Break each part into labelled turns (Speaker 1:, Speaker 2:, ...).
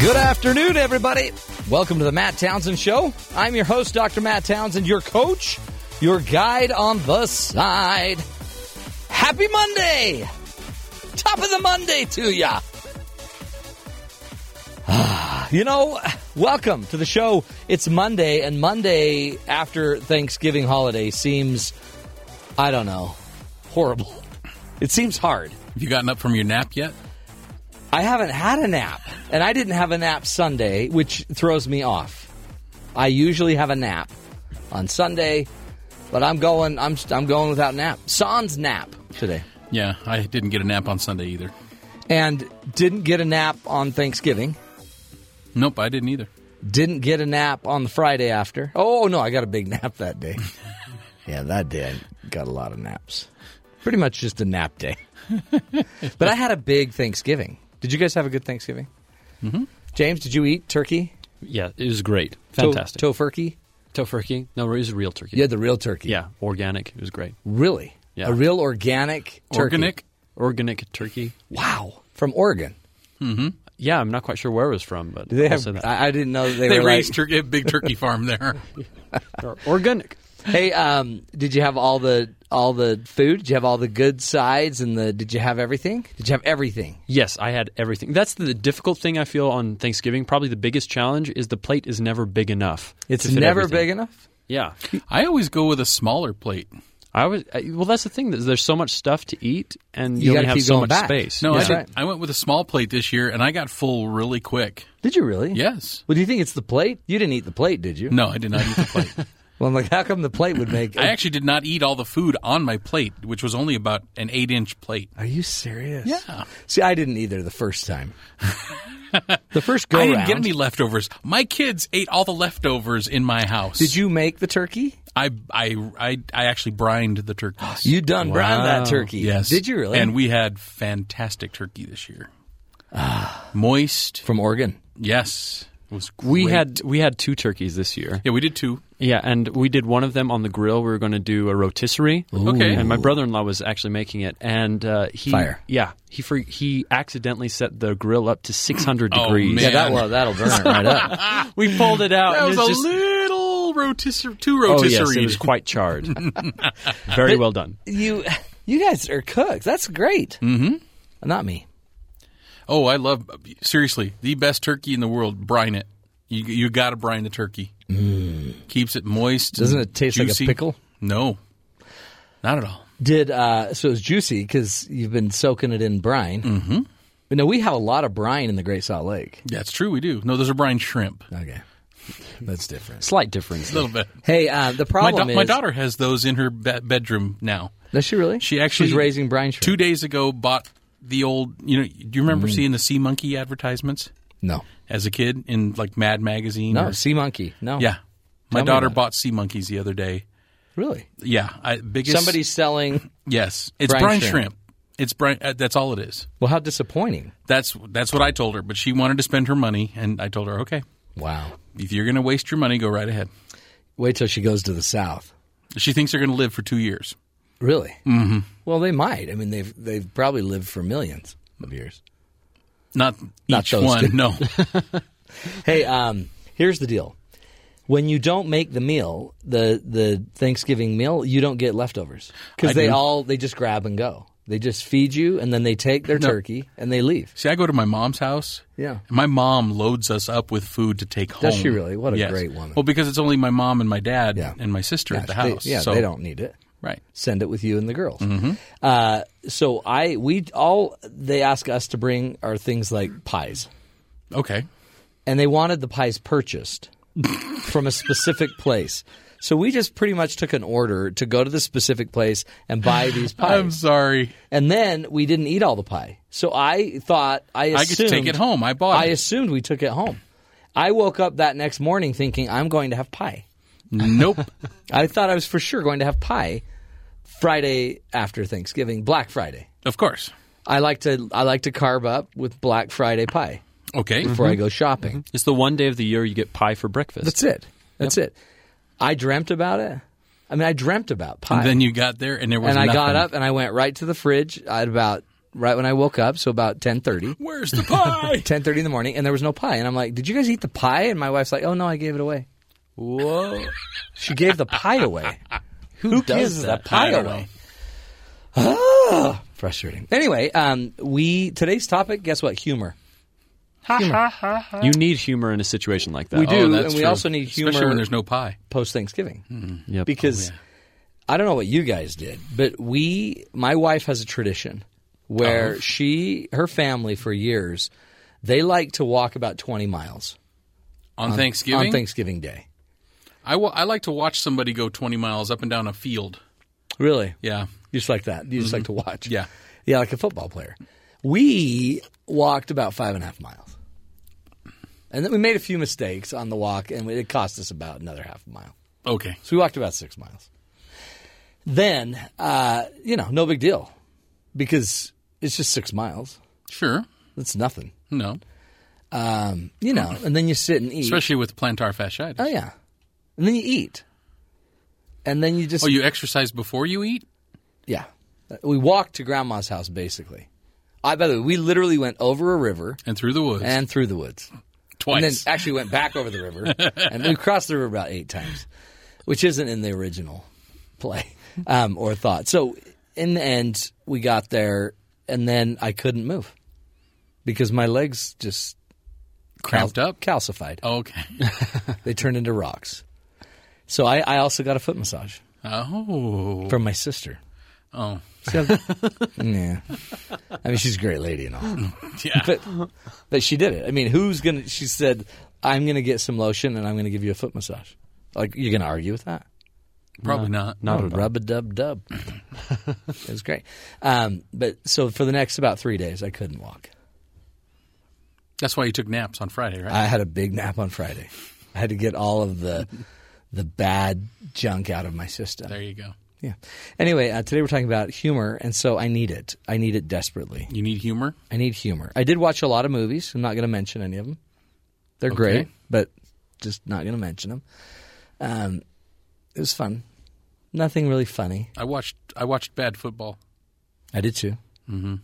Speaker 1: Good afternoon, everybody. Welcome to the Matt Townsend Show. I'm your host, Dr. Matt Townsend, your coach, your guide on the side. Happy Monday! Top of the Monday to ya! You know, welcome to the show. It's Monday, and Monday after Thanksgiving holiday seems, I don't know, horrible. It seems hard.
Speaker 2: Have you gotten up from your nap yet?
Speaker 1: I haven't had a nap, and I didn't have a nap Sunday, which throws me off. I usually have a nap on Sunday, but I'm going. I'm I'm going without nap. Sans nap today,
Speaker 2: Yeah, I didn't get a nap on Sunday either.
Speaker 1: and didn't get a nap on Thanksgiving.
Speaker 2: Nope, I didn't either.
Speaker 1: Didn't get a nap on the Friday after. Oh no, I got a big nap that day. yeah, that day I got a lot of naps. Pretty much just a nap day. but I had a big Thanksgiving. Did you guys have a good Thanksgiving? Mm-hmm. James, did you eat turkey?
Speaker 3: Yeah, it was great.
Speaker 1: To-
Speaker 3: Fantastic.
Speaker 1: tofurkey?
Speaker 3: Tofurkey? No, it was real turkey.
Speaker 1: You had the real turkey.
Speaker 3: Yeah, organic. It was great.
Speaker 1: Really?
Speaker 3: Yeah.
Speaker 1: A real organic turkey.
Speaker 2: Organic?
Speaker 3: Organic turkey.
Speaker 1: Wow. From Oregon.
Speaker 3: Yeah, I'm not quite sure where it was from, but
Speaker 1: They
Speaker 3: I'll
Speaker 1: have,
Speaker 3: say that.
Speaker 1: I, I didn't know that they,
Speaker 2: They
Speaker 1: were like,
Speaker 2: raised turkey, a big turkey farm there.
Speaker 3: Or- organic.
Speaker 1: hey, um, did you have all the all the food? Did you have all the good sides and the did you have everything? Did you have everything?
Speaker 3: Yes, I had everything. That's the difficult thing I feel on Thanksgiving. Probably the biggest challenge is the plate is never big enough.
Speaker 1: It's
Speaker 3: to fit
Speaker 1: never
Speaker 3: everything.
Speaker 1: big enough.
Speaker 3: Yeah,
Speaker 2: I always go with a smaller plate.
Speaker 3: I was. I, well, that's the thing. that There's so much stuff to eat, and
Speaker 1: You
Speaker 3: you, only
Speaker 1: gotta
Speaker 3: have
Speaker 1: keep
Speaker 3: so
Speaker 1: going
Speaker 3: much
Speaker 1: back.
Speaker 3: space.
Speaker 2: No, I,
Speaker 1: That's
Speaker 2: did,
Speaker 1: right.
Speaker 2: I went with a small plate this year, and I got full really quick.
Speaker 1: Did you really?
Speaker 2: Yes.
Speaker 1: Well, do you think it's the plate? You didn't eat the plate, did you?
Speaker 2: No, I did not eat the plate.
Speaker 1: Well, I'm like, how come the plate would make?
Speaker 2: I actually did not eat all the food on my plate, which was only about an eight-inch plate.
Speaker 1: Are you serious?
Speaker 2: Yeah.
Speaker 1: See, I didn't either the first time. the first go
Speaker 2: I didn't get
Speaker 1: round.
Speaker 2: any leftovers. My kids ate all the leftovers in my house.
Speaker 1: Did you make the turkey?
Speaker 2: I I I, I actually brined the turkeys.
Speaker 1: You done brown that turkey?
Speaker 2: Yes.
Speaker 1: Did you really?
Speaker 2: And we had fantastic turkey this year. Moist.
Speaker 1: from Oregon.
Speaker 2: Yes. It was great.
Speaker 3: we had we had two turkeys this year.
Speaker 2: Yeah, we did two.
Speaker 3: Yeah, and we did one of them on the grill. We were going to do a rotisserie.
Speaker 2: Okay.
Speaker 3: And my brother-in-law was actually making it, and uh, he
Speaker 1: Fire.
Speaker 3: Yeah, he for, he accidentally set the grill up to 600
Speaker 2: Oh,
Speaker 3: degrees.
Speaker 2: man.
Speaker 1: Yeah, that will that'll burn it right up.
Speaker 3: We pulled it out.
Speaker 2: That
Speaker 3: and
Speaker 2: was
Speaker 3: it
Speaker 2: a
Speaker 3: just,
Speaker 2: little rotisserie, two
Speaker 3: oh
Speaker 2: rotisserie.
Speaker 3: yes, it was quite charred. Very well done.
Speaker 1: you you guys are cooks. That's great. Mm-hmm. Not me.
Speaker 2: oh, I love seriously the best turkey in the world. Brine it. You you got to brine the turkey. Keeps it moist.
Speaker 1: Mm. Doesn't
Speaker 2: and
Speaker 1: it taste like a
Speaker 2: juicy.
Speaker 1: pickle?
Speaker 2: No, not at all.
Speaker 1: Did uh, so it was juicy because you've been soaking it in brine. Mm-hmm. But no, we have a lot of brine in the Great Salt Lake.
Speaker 2: That's true. We do. No, there's a brine shrimp. A
Speaker 1: Okay, that's different.
Speaker 3: Slight difference.
Speaker 2: little bit.
Speaker 1: Hey, uh, the
Speaker 2: My,
Speaker 1: problem
Speaker 2: da-
Speaker 1: is
Speaker 2: my daughter has those in her be- bedroom now.
Speaker 1: Does she really?
Speaker 2: She actually
Speaker 1: She's raising brine shrimp.
Speaker 2: Two days ago, bought the old. You know, do you remember
Speaker 1: Mm-hmm.
Speaker 2: seeing the sea monkey advertisements
Speaker 1: no,
Speaker 2: as a kid in like Mad Magazine?
Speaker 1: no
Speaker 2: or-
Speaker 1: sea monkey. No,
Speaker 2: yeah. My
Speaker 1: Tell me
Speaker 2: daughter
Speaker 1: about it.
Speaker 2: bought sea monkeys the other day.
Speaker 1: really.
Speaker 2: Yeah, I, biggest.
Speaker 1: Somebody's selling.
Speaker 2: yes, it's
Speaker 1: brine
Speaker 2: brine,
Speaker 1: shrimp.
Speaker 2: shrimp. It's brine. Uh, that's all it is.
Speaker 1: Well, how disappointing!
Speaker 2: That's that's what I told her. But she wanted to spend her money, and I told her, okay,
Speaker 1: Wow.
Speaker 2: if you're going to waste your money, go right ahead.
Speaker 1: Wait till she goes to the south.
Speaker 2: She thinks they're going to live for two years.
Speaker 1: Really? Mm-hmm. Well, they might. I mean, they've they've probably lived for millions of years.
Speaker 2: Not,
Speaker 1: Not
Speaker 2: each
Speaker 1: those
Speaker 2: one.
Speaker 1: two.
Speaker 2: No.
Speaker 1: Hey, um, here's the deal. When you don't make the meal, the the Thanksgiving meal, you don't get leftovers because
Speaker 2: I
Speaker 1: they
Speaker 2: do.
Speaker 1: all they just grab and go. They just feed you and then they take their turkey and they leave.
Speaker 2: See, I go to my mom's house.
Speaker 1: Yeah.
Speaker 2: And my mom loads us up with food to take home.
Speaker 1: Does she really? What a
Speaker 2: Yes.
Speaker 1: great woman.
Speaker 2: Well, because it's only my mom and my dad
Speaker 1: Yeah.
Speaker 2: and my sister at the
Speaker 1: They-
Speaker 2: house.
Speaker 1: yeah,
Speaker 2: so, Mm-hmm.
Speaker 1: they don't need it.
Speaker 2: Right.
Speaker 1: Send it with you and the girls. Uh, so I we all they ask us to bring are things like pies,
Speaker 2: Okay.
Speaker 1: and they wanted the pies purchased from a specific place. So we just pretty much took an order to go to the specific place and buy these pies.
Speaker 2: I'm sorry.
Speaker 1: And then we didn't eat all the pie. So I thought I assumed
Speaker 2: I could take it home. I bought
Speaker 1: I
Speaker 2: it.
Speaker 1: assumed we took it home. I woke up that next morning thinking I'm going to have pie.
Speaker 2: nope.
Speaker 1: I thought I was for sure going to have pie Friday after Thanksgiving, Black Friday.
Speaker 2: Of course.
Speaker 1: I like to I like to carve up with Black Friday pie
Speaker 2: Okay.
Speaker 1: before I go
Speaker 2: Mm-hmm.
Speaker 1: shopping.
Speaker 3: It's the one day of the year you get pie for breakfast.
Speaker 1: That's it. That's it. I dreamt about it. I mean, I dreamt about pie.
Speaker 2: And then you got there, and there was.
Speaker 1: and I got
Speaker 2: nothing.
Speaker 1: up and I went right to the fridge at about right when I woke up, so about 10:30.
Speaker 2: Where's the pie?
Speaker 1: 10:30 in the morning and there was no pie and I'm like, "Did you guys eat the pie?" And my wife's like, "Oh no, I gave it away."
Speaker 3: Whoa.
Speaker 1: She gave the pie away. Who,
Speaker 3: does
Speaker 1: gives the
Speaker 3: that?
Speaker 1: pie
Speaker 2: I don't
Speaker 1: away?
Speaker 2: know.
Speaker 1: Frustrating. Anyway, um, we today's topic, guess what? Humor.
Speaker 3: You need humor in a situation like that.
Speaker 1: We do,
Speaker 2: Oh, that's
Speaker 1: and we
Speaker 2: true.
Speaker 1: also need humor
Speaker 2: especially when there's Hmm. no pie.
Speaker 1: post Thanksgiving.
Speaker 3: Yep.
Speaker 2: Oh,
Speaker 1: because I don't know what you guys did, but we my wife has a tradition
Speaker 2: Oh.
Speaker 1: where she her family for years they like to walk about 20 miles
Speaker 2: On, Thanksgiving,
Speaker 1: on Thanksgiving Day.
Speaker 2: I wa- I like to watch somebody go 20 miles up and down a field.
Speaker 1: Really?
Speaker 2: Yeah. Mm-hmm.
Speaker 1: You just like that. You just like to watch.
Speaker 2: Yeah.
Speaker 1: Yeah, like a football player. We walked about five and a half miles. And then we made a few mistakes on the walk, and it cost us about another half a mile.
Speaker 2: Okay.
Speaker 1: So we walked about six miles. Then, uh, you know, no big deal because it's just six miles.
Speaker 2: Sure.
Speaker 1: It's nothing,
Speaker 2: No.
Speaker 1: you know. And then you sit and eat.
Speaker 2: Especially with plantar fasciitis.
Speaker 1: oh yeah, and then you eat, and then you just
Speaker 2: oh, you exercise before you eat?
Speaker 1: yeah. We walked to grandma's house basically. I by the way, we literally went over a river
Speaker 2: And through the woods.
Speaker 1: and through the woods, and then
Speaker 2: Twice.
Speaker 1: actually went back over the river, and we crossed the river about eight times, which isn't in the original play um, or thought. So in the end, we got there, and then I couldn't move because my legs just cal-
Speaker 2: Cramped up? Oh.
Speaker 1: calcified.
Speaker 2: Okay.
Speaker 1: They turned into rocks. So I, I also got a foot massage
Speaker 2: Oh.
Speaker 1: from my sister.
Speaker 2: Oh.
Speaker 1: Yeah. I mean, she's a great lady and all.
Speaker 2: Yeah.
Speaker 1: But, but she did it. I mean, who's going to, she said, I'm going to get some lotion and I'm going to give you a foot massage. Like, you're going to argue with that?
Speaker 2: Probably not.
Speaker 3: Not at all.
Speaker 1: Rub a dub dub. it was great. Um, but so for the next about three days, I couldn't walk.
Speaker 2: That's why you took naps on Friday, right?
Speaker 1: I had a big nap on Friday. I had to get all of the the bad junk out of my system.
Speaker 2: there you go.
Speaker 1: Yeah. Anyway, uh, today we're talking about humor, and so I need it. I need it desperately.
Speaker 2: You need humor?
Speaker 1: I need humor. I did watch a lot of movies. I'm not going to mention any of them. They're great, but just not going to mention them. Um, it was fun. Nothing really funny.
Speaker 2: I watched I watched bad football.
Speaker 1: I did too. Mm-hmm.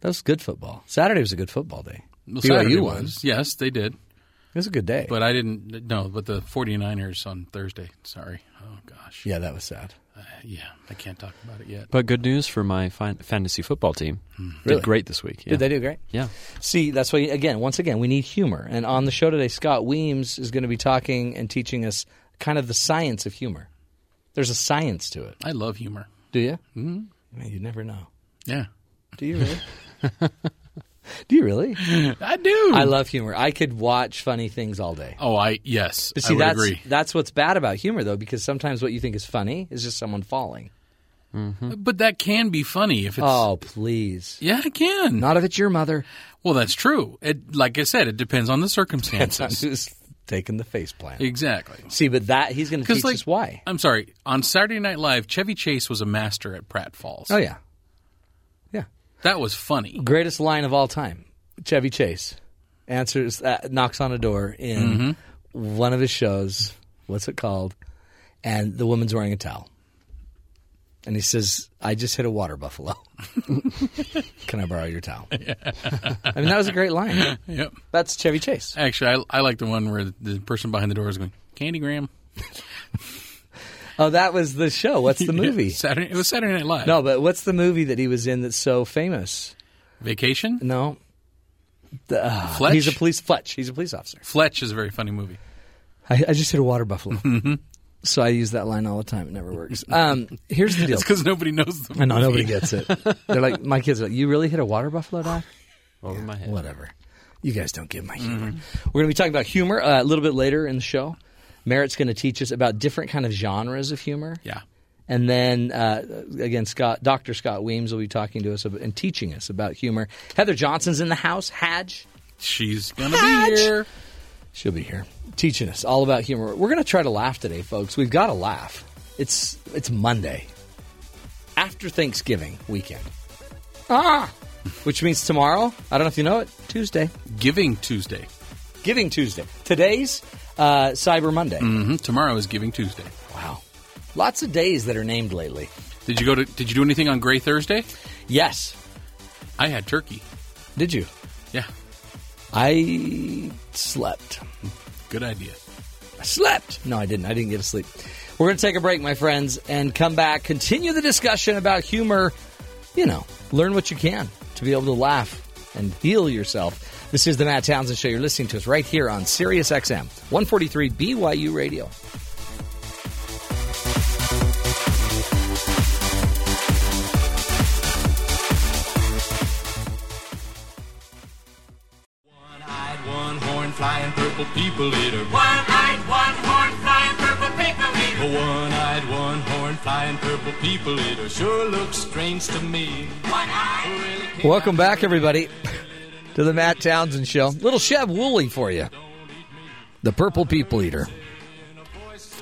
Speaker 1: That was good football. Saturday was a good football day.
Speaker 2: Well,
Speaker 1: BYU
Speaker 2: Saturday
Speaker 1: won.
Speaker 2: was. Yes, they did.
Speaker 1: It was a good day.
Speaker 2: But I didn't no, but the 49ers on Thursday. Sorry. Oh gosh. Uh,
Speaker 1: yeah, that was sad.
Speaker 2: Yeah, I can't talk about it yet.
Speaker 3: But good news for my fin- fantasy football team.
Speaker 1: Hmm. Really?
Speaker 3: Did great this week. Yeah.
Speaker 1: Did they do great?
Speaker 3: Yeah.
Speaker 1: See, that's why, again, once again, we need humor. And on the show today, Scott Weems is going to be talking and teaching us kind of the science of humor. There's a science to it.
Speaker 2: I love humor.
Speaker 1: Do you? Mm-hmm. you never know.
Speaker 2: Yeah.
Speaker 1: Do you really? Do you really?
Speaker 2: I do.
Speaker 1: I love humor. I could watch funny things all day.
Speaker 2: Oh, I yes.
Speaker 1: But
Speaker 2: I
Speaker 1: see,
Speaker 2: would
Speaker 1: that's
Speaker 2: agree.
Speaker 1: that's what's bad about humor, though, because sometimes what you think is funny is just someone falling.
Speaker 2: But that can be funny if it's.
Speaker 1: Hmm. Oh, please!
Speaker 2: Yeah, it can.
Speaker 1: Not if it's your mother.
Speaker 2: well, that's true. It, like I said, it depends on the circumstances.
Speaker 1: Who's taking the face plant?
Speaker 2: exactly.
Speaker 1: See, but that he's going to teach
Speaker 2: like,
Speaker 1: us why.
Speaker 2: I'm sorry. On Saturday Night Live, Chevy Chase was a master at pratfalls.
Speaker 1: Oh yeah, yeah.
Speaker 2: That was funny.
Speaker 1: Greatest line of all time. Chevy Chase answers, uh, knocks on a door in one of his shows. What's it called? And the woman's wearing a towel. And he says, "I just hit a water buffalo. Can I borrow your towel?" I mean, that was a great line.
Speaker 2: Yep.
Speaker 1: That's Chevy Chase.
Speaker 2: Actually, I, I like the one where the person behind the door is going Candy Graham.
Speaker 1: Oh, that was the show. What's the movie?
Speaker 2: Saturday. It was Saturday Night Live.
Speaker 1: No, but what's the movie that he was in that's so famous?
Speaker 2: Vacation.
Speaker 1: No, The- uh,
Speaker 2: Fletch?
Speaker 1: he's a police Fletch. He's a police officer.
Speaker 2: Fletch is a very funny movie.
Speaker 1: I, I just hit a water buffalo.
Speaker 2: Mm-hmm.
Speaker 1: so I use that line all the time. It never works. Um, here's the deal.
Speaker 2: It's because nobody knows the
Speaker 1: I know nobody gets it. They're like, my kids are like, you really hit a water buffalo, Doc?
Speaker 3: Over my head.
Speaker 1: Whatever. You guys don't get my
Speaker 2: Mm-hmm.
Speaker 1: humor. We're going to be talking about humor uh, a little bit later in the show. Merritt's going to teach us about different kind of genres of humor.
Speaker 2: Yeah.
Speaker 1: And then uh, again, Scott, Dr. Scott Weems will be talking to us ab and teaching us about humor. Heather Johnson's in the house. Hadge,
Speaker 2: She's gonna
Speaker 1: Hatch!
Speaker 2: be here.
Speaker 1: She'll be here teaching us all about humor. We're going to try to laugh today, folks. We've got to laugh. It's it's Monday after Thanksgiving weekend. Ah, which means tomorrow. I don't know if you know it. Tuesday,
Speaker 2: Giving Tuesday.
Speaker 1: Giving Tuesday. Today's uh, Cyber Monday.
Speaker 2: hmm Tomorrow is Giving Tuesday.
Speaker 1: Wow, lots of days that are named lately.
Speaker 2: Did you go to? Did you do anything on Gray Thursday?
Speaker 1: Yes,
Speaker 2: I had turkey.
Speaker 1: did you?
Speaker 2: Yeah,
Speaker 1: I slept.
Speaker 2: good idea.
Speaker 1: I slept. No, I didn't. I didn't get to sleep. We're going to take a break, my friends, and come back. Continue the discussion about humor. You know, learn what you can to be able to laugh and heal yourself. This is the Matt Townsend Show. You're listening to us right here on Sirius XM 143 BYU Radio.
Speaker 4: One-eyed, one horn flying purple people eater.
Speaker 5: One eyed, one horn, flying purple paper
Speaker 4: A
Speaker 5: leader.
Speaker 4: one-eyed, one horn flying purple people eater sure looks strange to me.
Speaker 5: One eyed.
Speaker 4: Really can't
Speaker 1: Welcome back, everybody, to the Matt Townsend Show. Little Cheb Woolley for you, the Purple People Eater.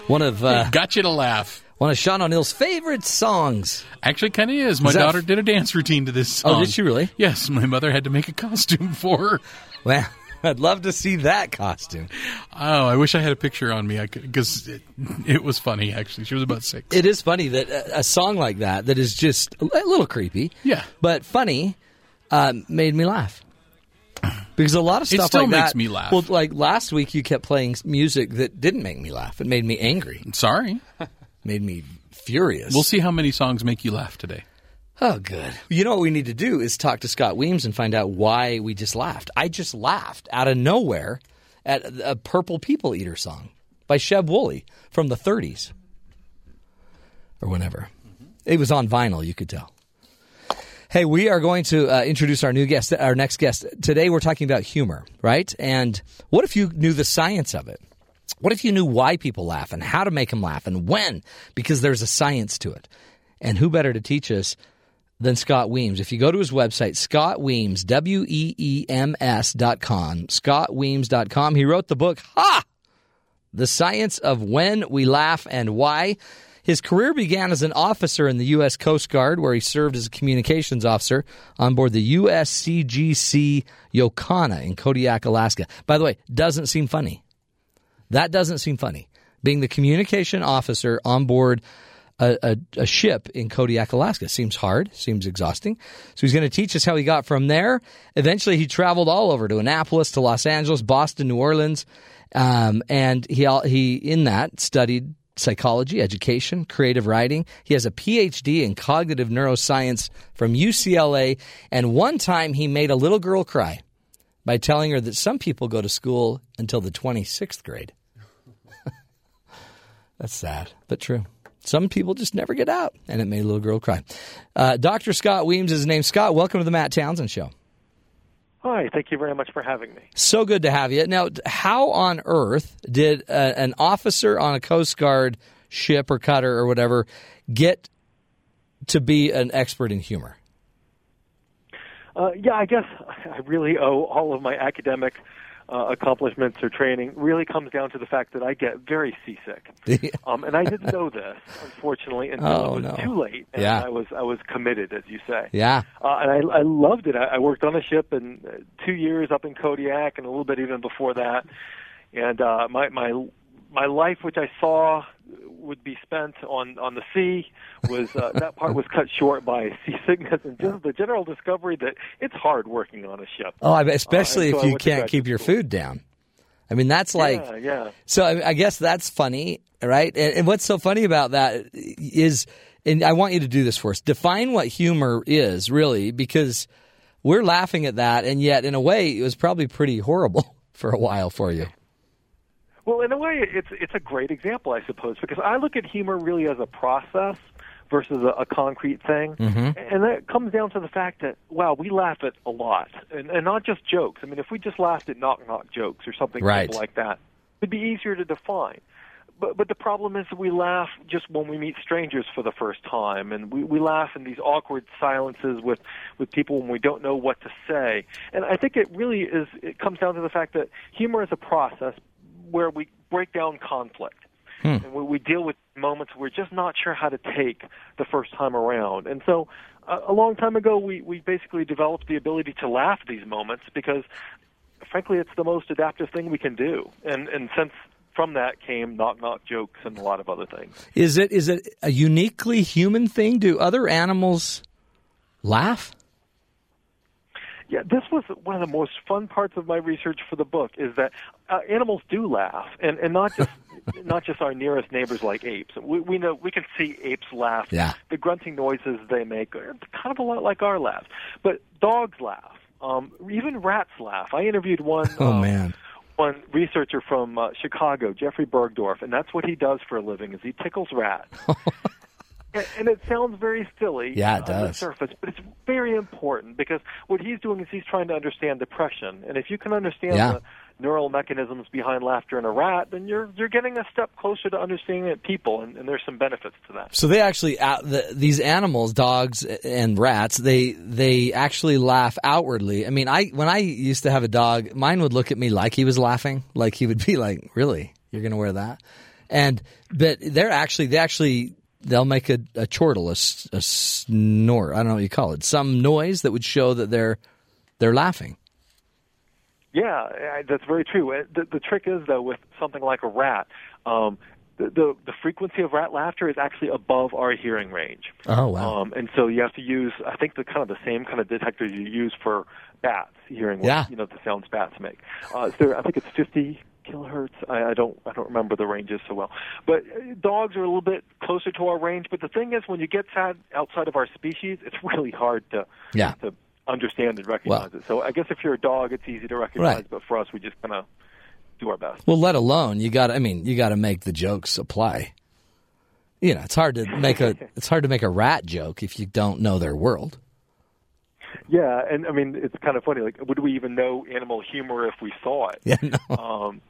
Speaker 1: One of uh,
Speaker 2: Got you to laugh.
Speaker 1: one of Sean O'Neill's favorite songs.
Speaker 2: Actually, kind of is. My
Speaker 1: that-
Speaker 2: daughter did a dance routine to this
Speaker 1: Oh,
Speaker 2: song.
Speaker 1: did she really?
Speaker 2: Yes, my mother had to make a costume for her.
Speaker 1: Well, I'd love to see that costume.
Speaker 2: Oh, I wish I had a picture on me. I could because it, it was funny. Actually, she was about six.
Speaker 1: It is funny that a, a song like that, that is just a little creepy,
Speaker 2: Yeah.
Speaker 1: but funny, um, made me laugh. Because a lot of stuff
Speaker 2: still
Speaker 1: like
Speaker 2: makes
Speaker 1: that-
Speaker 2: me laugh.
Speaker 1: Well, like last week, you kept playing s- music that didn't make me laugh. It made me angry,
Speaker 2: Sorry.
Speaker 1: made me furious.
Speaker 2: We'll see how many songs make you laugh today.
Speaker 1: Oh, good. You know what we need to do is talk to Scott Weems and find out why we just laughed. I just laughed out of nowhere at a Purple People Eater song by Sheb Woolley from the 30s or whenever. It was on vinyl, you could tell. Hey, we are going to uh, introduce our new guest, our next guest. Today we're talking about humor, right? And what if you knew the science of it? What if you knew why people laugh and how to make them laugh and when? Because there's a science to it. And who better to teach us than Scott Weems? If you go to his website, Scott Weems, W E E M S dot com, scottweems.com, he wrote the book, Ha! The Science of When We Laugh and Why. His career began as an officer in the U.S. Coast Guard, where he served as a communications officer on board the USCGC Yokana in Kodiak, Alaska. By the way, doesn't seem funny. That doesn't seem funny. Being the communication officer on board a, a, a ship in Kodiak, Alaska seems hard, seems exhausting. So he's going to teach us how he got from there. Eventually, he traveled all over to Annapolis, to Los Angeles, Boston, New Orleans, um, and he al- he in that studied psychology, education, creative writing. He has a PhD in cognitive neuroscience from UCLA, and one time he made a little girl cry by telling her that some people go to school until the 26th grade. That's sad, but true. Some people just never get out, and it made a little girl cry. Uh, Dr. Scott Weems is his name. Scott, welcome to the Matt Townsend Show.
Speaker 6: Hi, thank you very much for having me.
Speaker 1: So good to have you. Now, d- how on earth did uh, an officer on a Coast Guard ship or cutter or whatever get to be an expert in humor?
Speaker 6: Uh, yeah, I guess I really owe all of my academic uh, accomplishments or training really comes down to the fact that I get very seasick, um, and I didn't know this unfortunately until
Speaker 1: Oh,
Speaker 6: it was
Speaker 1: no.
Speaker 6: too late. And
Speaker 1: Yeah.
Speaker 6: I was I was committed, as you say.
Speaker 1: Yeah.
Speaker 6: Uh, and I, I loved it. I, I worked on a ship in uh, two years up in Kodiak, and a little bit even before that. And uh, my my my life, which I saw would be spent on on the sea, was uh, that part was cut short by seasickness and just the general discovery that it's hard working on a ship.
Speaker 1: Oh, I bet- especially
Speaker 6: so
Speaker 1: if
Speaker 6: Uh, I
Speaker 1: you
Speaker 6: went to
Speaker 1: can't
Speaker 6: graduate
Speaker 1: keep your
Speaker 6: school.
Speaker 1: food down. I mean, that's like
Speaker 6: yeah, yeah.
Speaker 1: So I, I guess that's funny, right? And, and what's so funny about that is, and I want you to do this for us. Define what humor is, really, because we're laughing at that, and yet, in a way, it was probably pretty horrible for a while for you.
Speaker 6: Well, in a way, it's it's a great example, I suppose, because I look at humor really as a process versus a, a concrete thing, and that comes down to the fact that wow, we laugh at a lot, and, and not just jokes. I mean, if we just laughed at knock knock jokes or something
Speaker 1: Right.
Speaker 6: simple like that, it'd be easier to define. But but the problem is that we laugh just when we meet strangers for the first time, and we, we laugh in these awkward silences with with people when we don't know what to say. And I think it really is. It comes down to the fact that humor is a process where we break down conflict. And we, we deal with moments we're just not sure how to take the first time around. And so uh, a, a long time ago, we, we basically developed the ability to laugh at these moments because, frankly, it's the most adaptive thing we can do. And, and since from that came knock knock jokes and a lot of other things.
Speaker 1: Is it is it a uniquely human thing? Do other animals laugh?
Speaker 6: Yeah, this was one of the most fun parts of my research for the book is that uh, animals do laugh, and, and not just not just our nearest neighbors like apes. We, we know we can see apes laugh.
Speaker 1: Yeah.
Speaker 6: The grunting noises they make are kind of a lot like our laughs, but dogs laugh. Um, even rats laugh. I interviewed one.
Speaker 1: Oh
Speaker 6: um,
Speaker 1: man.
Speaker 6: One researcher from uh, Chicago, Jeffrey Bergdorf, and that's what he does for a living is he tickles rats. And, and it sounds very silly
Speaker 1: Yeah, it
Speaker 6: on the
Speaker 1: does.
Speaker 6: surface, but it's very important because what he's doing is he's trying to understand depression. And if you can understand
Speaker 1: Yeah.
Speaker 6: the neural mechanisms behind laughter in a rat, then you're you're getting a step closer to understanding it people, and, and there's some benefits to that.
Speaker 1: So they actually out the, these animals, dogs and rats, they they actually laugh outwardly. I mean, I when I used to have a dog, mine would look at me like he was laughing, like he would be like, "Really, you're going to wear that?" And but they're actually they actually they'll make a, a chortle, a, s- a snort. I don't know what you call it, some noise that would show that they're they're laughing.
Speaker 6: Yeah, I- that's very true. Uh, The, the trick is though with something like a rat, um, the, the the frequency of rat laughter is actually above our hearing range.
Speaker 1: Oh wow!
Speaker 6: Um, and so you have to use, I think, the kind of the same kind of detectors you use for bats, hearing what,
Speaker 1: Yeah.
Speaker 6: you know the sounds bats make. Uh, so I think it's 50 kilohertz. I, I don't, I don't remember the ranges so well. But uh, dogs are a little bit closer to our range. But the thing is, when you get sad, outside of our species, it's really hard to,
Speaker 1: Yeah.
Speaker 6: to understand and recognize it. So I guess if you're a dog, it's easy to recognize.
Speaker 1: Right.
Speaker 6: But for us, we just kind of do our best.
Speaker 1: Well, let alone you got. I mean, you got to make the jokes apply. You know, it's hard to make a it's hard to make a rat joke if you don't know their world.
Speaker 6: Yeah, and I mean it's kind of funny. Like, would we even know animal humor if we saw it?
Speaker 1: Yeah, no.
Speaker 6: Um,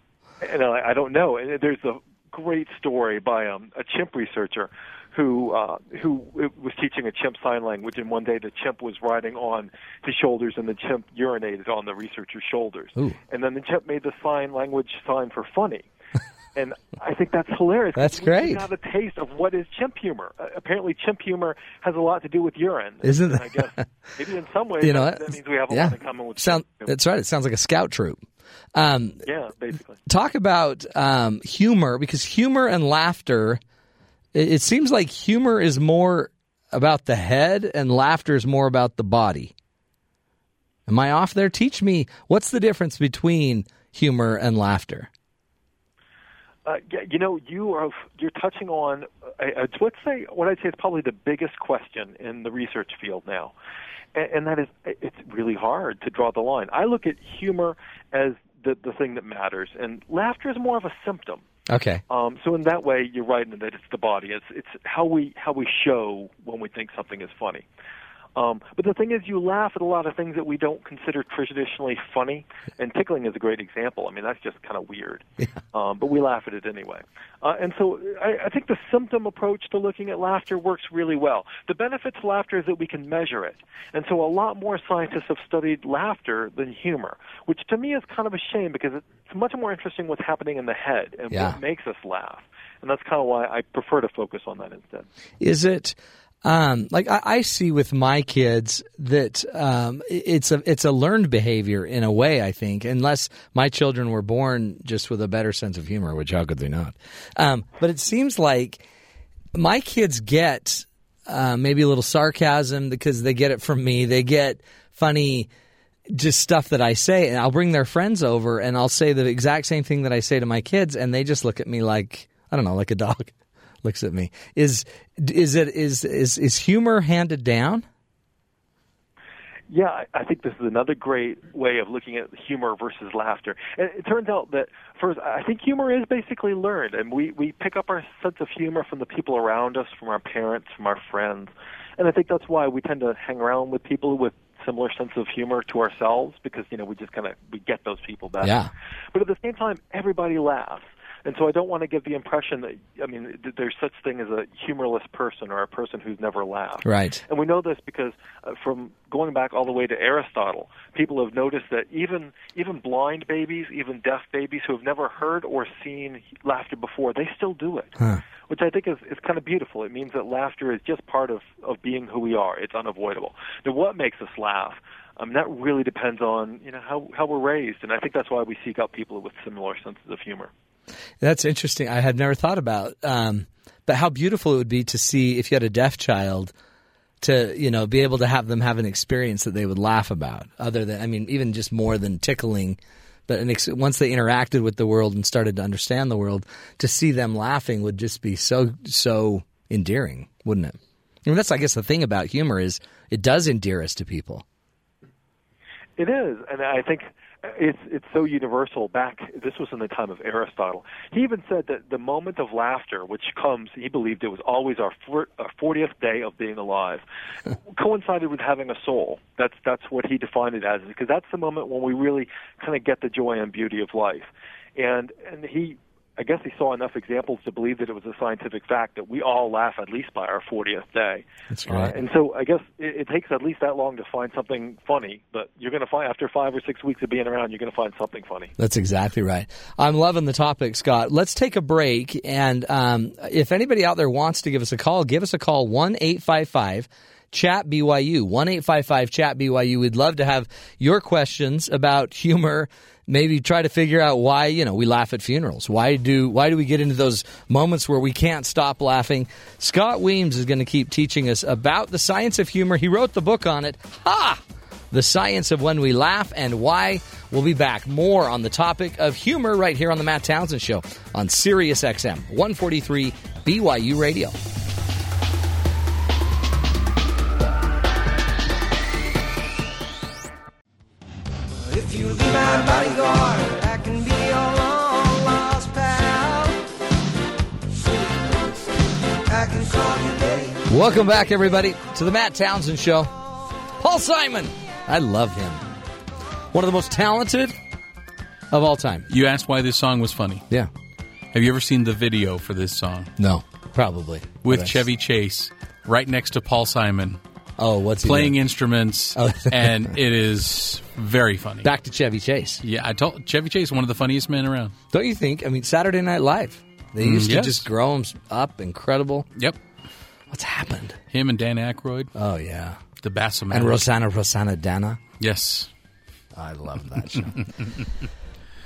Speaker 6: and I, I don't know. And there's a great story by um, a chimp researcher who uh, who was teaching a chimp sign language, and one day the chimp was riding on his shoulders, and the chimp urinated on the researcher's shoulders,
Speaker 1: Ooh.
Speaker 6: and then the chimp made the sign language sign for funny. And I think that's hilarious.
Speaker 1: That's
Speaker 6: We- we
Speaker 1: great.
Speaker 6: Got a taste of what is chimp humor. Uh, apparently, chimp humor has a lot to do with urine.
Speaker 1: Isn't
Speaker 6: And I guess maybe in some ways
Speaker 1: You know,
Speaker 6: that, that means we have a
Speaker 1: yeah.
Speaker 6: lot in common with
Speaker 1: Sound,
Speaker 6: chimp humor.
Speaker 1: that's right. It sounds like a scout troop.
Speaker 6: Yeah, basically.
Speaker 1: Talk about um, humor because humor and laughter. It, it seems like humor is more about the head and laughter is more about the body. Am I off there? Teach me what's the difference between humor and laughter.
Speaker 6: Uh, y- you know, you are you're touching on uh, uh, let's say what I'd say is probably the biggest question in the research field now, and, and that is it's really hard to draw the line. I look at humor as the the thing that matters, and laughter is more of a symptom.
Speaker 1: Okay.
Speaker 6: Um, so in that way, you're right in that it's the body. It's it's how we how we show when we think something is funny. Um, but the thing is, you laugh at a lot of things that we don't consider traditionally funny, and tickling is a great example. I mean, that's just kind of weird, um, but we laugh at it anyway. Uh, and so I, I think the symptom approach to looking at laughter works really well. The benefit to laughter is that we can measure it, and so a lot more scientists have studied laughter than humor, which to me is kind of a shame because it's much more interesting what's happening in the head and
Speaker 1: Yeah.
Speaker 6: what makes us laugh. And that's kind of why I prefer to focus on that instead.
Speaker 1: Is it um, like I, I see with my kids that um, i- it's a it's a learned behavior in a way. I think unless my children were born just with a better sense of humor, which how could they not? Um, but it seems like my kids get uh, maybe a little sarcasm because they get it from me. They get funny just stuff that I say, and I'll bring their friends over, and I'll say the exact same thing that I say to my kids, and they just look at me like I don't know, like a dog looks at me. Is is it is is is humor handed down?
Speaker 6: Yeah, I- I think this is another great way of looking at humor versus laughter. And it turns out that first, I think humor is basically learned, and we we pick up our sense of humor from the people around us, from our parents, from our friends, and I think that's why we tend to hang around with people with similar sense of humor to ourselves because you know we just kind of we get those people better.
Speaker 1: Yeah.
Speaker 6: But at the same time, everybody laughs. And so I don't want to give the impression that I mean th- there's such thing as a humorless person or a person who's never laughed.
Speaker 1: Right.
Speaker 6: And we know this because uh, from going back all the way to Aristotle, people have noticed that even even blind babies, even deaf babies who have never heard or seen laughter before, they still do it. Which I think is, is kind of beautiful. It means that laughter is just part of, of being who we are. It's unavoidable. Now, what makes us laugh? Um, that really depends on you know how how we're raised, and I think that's why we seek out people with similar senses of humor.
Speaker 1: That's interesting. I had never thought about. Um, but how beautiful it would be to see if you had a deaf child to you know be able to have them have an experience that they would laugh about. Other than I mean, even just more than tickling, but an ex- once they interacted with the world and started to understand the world, to see them laughing would just be so so endearing, wouldn't it? I mean, that's I guess the thing about humor is it does endear us to people.
Speaker 6: It is, and I think it's it's so universal. Back this was in the time of Aristotle. He even said that the moment of laughter, which comes, he believed it was always our fortieth day of being alive, coincided with having a soul. That's that's what he defined it as, because that's the moment when we really kind of get the joy and beauty of life, and and he. I guess he saw enough examples to believe that it was a scientific fact that we all laugh at least by our 40th day.
Speaker 1: That's
Speaker 6: Uh, and so I guess it, it takes at least that long to find something funny, but you're going to find after five or six weeks of being around, you're going to find something funny.
Speaker 1: That's exactly right. I'm loving the topic, Scott. Let's take a break. And um, if anybody out there wants to give us a call, give us a call 1 855 Chat BYU. 1 855 Chat BYU. We'd love to have your questions about humor. Maybe try to figure out why you know we laugh at funerals. Why do why do we get into those moments where we can't stop laughing? Scott Weems is going to keep teaching us about the science of humor. He wrote the book on it. Ah, the science of when we laugh and why. We'll be back more on the topic of humor right here on the Matt Townsend Show on Sirius XM 143 BYU Radio.
Speaker 7: If you'll be my bodyguard, I can be your long lost pal. I can call you baby.
Speaker 1: Welcome back, everybody, to the Matt Townsend Show. Paul Simon, I love him. One of the most talented of all time.
Speaker 2: You asked why this song was funny.
Speaker 1: Yeah.
Speaker 2: Have you ever seen the video for this song
Speaker 1: No, probably.
Speaker 2: with
Speaker 1: But I-
Speaker 2: Chevy Chase right next to Paul Simon
Speaker 1: Oh, what's he
Speaker 2: playing
Speaker 1: doing?
Speaker 2: instruments,
Speaker 1: Oh.
Speaker 2: and it is very funny.
Speaker 1: Back to Chevy Chase.
Speaker 2: yeah, I told Chevy Chase one of the funniest men around.
Speaker 1: Don't you think? I mean, Saturday Night Live. They used
Speaker 2: yes.
Speaker 1: to just grow him up, incredible.
Speaker 2: Yep,
Speaker 1: What's happened?
Speaker 2: him and Dan Aykroyd,
Speaker 1: Oh, yeah.
Speaker 2: the Bassamount.
Speaker 1: And Rosanna Rosanna Dana.
Speaker 2: Yes,
Speaker 1: I love that show.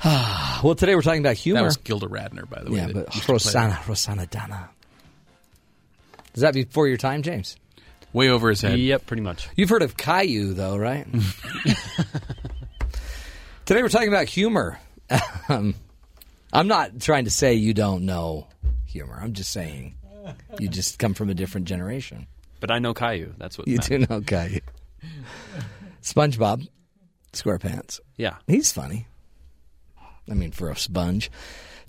Speaker 1: Ah, well, today we're talking about humor.
Speaker 2: that was Gilda Radner, by the way.
Speaker 1: yeah,
Speaker 2: that used
Speaker 1: but
Speaker 2: to play
Speaker 1: Rosanna Rosanna Dana. Is that before your time, James?
Speaker 2: that. way over his head.
Speaker 3: Yep, pretty much.
Speaker 1: You've heard of Caillou, though, right? today we're talking about humor. Um, I'm not trying to say you don't know humor. I'm just saying you just come from a different generation.
Speaker 3: But I know Caillou. That's what
Speaker 1: You
Speaker 3: matters.
Speaker 1: do know Caillou. SpongeBob, SquarePants.
Speaker 3: Yeah.
Speaker 1: He's funny. I mean, for a sponge.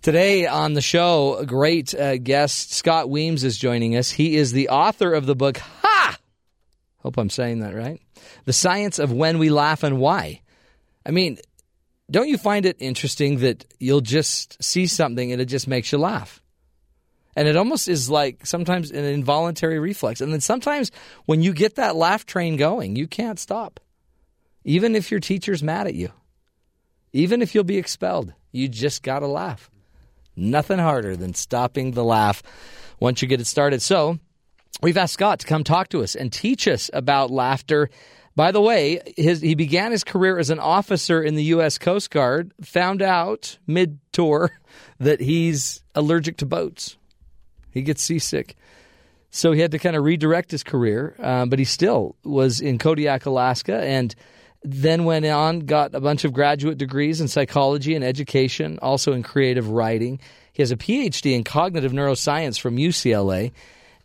Speaker 1: Today on the show, a great uh, guest, Scott Weems, is joining us. He is the author of the book, Ha! Hope I'm saying that right. The Science of When We Laugh and Why. I mean, don't you find it interesting that you'll just see something and it just makes you laugh? And it almost is like sometimes an involuntary reflex. And then sometimes when you get that laugh train going, you can't stop. Even if your teacher's mad at you even if you'll be expelled, you just got to laugh. Nothing harder than stopping the laugh once you get it started. So, we've asked Scott to come talk to us and teach us about laughter. By the way, his, he began his career as an officer in the U.S. Coast Guard, found out mid tour that he's allergic to boats. He gets seasick. So he had to kind of redirect his career, uh, but he still was in Kodiak, Alaska, and then went on, got a bunch of graduate degrees in psychology and education, also in creative writing. He has a PhD in cognitive neuroscience from UCLA,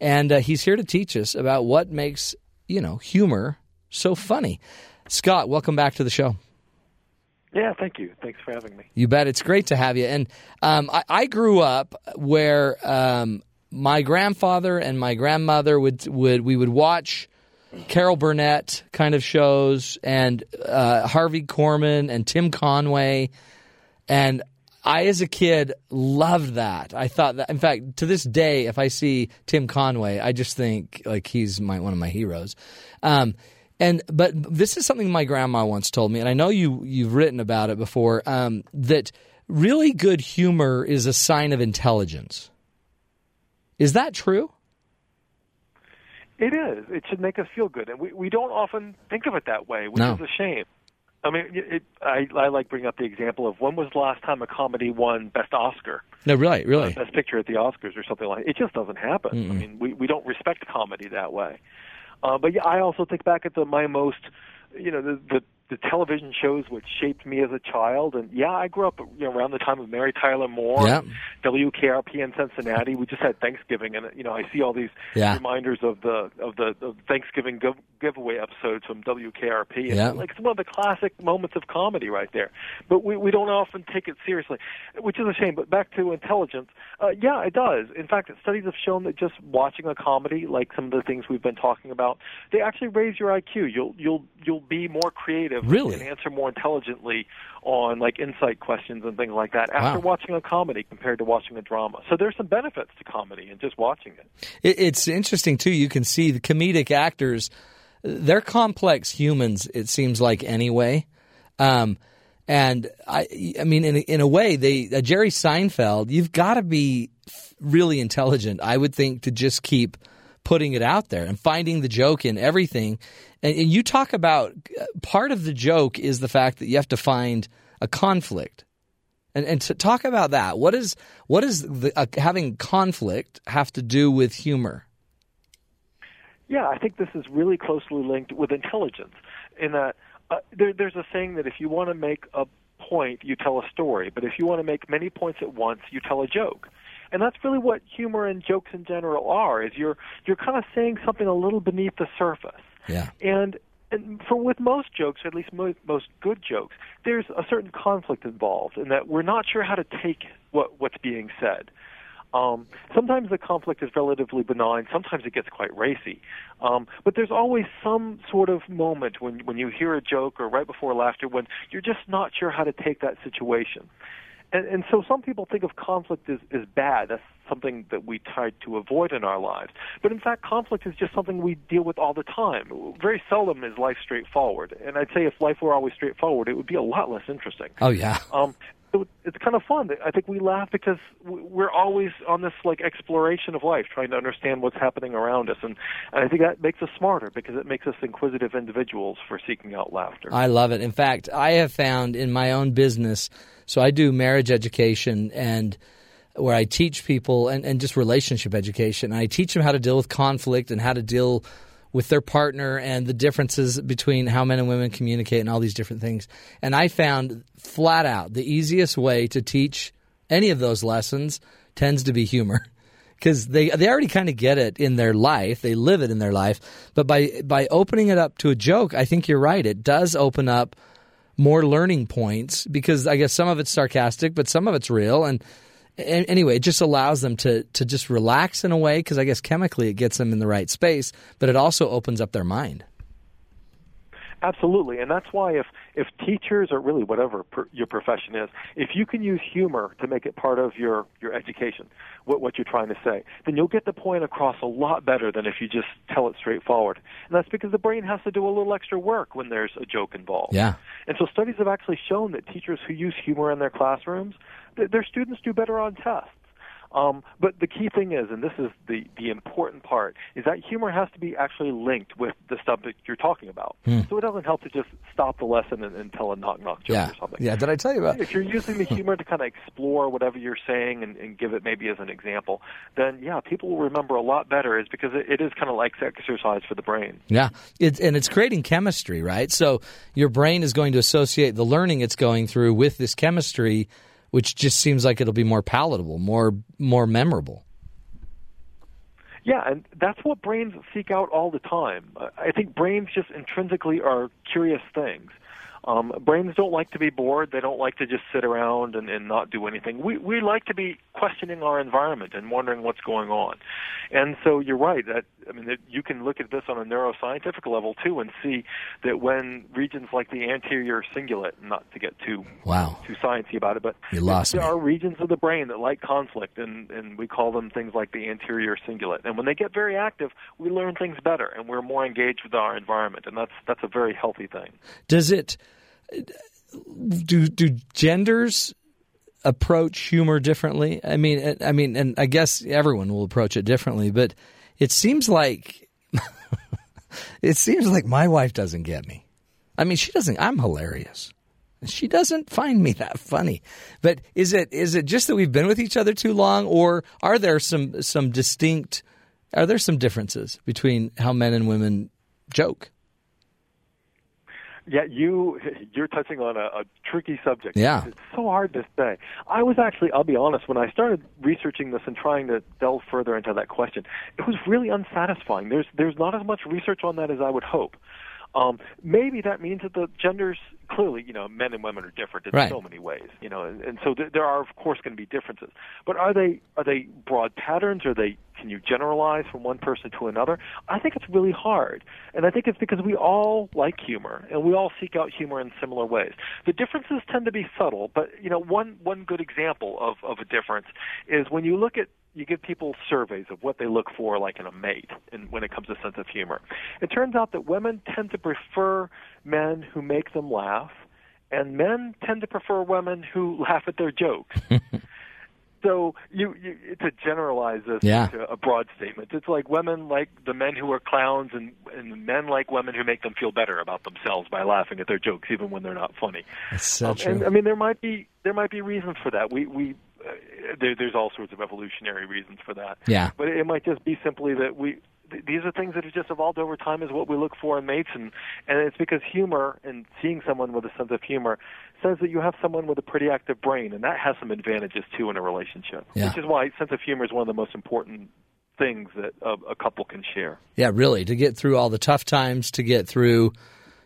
Speaker 1: and uh, he's here to teach us about what makes, you know, humor so funny. Scott, welcome back to the show.
Speaker 6: Yeah, thank you. Thanks for having me.
Speaker 1: You bet. It's great to have you. And um, I, I grew up where um, my grandfather and my grandmother would would we would watch Carol Burnett kind of shows and uh, Harvey Korman and Tim Conway, and I, as a kid, loved that. I thought that. In fact, to this day, if I see Tim Conway, I just think like he's my one of my heroes. Um, and but this is something my grandma once told me, and I know you you've written about it before. Um, that really good humor is a sign of intelligence. Is that true?
Speaker 6: It is. It should make us feel good, and we, we don't often think of it that way, which
Speaker 1: No.
Speaker 6: is a shame. I mean, it, it, I, I like bringing up the example of when was the last time a comedy won Best Oscar,
Speaker 1: No, really, really.
Speaker 6: Best Picture at the Oscars, or something like. It just doesn't happen. I mean, we we don't respect comedy that way. Uh, but yeah, I also think back at the my most, you know, the, the the television shows which shaped me as a child, and yeah, I grew up you know, around the time of Mary Tyler Moore,
Speaker 1: Yeah.
Speaker 6: WKRP in Cincinnati. We just had Thanksgiving, and you know, I see all these
Speaker 1: Yeah.
Speaker 6: reminders of the of the of Thanksgiving give, giveaway episodes from WKRP. And
Speaker 1: Yeah.
Speaker 6: like it's one of the classic moments of comedy right there. But we we don't often take it seriously, which is a shame. But back to intelligence, uh, yeah, it does. In fact, studies have shown that just watching a comedy, like some of the things we've been talking about, they actually raise your IQ. You'll you'll you'll be more creative
Speaker 1: Really?
Speaker 6: and answer more intelligently on like insight questions and things like that after
Speaker 1: Wow.
Speaker 6: watching a comedy compared to watching a drama. So there's some benefits to comedy and just watching it.
Speaker 1: It, it's interesting too. You can see the comedic actors; they're complex humans. It seems like anyway, um, and I, I mean, in a, in a way, they uh, Jerry Seinfeld. You've got to be f- really intelligent, I would think, to just keep putting it out there and finding the joke in everything. And, and you talk about uh, part of the joke is the fact that you have to find a conflict. And, and to talk about that, what is what is the, uh, having conflict have to do with humor?
Speaker 6: Yeah, I think this is really closely linked with intelligence. In that, uh, there, there's a saying that if you want to make a point, you tell a story, but if you want to make many points at once, you tell a joke. And that's really what humor and jokes in general are: is you're you're kind of saying something a little beneath the surface.
Speaker 1: Yeah.
Speaker 6: And and for with most jokes, or at least most, most good jokes, there's a certain conflict involved in that we're not sure how to take what what's being said. Um, sometimes the conflict is relatively benign. Sometimes it gets quite racy. Um, but there's always some sort of moment when when you hear a joke or right before laughter when you're just not sure how to take that situation. And, and so some people think of conflict as, as bad. That's something that we try to avoid in our lives. But in fact, conflict is just something we deal with all the time. Very seldom is life straightforward. And I'd say if life were always straightforward, it would be a lot less interesting.
Speaker 1: Oh yeah.
Speaker 6: Um, it, it's kind of fun. I think we laugh because w- we're always on this like exploration of life, trying to understand what's happening around us, and, and I think that makes us smarter because it makes us inquisitive individuals for seeking out laughter.
Speaker 1: I love it. In fact, I have found in my own business, so I do marriage education and where I teach people and, and just relationship education. And I teach them how to deal with conflict and how to deal with their partner and the differences between how men and women communicate and all these different things. And I found flat out the easiest way to teach any of those lessons tends to be humor. because they they already kind of get it in their life. They live it in their life. But by by opening it up to a joke, I think you're right. It does open up more learning points because I guess some of it's sarcastic, but some of it's real. And, and anyway, it just allows them to to just relax in a way because I guess chemically it gets them in the right space, but it also opens up their mind.
Speaker 6: Absolutely, and that's why if if teachers or really whatever per, your profession is, if you can use humor to make it part of your your education, what what you're trying to say, then you'll get the point across a lot better than if you just tell it straightforward. And that's because the brain has to do a little extra work when there's a joke involved.
Speaker 1: Yeah.
Speaker 6: And so studies have actually shown that teachers who use humor in their classrooms, th- their students do better on tests. Um, but the key thing is, and this is the, the important part, is that humor has to be actually linked with the stuff that you're talking about.
Speaker 1: Hmm.
Speaker 6: So it doesn't help to just stop the lesson and, and tell a knock knock joke
Speaker 1: Yeah.
Speaker 6: or something.
Speaker 1: Yeah. Hmm. Did I tell you about?
Speaker 6: If you're using the humor to kind of explore whatever you're saying and, and give it maybe as an example, then yeah, people will remember a lot better. Is because it, it is kind of like exercise for the brain.
Speaker 1: Yeah, it's and it's creating chemistry, right? So your brain is going to associate the learning it's going through with this chemistry, which just seems like it'll be more palatable, more more memorable.
Speaker 6: Yeah, and that's what brains seek out all the time. I I think brains just intrinsically are curious things. Um, brains don't like to be bored. They don't like to just sit around and, and not do anything. We we like to be questioning our environment and wondering what's going on. And so you're right. That I mean, that you can look at this on a neuroscientific level too and see that when regions like the anterior cingulate, not to get too
Speaker 1: Wow.
Speaker 6: too sciencey about it, but
Speaker 1: You lost
Speaker 6: there
Speaker 1: me.
Speaker 6: are regions of the brain that like conflict, and, and we call them things like the anterior cingulate. And when they get very active, we learn things better, and we're more engaged with our environment, and that's that's a very healthy thing.
Speaker 1: Does it do do genders approach humor differently? I mean, I mean, and I guess everyone will approach it differently, but it seems like it seems like my wife doesn't get me. I mean, she doesn't. I'm hilarious. She doesn't find me that funny. But is it is it just that we've been with each other too long, or are there some some distinct are there some differences between how men and women joke?
Speaker 6: Yeah, you you're touching on a, a tricky subject.
Speaker 1: Yeah.
Speaker 6: it's so hard to say. I was actually, I'll be honest, when I started researching this and trying to delve further into that question, it was really unsatisfying. There's there's not as much research on that as I would hope. Um, maybe that means that the genders clearly, you know, men and women are different in
Speaker 1: Right.
Speaker 6: so many ways, you know, and, and so th- there are of course going to be differences. But are they are they broad patterns? Are they can you generalize from one person to another? I think it's really hard, and I think it's because we all like humor and we all seek out humor in similar ways. The differences tend to be subtle, but you know, one one good example of of a difference is when you look at you give people surveys of what they look for, like in a mate, and when it comes to sense of humor, it turns out that women tend to prefer men who make them laugh, and men tend to prefer women who laugh at their jokes. so you, you to generalize this
Speaker 1: Yeah.
Speaker 6: into uh, a broad statement, it's like women like the men who are clowns, and and men like women who make them feel better about themselves by laughing at their jokes, even when they're not funny.
Speaker 1: That's so
Speaker 6: Um,
Speaker 1: true.
Speaker 6: And I mean, there might be there might be reasons for that. We we uh, there, there's all sorts of evolutionary reasons for that.
Speaker 1: Yeah.
Speaker 6: But it might just be simply that we th- these are things that have just evolved over time is what we look for in mates, and and it's because humor and seeing someone with a sense of humor says that you have someone with a pretty active brain, and that has some advantages too in a relationship.
Speaker 1: Yeah.
Speaker 6: Which is why sense of humor is one of the most important things that a, a couple can share.
Speaker 1: Yeah, really, to get through all the tough times, to get through,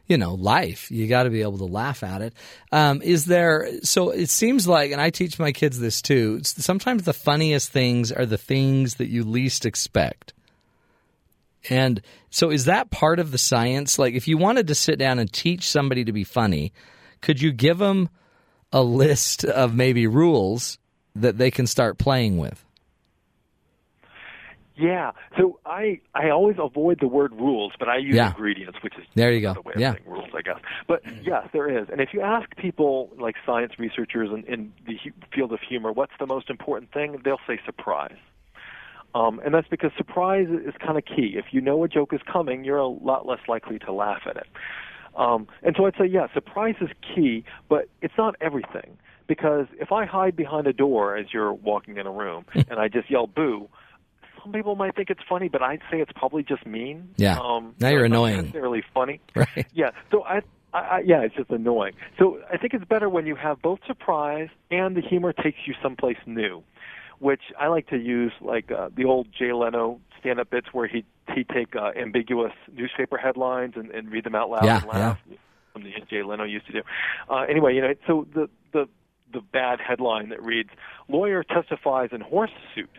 Speaker 1: you know, life, you got to be able to laugh at it. Um, is there, so it seems like, and I teach my kids this too, s- sometimes the funniest things are the things that you least expect. And so is that part of the science? Like, if you wanted to sit down and teach somebody to be funny, could you give them a list of maybe rules that they can start playing with?
Speaker 6: Yeah. So I I always avoid the word rules, but I use
Speaker 1: Yeah.
Speaker 6: ingredients, which is
Speaker 1: There you go.
Speaker 6: another way of
Speaker 1: Yeah.
Speaker 6: saying rules, I guess. But yes, there is. And if you ask people like science researchers in, in the hu- field of humor, what's the most important thing? They'll say surprise. Um, and that's because surprise is kind of key. If you know a joke is coming, you're a lot less likely to laugh at it. Um, and so I'd say, yeah, surprise is key, but it's not everything. Because if I hide behind a door as you're walking in a room
Speaker 1: Hmm.
Speaker 6: and I just yell boo, some people might think it's funny, but I'd say it's probably just mean.
Speaker 1: Yeah. Now you're
Speaker 6: it's not
Speaker 1: annoying.
Speaker 6: Necessarily funny.
Speaker 1: Right.
Speaker 6: Yeah. So I, I, I, yeah, it's just annoying. So I think it's better when you have both surprise and the humor takes you someplace new, which I like to use like uh, the old Jay Leno stand-up bits where he he take uh, ambiguous newspaper headlines and, and read them out loud
Speaker 1: Yeah,
Speaker 6: and laugh. Something that Jay Leno used to do. Uh, anyway, you know, so the the the bad headline that reads "Lawyer testifies in horse suit."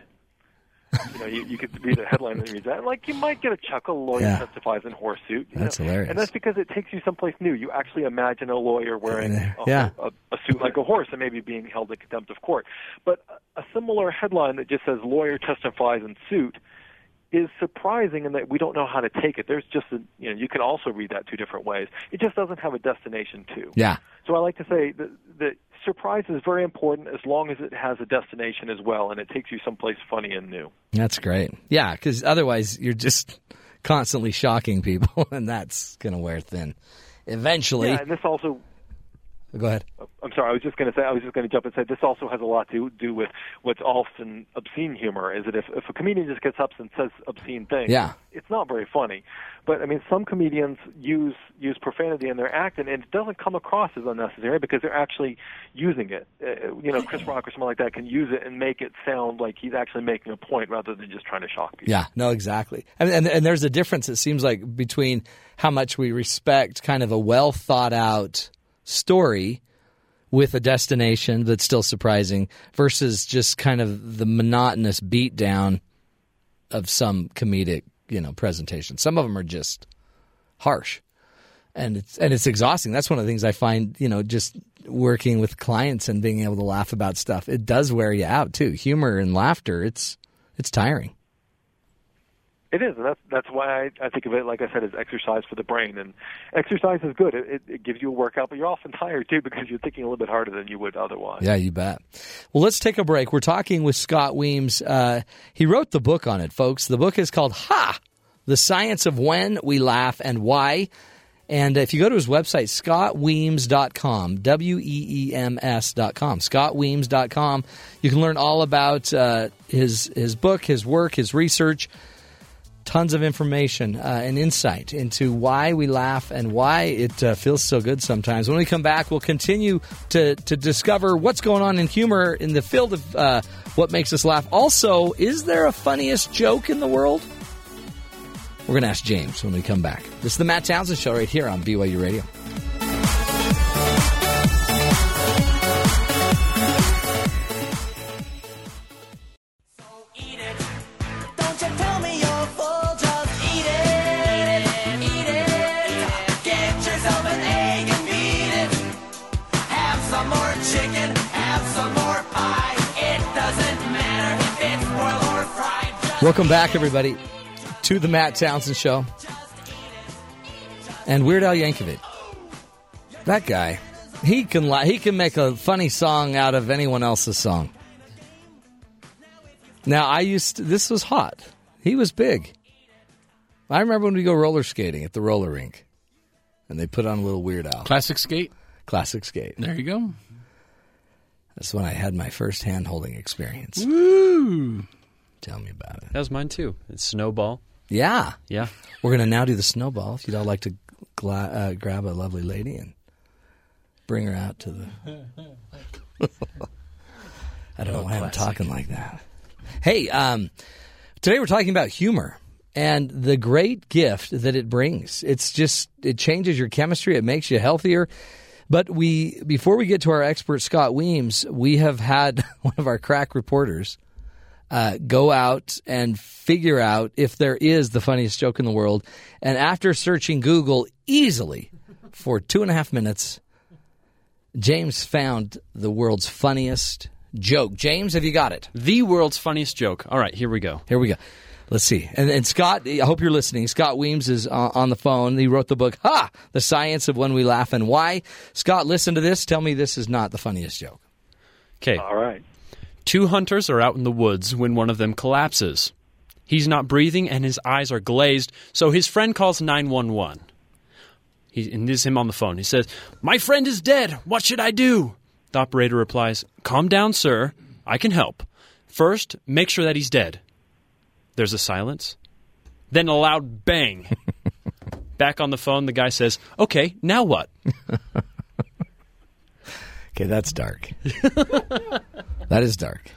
Speaker 6: you know, you, you could read a headline and read that. Like, you might get a chuckle. Lawyer
Speaker 1: Yeah.
Speaker 6: testifies in horse suit. you
Speaker 1: That's
Speaker 6: know.
Speaker 1: hilarious.
Speaker 6: And that's because it takes you someplace new. You actually imagine a lawyer wearing a,
Speaker 1: Yeah.
Speaker 6: a, a suit like a horse and maybe being held in contempt of court. But a similar headline that just says "lawyer testifies in suit" is surprising in that we don't know how to take it. There's just a, you know, you can also read that two different ways. It just doesn't have a destination to.
Speaker 1: Yeah.
Speaker 6: So I like to say that, that surprise is very important as long as it has a destination as well, and it takes you someplace funny and new.
Speaker 1: That's great. Yeah, because otherwise you're just constantly shocking people, and that's going to wear thin. Eventually,
Speaker 6: Yeah, and this also.
Speaker 1: go ahead.
Speaker 6: I'm sorry. I was just going to say. I was just going to jump and say this also has a lot to do with what's often obscene humor. Is that if, if a comedian just gets up and says obscene things,
Speaker 1: Yeah.
Speaker 6: it's not very funny. But I mean, some comedians use use profanity in their act, and, and it doesn't come across as unnecessary because they're actually using it. Uh, you know, Chris Rock or someone like that can use it and make it sound like he's actually making a point rather than just trying to shock people.
Speaker 1: Yeah, no, exactly. And, and and there's a difference. It seems like between how much we respect kind of a well thought out, story with a destination that's still surprising versus just kind of the monotonous beatdown of some comedic, you know, presentation. Some of them are just harsh. And it's and it's exhausting. That's one of the things I find, you know, just working with clients and being able to laugh about stuff. It does wear you out too. Humor and laughter, it's it's tiring.
Speaker 6: It is, and that's that's why I, I think of it, like I said, as exercise for the brain. And exercise is good; it, it, it gives you a workout, but you're often tired too because you're thinking a little bit harder than you would otherwise.
Speaker 1: Yeah, you bet. Well, let's take a break. We're talking with Scott Weems. Uh, he wrote the book on it, folks. The book is called Ha! The Science of When We Laugh and Why. And if you go to his website, scottweems.com, W E E M S.com, scottweems.com, you can learn all about uh, his, his book, his work, his research tons of information uh, and insight into why we laugh and why it uh, feels so good sometimes. When we come back, we'll continue to, to discover what's going on in humor in the field of uh, what makes us laugh. Also, is there a funniest joke in the world? We're going to ask James when we come back. This is the Matt Townsend Show right here on BYU Radio.
Speaker 5: Eat it.
Speaker 7: Don't you tell me you're full, just eat it, eat it. Get yourself an egg and beat it. Have some more chicken, have some more pie. It doesn't matter if it's boiled or fried. Just
Speaker 1: Welcome back, everybody, to the Matt Townsend Show. And Weird Al Yankovic. That guy, he can li- he can make a funny song out of anyone else's song. Now I used to, this was hot. He was big. I remember when we go roller skating at the roller rink, and they put on a little Weird Al
Speaker 2: Classic skate.
Speaker 1: classic skate.
Speaker 2: There you go.
Speaker 1: That's when I had my first hand holding experience. Tell me about it.
Speaker 3: That was mine too. It's snowball.
Speaker 1: Yeah.
Speaker 3: Yeah.
Speaker 1: We're going to now do the snowball. If you'd all like to gla- uh, grab a lovely lady and bring her out to the. I don't know why I'm talking like that. Hey, um, today we're talking about humor and the great gift that it brings. It's just, it changes your chemistry, it makes you healthier. But we, before we get to our expert, Scott Weems, we have had one of our crack reporters uh, go out and figure out if there is the funniest joke in the world. And after searching Google easily for two and a half minutes, James found the world's funniest joke. James, have you got it?
Speaker 3: The world's funniest joke. All right, here we go.
Speaker 1: Here we go. Let's see. And, and Scott, I hope you're listening. Scott Weems is uh, on the phone. He wrote the book, Ha! The Science of When We Laugh and Why. Scott, listen to this. Tell me this is not the funniest joke.
Speaker 3: Okay.
Speaker 6: All right.
Speaker 3: Two hunters are out in the woods when one of them collapses. He's not breathing and his eyes are glazed, so his friend calls 911. He, and this is him on the phone. He says, My friend is dead. What should I do? The operator replies, Calm down, sir. I can help. First, make sure that he's dead. There's a silence. Then a loud bang. Back on the phone, the guy says, Okay, now what?
Speaker 1: Okay, that's dark. that is dark.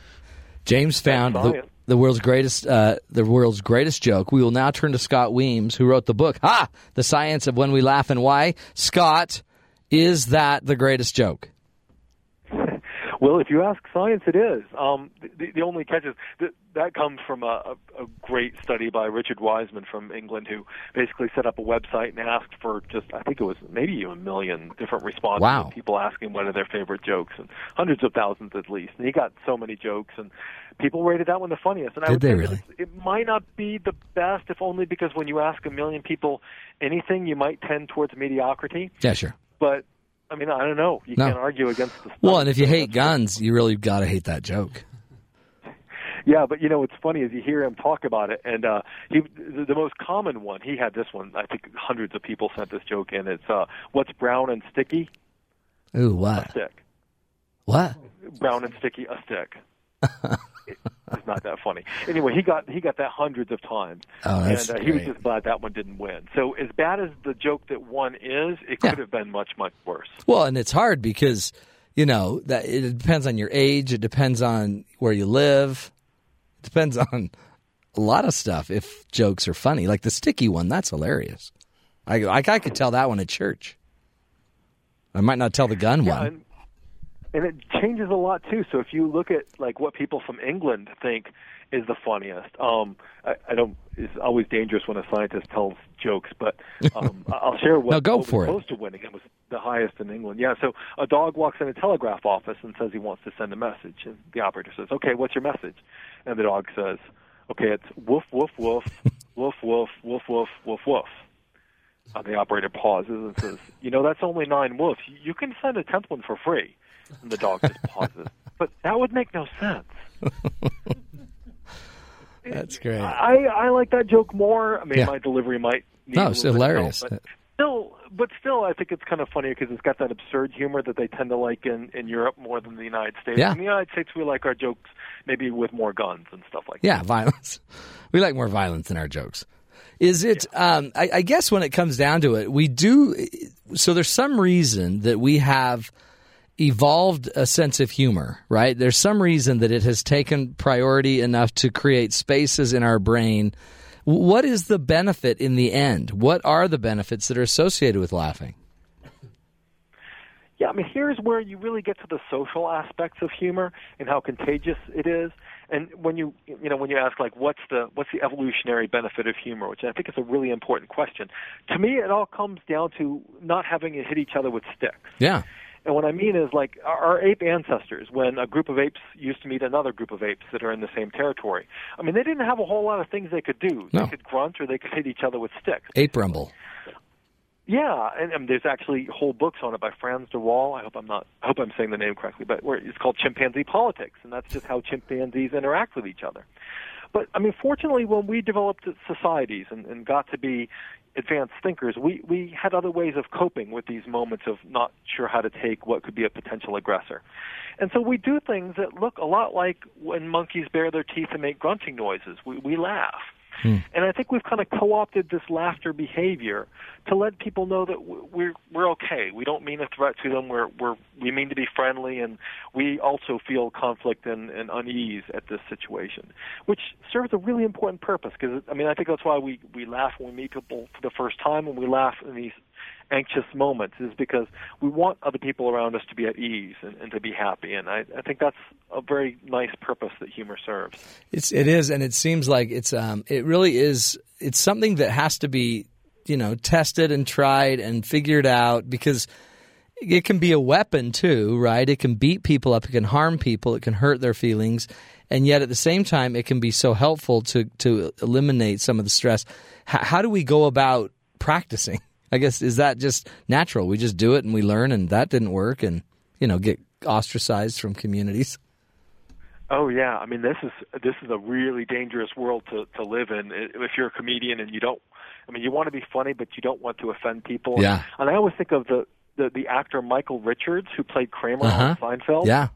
Speaker 1: James found the,
Speaker 6: science.
Speaker 1: the world's greatest uh, the world's greatest joke. We will now turn to Scott Weems, who wrote the book. Ha! The science of when we laugh and why. Scott, is that the greatest joke?
Speaker 6: Well, if you ask science, it is. Um, the, the only catch is th- that comes from a, a a great study by Richard Wiseman from England, who basically set up a website and asked for just, I think it was maybe a million different responses.
Speaker 1: Wow.
Speaker 6: of People asking what are their favorite jokes, and hundreds of thousands at least. And he got so many jokes, and people rated that one the funniest. And I
Speaker 1: Did
Speaker 6: would
Speaker 1: they
Speaker 6: say
Speaker 1: really?
Speaker 6: that it might not be the best, if only because when you ask a million people anything, you might tend towards mediocrity.
Speaker 1: Yeah, sure.
Speaker 6: But I mean, I don't know. You
Speaker 1: No.
Speaker 6: can't argue against the. Study,
Speaker 1: Well, and if you
Speaker 6: so
Speaker 1: hate
Speaker 6: that's-
Speaker 1: guns, you really got to hate that joke.
Speaker 6: Yeah, but you know what's funny is you hear him talk about it, and uh, he the, the most common one he had this one. I think hundreds of people sent this joke in. It's uh, what's brown and sticky?
Speaker 1: Ooh, what?
Speaker 6: Stick.
Speaker 1: What?
Speaker 6: Brown and sticky, a stick. it's not that funny. Anyway, he got he got that hundreds of times,
Speaker 1: Oh, that's
Speaker 6: and uh, he was
Speaker 1: great.
Speaker 6: just glad that one didn't win. So as bad as the joke that one is, it
Speaker 1: Yeah.
Speaker 6: could have been much much worse.
Speaker 1: Well, and it's hard because you know that it depends on your age. It depends on where you live. It depends on a lot of stuff. If jokes are funny, like the sticky one, that's hilarious. I like I could tell that one at church. I I might not tell the gun
Speaker 6: Yeah,
Speaker 1: one.
Speaker 6: and, and it changes a lot too. So if you look at like what people from England think is the funniest, um, I, I don't. It's always dangerous when a scientist tells jokes, but um, I- I'll share what,
Speaker 1: No, go
Speaker 6: what
Speaker 1: for it.
Speaker 6: was close to winning. It was the highest in England. Yeah. So a dog walks in a telegraph office and says he wants to send a message, and the operator says, "Okay, what's your message?" And the dog says, "Okay, it's woof woof woof woof woof woof woof woof woof." Uh, the operator pauses and says, "You know, that's only nine wolves. You- You can send a tenth one for free." And the dog just pauses. But that would make no sense.
Speaker 1: That's great.
Speaker 6: I I like that joke more. I mean,
Speaker 1: Yeah.
Speaker 6: my delivery might. Need
Speaker 1: No,
Speaker 6: a
Speaker 1: it's
Speaker 6: little bit of
Speaker 1: hilarious.
Speaker 6: help, but still, but still, I think it's kind of funny because it's got that absurd humor that they tend to like in in Europe more than the United States.
Speaker 1: Yeah.
Speaker 6: In the United States, we like our jokes maybe with more guns and stuff like
Speaker 1: Yeah, violence. We like more violence in our jokes. Is it? Um, I, I guess when it comes down to it, we do. So there's some reason that we have evolved a sense of humor, right? There's some reason that it has taken priority enough to create spaces in our brain. W- What is the benefit in the end? What are the benefits that are associated with laughing?
Speaker 6: Yeah, I mean, here's where you really get to the social aspects of humor and how contagious it is. And when you you know when you ask like what's the what's the evolutionary benefit of humor, which I think is a really important question. To me, it all comes down to not having to hit each other with sticks.
Speaker 1: Yeah,
Speaker 6: And what I mean is, like, our- our ape ancestors, when a group of apes used to meet another group of apes that are in the same territory, I mean, they didn't have a whole lot of things they could do.
Speaker 1: No.
Speaker 6: They could grunt or they could hit each other with sticks.
Speaker 1: ape rumble.
Speaker 6: Yeah, and, and there's actually whole books on it by Franz de Waal. I hope I'm not. I hope I'm saying the name correctly, but where it's called chimpanzee politics, and that's just how chimpanzees interact with each other. But I mean, fortunately, when we developed societies and, and got to be advanced thinkers, we we had other ways of coping with these moments of not sure how to take what could be a potential aggressor, and so we do things that look a lot like when monkeys bare their teeth and make grunting noises. We we laugh. And I think we've kind of co-opted this laughter behavior to let people know that w- we're we're okay. We don't mean a threat to them. We're we're we mean to be friendly, and we also feel conflict and, and unease at this situation, which serves a really important purpose. Because I mean, I think that's why we we laugh when we meet people for the first time, and we laugh in these anxious moments, is because we want other people around us to be at ease and, and to be happy. And I, I think that's a very nice purpose that humor serves.
Speaker 1: It's it is, and it seems like it's um it really is. It's something that has to be you know tested and tried and figured out because it can be a weapon too, right? It can beat people up, it can harm people, it can hurt their feelings, and yet at the same time, it can be so helpful to to eliminate some of the stress. H- how do we go about practicing? I guess is that just natural? We just do it and we learn, and that didn't work, and you know get ostracized from communities.
Speaker 6: Oh yeah, I mean this is this is a really dangerous world to to live in. I- If you're a comedian and you don't, I mean you want to be funny, but you don't want to offend people.
Speaker 1: Yeah.
Speaker 6: And I always think of the the, the actor Michael Richards who played Kramer
Speaker 1: Uh-huh.
Speaker 6: on Seinfeld.
Speaker 1: Yeah.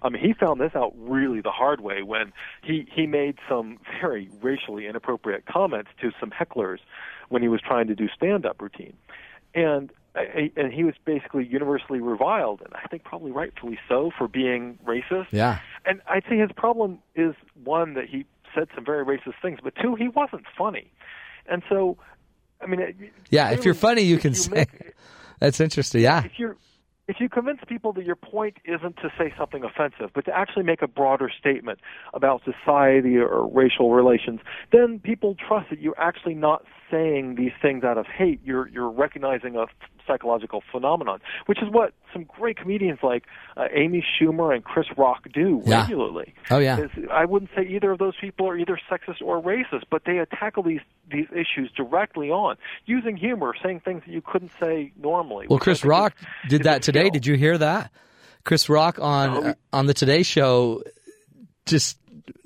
Speaker 6: I mean, he found this out really the hard way when he he made some very racially inappropriate comments to some hecklers when he was trying to do stand-up routine, and I- and he was basically universally reviled, and I think probably rightfully so for being racist.
Speaker 1: Yeah.
Speaker 6: And I'd say his problem is one that he said some very racist things, but two, he wasn't funny, and so, I mean, it-
Speaker 1: Yeah, if you're funny, you can
Speaker 6: if
Speaker 1: say.
Speaker 6: make-
Speaker 1: That's interesting. Yeah,
Speaker 6: if you're if you convince people that your point isn't to say something offensive, but to actually make a broader statement about society or racial relations, then people trust that you're actually not saying these things out of hate. You're you're recognizing a psychological phenomenon, which is what some great comedians like uh, Amy Schumer and Chris Rock do
Speaker 1: Yeah.
Speaker 6: regularly.
Speaker 1: Oh, yeah.
Speaker 6: Is- I wouldn't say either of those people are either sexist or racist, but they tackle these these issues directly on using humor, saying things that you couldn't say normally.
Speaker 1: Well,
Speaker 6: which I
Speaker 1: Chris
Speaker 6: think is-
Speaker 1: Rock
Speaker 6: is
Speaker 1: did
Speaker 6: a
Speaker 1: that today.
Speaker 6: skill.
Speaker 1: Did you hear that? Chris Rock on uh, on the Today Show just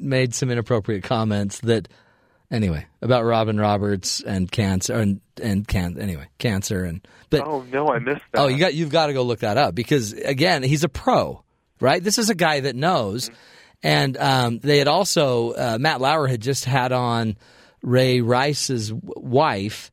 Speaker 1: made some inappropriate comments that anyway about Robin Roberts and cancer and and can anyway cancer and but
Speaker 6: Oh no, I missed that.
Speaker 1: Oh, you got you've got to go look that up because again, he's a pro, right? This is a guy that knows. And um, they had also uh, Matt Lauer had just had on Ray Rice's w- wife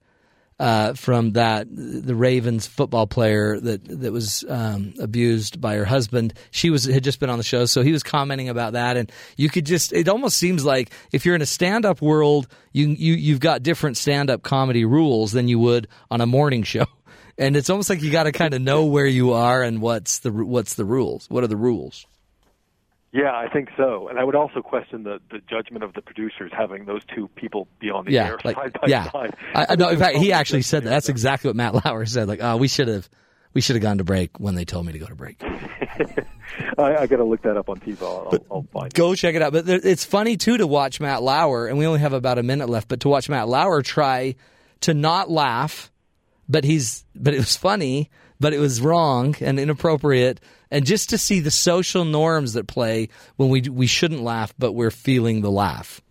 Speaker 1: uh, from that the Ravens football player that that was um, abused by her husband. She was had just been on the show, so he was commenting about that, and you could just it almost seems like if you're in a stand up world, you you you've got different stand up comedy rules than you would on a morning show. and it's almost like you got to kind of know where you are and what's the what's the rules. What are the rules?
Speaker 6: Yeah, I think so. And I would also question the, the judgment of the producers having those two people be on the
Speaker 1: Yeah,
Speaker 6: air
Speaker 1: like
Speaker 6: side by
Speaker 1: yeah.
Speaker 6: side.
Speaker 1: I, I, no, in fact, he actually said that.
Speaker 6: Yeah.
Speaker 1: That's exactly what Matt Lauer said. Like, oh, we should have we should have gone to break when they told me to go to break.
Speaker 6: I, I got to look that up on TiVo. I'll, I'll find it.
Speaker 1: Go check it out. But there, it's funny too to watch Matt Lauer, and we only have about a minute left. But to watch Matt Lauer try to not laugh, but he's but it was funny, but it was wrong and inappropriate, and just to see the social norms that play when we we shouldn't laugh, but we're feeling the laugh.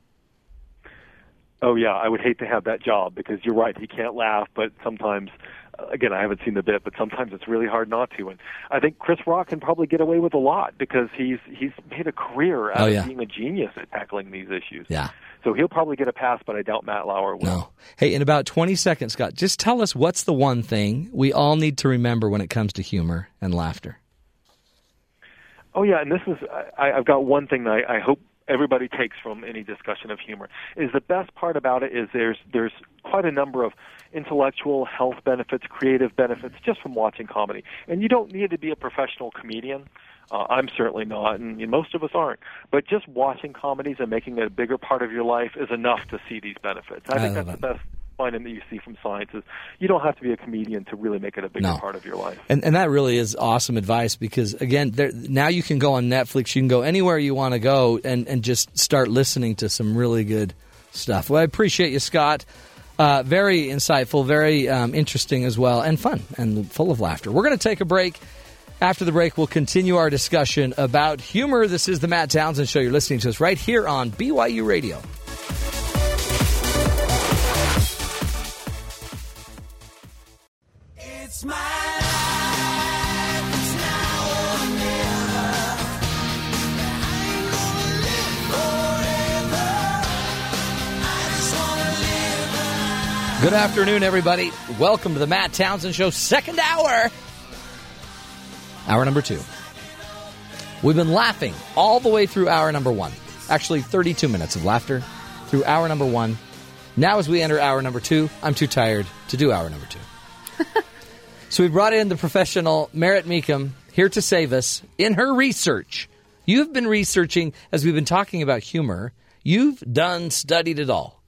Speaker 6: Oh yeah, I would hate to have that job because you're right. He can't laugh, but sometimes, uh, again, I haven't seen the bit, but sometimes it's really hard not to. And I think Chris Rock can probably get away with a lot because he's he's made a career out
Speaker 1: Oh,
Speaker 6: of
Speaker 1: yeah.
Speaker 6: being a genius at tackling these issues.
Speaker 1: Yeah.
Speaker 6: So he'll probably get a pass, but I doubt Matt Lauer will.
Speaker 1: No. Hey, in about 20 seconds, Scott, just tell us what's the one thing we all need to remember when it comes to humor and laughter.
Speaker 6: Oh yeah, and this is I, I've got one thing that I, I hope everybody takes from any discussion of humor is the best part about it is there's there's quite a number of intellectual health benefits, creative benefits just from watching comedy, and you don't need to be a professional comedian. Uh, I'm certainly not, and most of us aren't. But just watching comedies and making it a bigger part of your life is enough to see these benefits. I,
Speaker 1: I
Speaker 6: think
Speaker 1: love
Speaker 6: that's
Speaker 1: it.
Speaker 6: the best finding that you see from science is you don't have to be a comedian to really make it a bigger
Speaker 1: No.
Speaker 6: part of your life.
Speaker 1: And, and that really is awesome advice because again, there, now you can go on Netflix, you can go anywhere you want to go, and and just start listening to some really good stuff. Well, I appreciate you, Scott. Uh, very insightful, very um, interesting as well, and fun and full of laughter. We're going to take a break. After the break, we'll continue our discussion about humor. This is the Matt Townsend Show. You're listening to us right here on BYU Radio.
Speaker 7: It's my life. It's now or never. I'm gonna live forever. I just wanna live.
Speaker 1: Good afternoon, everybody. Welcome to the Matt Townsend Show, second hour. Hour number two. We've been laughing all the way through hour number one. Actually, 32 minutes of laughter through hour number one. Now, as we enter hour number two, I'm too tired to do hour number two. so we brought in the professional Merritt Meekum here to save us in her research. You've been researching, as we've been talking about humor, you've done, studied it all.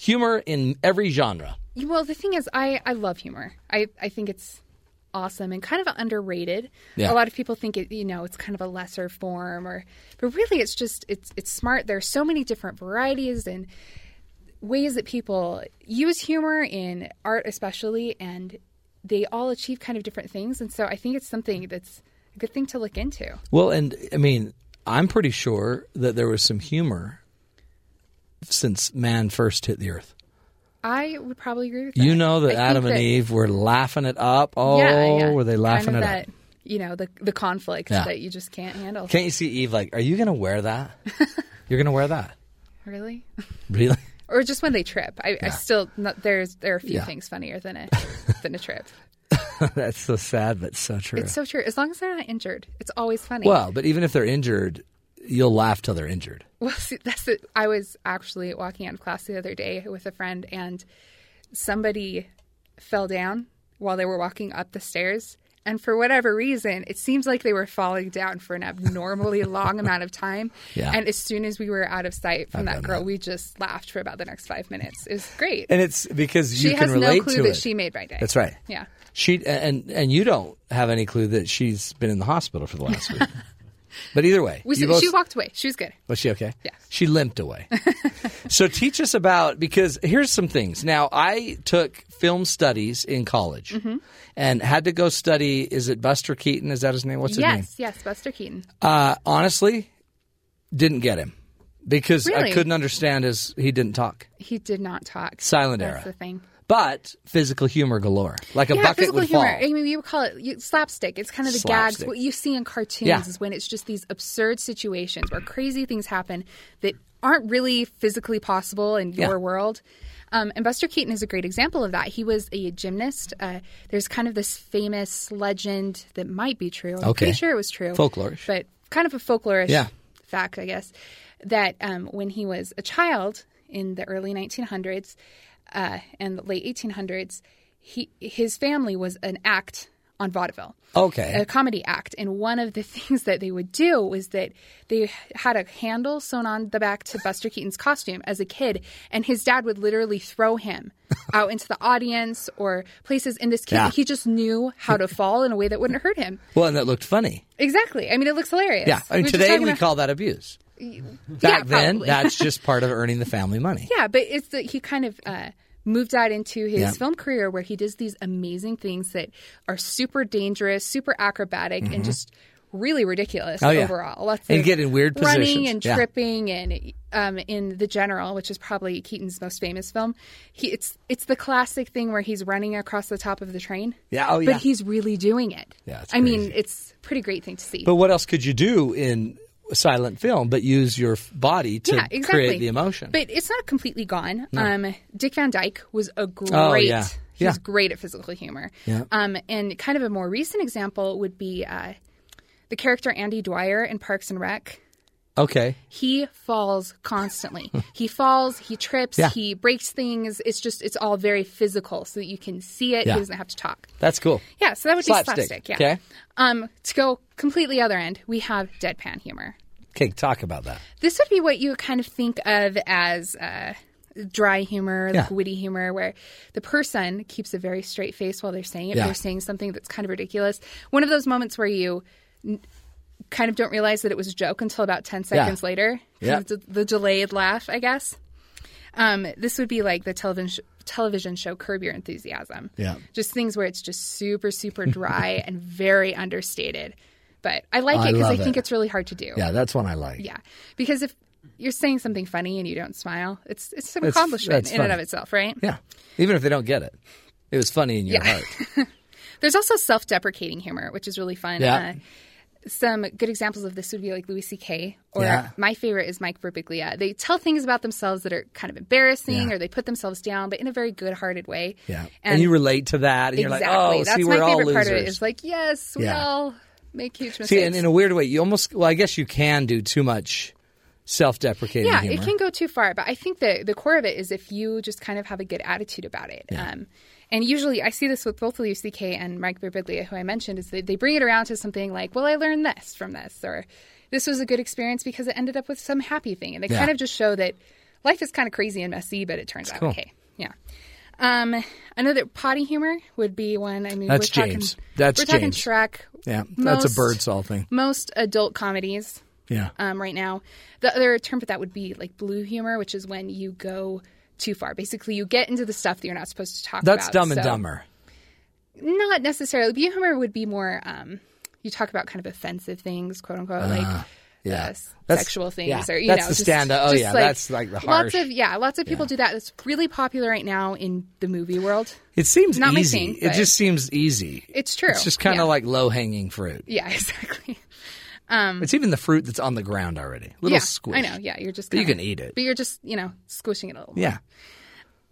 Speaker 1: Humor in every genre.
Speaker 8: Well, the thing is, I, I love humor. I, I think it's awesome and kind of underrated.
Speaker 1: Yeah.
Speaker 8: A lot of people think it, you know, it's kind of a lesser form, or but really, it's just it's it's smart. There are so many different varieties and ways that people use humor in art, especially, and they all achieve kind of different things. And so, I think it's something that's a good thing to look into.
Speaker 1: Well, and I mean, I'm pretty sure that there was some humor since man first hit the earth.
Speaker 8: I would probably agree with that.
Speaker 1: You know that
Speaker 8: I think
Speaker 1: Adam and
Speaker 8: that-
Speaker 1: Eve were laughing it up. Oh,
Speaker 8: yeah, yeah.
Speaker 1: were they laughing
Speaker 8: kind of
Speaker 1: it
Speaker 8: that,
Speaker 1: up?
Speaker 8: You know, the the conflict
Speaker 1: Yeah.
Speaker 8: that you just can't handle.
Speaker 1: Can't you see Eve like, are you going to wear that? You're going to wear that.
Speaker 8: really.
Speaker 1: Really?
Speaker 8: or just when they trip. I, I still not, there's there are a few
Speaker 1: Yeah.
Speaker 8: things funnier than a than a trip.
Speaker 1: That's so sad, but so true.
Speaker 8: It's so true. As long as they're not injured, it's always funny.
Speaker 1: well, but even if they're injured, you'll laugh till they're injured.
Speaker 8: Well, see, that's it. I was actually walking out of class the other day with a friend, and somebody fell down while they were walking up the stairs. And for whatever reason, it seems like they were falling down for an abnormally long amount of time.
Speaker 1: Yeah.
Speaker 8: And as soon as we were out of sight from that
Speaker 1: done
Speaker 8: girl,
Speaker 1: that.
Speaker 8: we just laughed for about the next five minutes. It was great.
Speaker 1: And it's because
Speaker 8: she
Speaker 1: you can
Speaker 8: has
Speaker 1: relate
Speaker 8: no clue
Speaker 1: to
Speaker 8: that
Speaker 1: it.
Speaker 8: she made my day.
Speaker 1: That's right.
Speaker 8: Yeah.
Speaker 1: She and and you don't have any clue that she's been in the hospital for the last week. But either way,
Speaker 8: We,
Speaker 1: you
Speaker 8: she
Speaker 1: both-
Speaker 8: walked away. She was good.
Speaker 1: Was she okay?
Speaker 8: Yeah.
Speaker 1: She limped away. so teach us about because here's some things. Now I took film studies in college
Speaker 8: Mm-hmm.
Speaker 1: and had to go study. Is it Buster Keaton? Is that his name? What's his name?
Speaker 8: Yes, yes, Buster Keaton.
Speaker 1: Uh, honestly, didn't get him because I
Speaker 8: Really?
Speaker 1: couldn't understand his. He didn't talk.
Speaker 8: He did not talk.
Speaker 1: Silent
Speaker 8: That's
Speaker 1: era.
Speaker 8: the thing.
Speaker 1: But physical humor galore, like a
Speaker 8: yeah,
Speaker 1: bucket
Speaker 8: physical
Speaker 1: would
Speaker 8: humor.
Speaker 1: fall.
Speaker 8: I mean, we would call it you- slapstick. It's kind of the
Speaker 1: Slapstick.
Speaker 8: gags. What you see in cartoons
Speaker 1: Yeah.
Speaker 8: is when it's just these absurd situations where crazy things happen that aren't really physically possible in
Speaker 1: Yeah.
Speaker 8: your world. Um, and Buster Keaton is a great example of that. He was a gymnast. Uh, there's kind of this famous legend that might be true. I'm
Speaker 1: Okay.
Speaker 8: pretty sure it was true.
Speaker 1: Folklorish.
Speaker 8: But kind of a folklorish
Speaker 1: Yeah.
Speaker 8: fact, I guess, that um, when he was a child in the early 1900s uh, and the late 1800s, he his family was an act on vaudeville
Speaker 1: Okay.
Speaker 8: a comedy act. And one of the things that they would do was that they had a handle sewn on the back to Buster Keaton's costume as a kid. And his dad would literally throw him out into the audience or places. And this kid,
Speaker 1: Yeah.
Speaker 8: he just knew how to fall in a way that wouldn't hurt him.
Speaker 1: Well, and that looked funny.
Speaker 8: Exactly. I mean, it looks hilarious.
Speaker 1: Yeah. I mean,
Speaker 8: were just
Speaker 1: today
Speaker 8: talking
Speaker 1: we
Speaker 8: about-
Speaker 1: call that abuse. Back then,
Speaker 8: probably.
Speaker 1: that's just part of earning the family money.
Speaker 8: Yeah, but it's that he kind of uh, moved out into his
Speaker 1: Yeah.
Speaker 8: film career where he does these amazing things that are super dangerous, super acrobatic, and just really ridiculous
Speaker 1: Mm-hmm. Oh, yeah.
Speaker 8: overall. Lots
Speaker 1: And
Speaker 8: of
Speaker 1: get in weird
Speaker 8: running
Speaker 1: positions.
Speaker 8: and
Speaker 1: Yeah.
Speaker 8: tripping, and um, in the General, which is probably Keaton's most famous film, he it's it's the classic thing where he's running across the top of the train.
Speaker 1: Yeah, oh,
Speaker 8: but
Speaker 1: yeah.
Speaker 8: he's really doing it.
Speaker 1: Yeah, it's
Speaker 8: I mean,
Speaker 1: crazy.
Speaker 8: it's a pretty great thing to see.
Speaker 1: But what else could you do in silent film but use your f- body to
Speaker 8: yeah, exactly.
Speaker 1: create the emotion?
Speaker 8: But it's not completely gone. Um, Dick Van Dyke was a great.
Speaker 1: Oh, yeah.
Speaker 8: He was
Speaker 1: Yeah.
Speaker 8: great at physical humor.
Speaker 1: Yeah.
Speaker 8: Um, and kind of a more recent example would be uh, the character Andy Dwyer in Parks and Rec.
Speaker 1: okay.
Speaker 8: He falls constantly. he falls. He trips.
Speaker 1: Yeah.
Speaker 8: He breaks things. It's just it's all very physical, so that you can see it.
Speaker 1: Yeah.
Speaker 8: He doesn't have to talk.
Speaker 1: That's cool.
Speaker 8: Yeah. So that would
Speaker 1: Slapstick,
Speaker 8: be slapstick. Yeah.
Speaker 1: okay.
Speaker 8: Um, to go completely other end, we have deadpan humor
Speaker 1: Okay, talk about that.
Speaker 8: this would be what you kind of think of as uh, dry humor, like
Speaker 1: Yeah.
Speaker 8: witty humor, where the person keeps a very straight face while they're saying it.
Speaker 1: Yeah.
Speaker 8: They're saying something that's kind of ridiculous. One of those moments where you n- kind of don't realize that it was a joke until about 10 seconds later.
Speaker 1: Yeah.
Speaker 8: Kind of d- the delayed laugh, I guess. Um, this would be like the television sh- television show Curb Your Enthusiasm.
Speaker 1: Yeah.
Speaker 8: Just things where it's just super, super dry and very understated. But I like
Speaker 1: Oh, I
Speaker 8: it because I
Speaker 1: love
Speaker 8: think
Speaker 1: it.
Speaker 8: it's really hard to do.
Speaker 1: Yeah, that's one I like.
Speaker 8: Yeah, because if you're saying something funny and you don't smile, it's it's an
Speaker 1: That's-
Speaker 8: accomplishment
Speaker 1: that's
Speaker 8: in and of
Speaker 1: funny.
Speaker 8: itself, right?
Speaker 1: Yeah. Even if they don't get it. It was funny in your
Speaker 8: Yeah.
Speaker 1: heart.
Speaker 8: There's also self-deprecating humor, which is really fun.
Speaker 1: Yeah.
Speaker 8: Uh, some good examples of this would be like Louis C.K. or
Speaker 1: Yeah.
Speaker 8: my favorite is Mike Birbiglia. They tell things about themselves that are kind of embarrassing,
Speaker 1: Yeah.
Speaker 8: or they put themselves down, but in a very good-hearted way.
Speaker 1: Yeah. And, you relate to that and
Speaker 8: exactly.
Speaker 1: you're like, oh,
Speaker 8: that's
Speaker 1: see,
Speaker 8: my
Speaker 1: we're all
Speaker 8: favorite
Speaker 1: losers.
Speaker 8: part of it. Is like, yes, we
Speaker 1: Yeah.
Speaker 8: all make huge mistakes.
Speaker 1: see, and in a weird way, you almost, well, I guess you can do too much self deprecating
Speaker 8: yeah,
Speaker 1: humor.
Speaker 8: it can go too far, but I think that the core of it is if you just kind of have a good attitude about it. Um, and usually, I see this with both Louis C.K. and Mike Birbiglia, who I mentioned, is that they bring it around to something like, "Well, I learned this from this," or "This was a good experience because it ended up with some happy thing," and they
Speaker 1: Yeah.
Speaker 8: kind of just show that life is kind of crazy and messy, but it turns out
Speaker 1: cool.
Speaker 8: okay. Yeah. Um, another potty humor would be one. I mean,
Speaker 1: That's
Speaker 8: we're talking,
Speaker 1: James. That's
Speaker 8: we're talking
Speaker 1: James.
Speaker 8: Shrek.
Speaker 1: yeah. That's a
Speaker 8: most-
Speaker 1: birdsall thing.
Speaker 8: Most adult comedies
Speaker 1: Yeah.
Speaker 8: um, right now. The other term for that would be like blue humor, which is when you go too far. Basically, you get into the stuff that you're not supposed to talk
Speaker 1: That's
Speaker 8: about.
Speaker 1: dumb and
Speaker 8: So-
Speaker 1: dumber.
Speaker 8: Not necessarily. Blue humor would be more. Um, you talk about kind of offensive things, quote unquote, like.
Speaker 1: Uh-huh. yeah.
Speaker 8: uh, s-
Speaker 1: That's-
Speaker 8: sexual things,
Speaker 1: yeah,
Speaker 8: or you
Speaker 1: that's
Speaker 8: know,
Speaker 1: the
Speaker 8: just,
Speaker 1: stand-up. Oh,
Speaker 8: just
Speaker 1: yeah,
Speaker 8: like,
Speaker 1: that's, like, the harsh-
Speaker 8: Lots of yeah, lots of people do that. That's really popular right now in the movie world.
Speaker 1: It seems
Speaker 8: Not my
Speaker 1: easy.
Speaker 8: thing,
Speaker 1: it
Speaker 8: but-
Speaker 1: just seems easy.
Speaker 8: It's true.
Speaker 1: It's just kind
Speaker 8: Yeah.
Speaker 1: of like low hanging fruit.
Speaker 8: Yeah, exactly.
Speaker 1: It's even the fruit that's on the ground already. Little
Speaker 8: yeah,
Speaker 1: squish.
Speaker 8: I know. Yeah, you're just
Speaker 1: But you
Speaker 8: kinda-
Speaker 1: can eat it.
Speaker 8: but you're just you know squishing it a little.
Speaker 1: Yeah.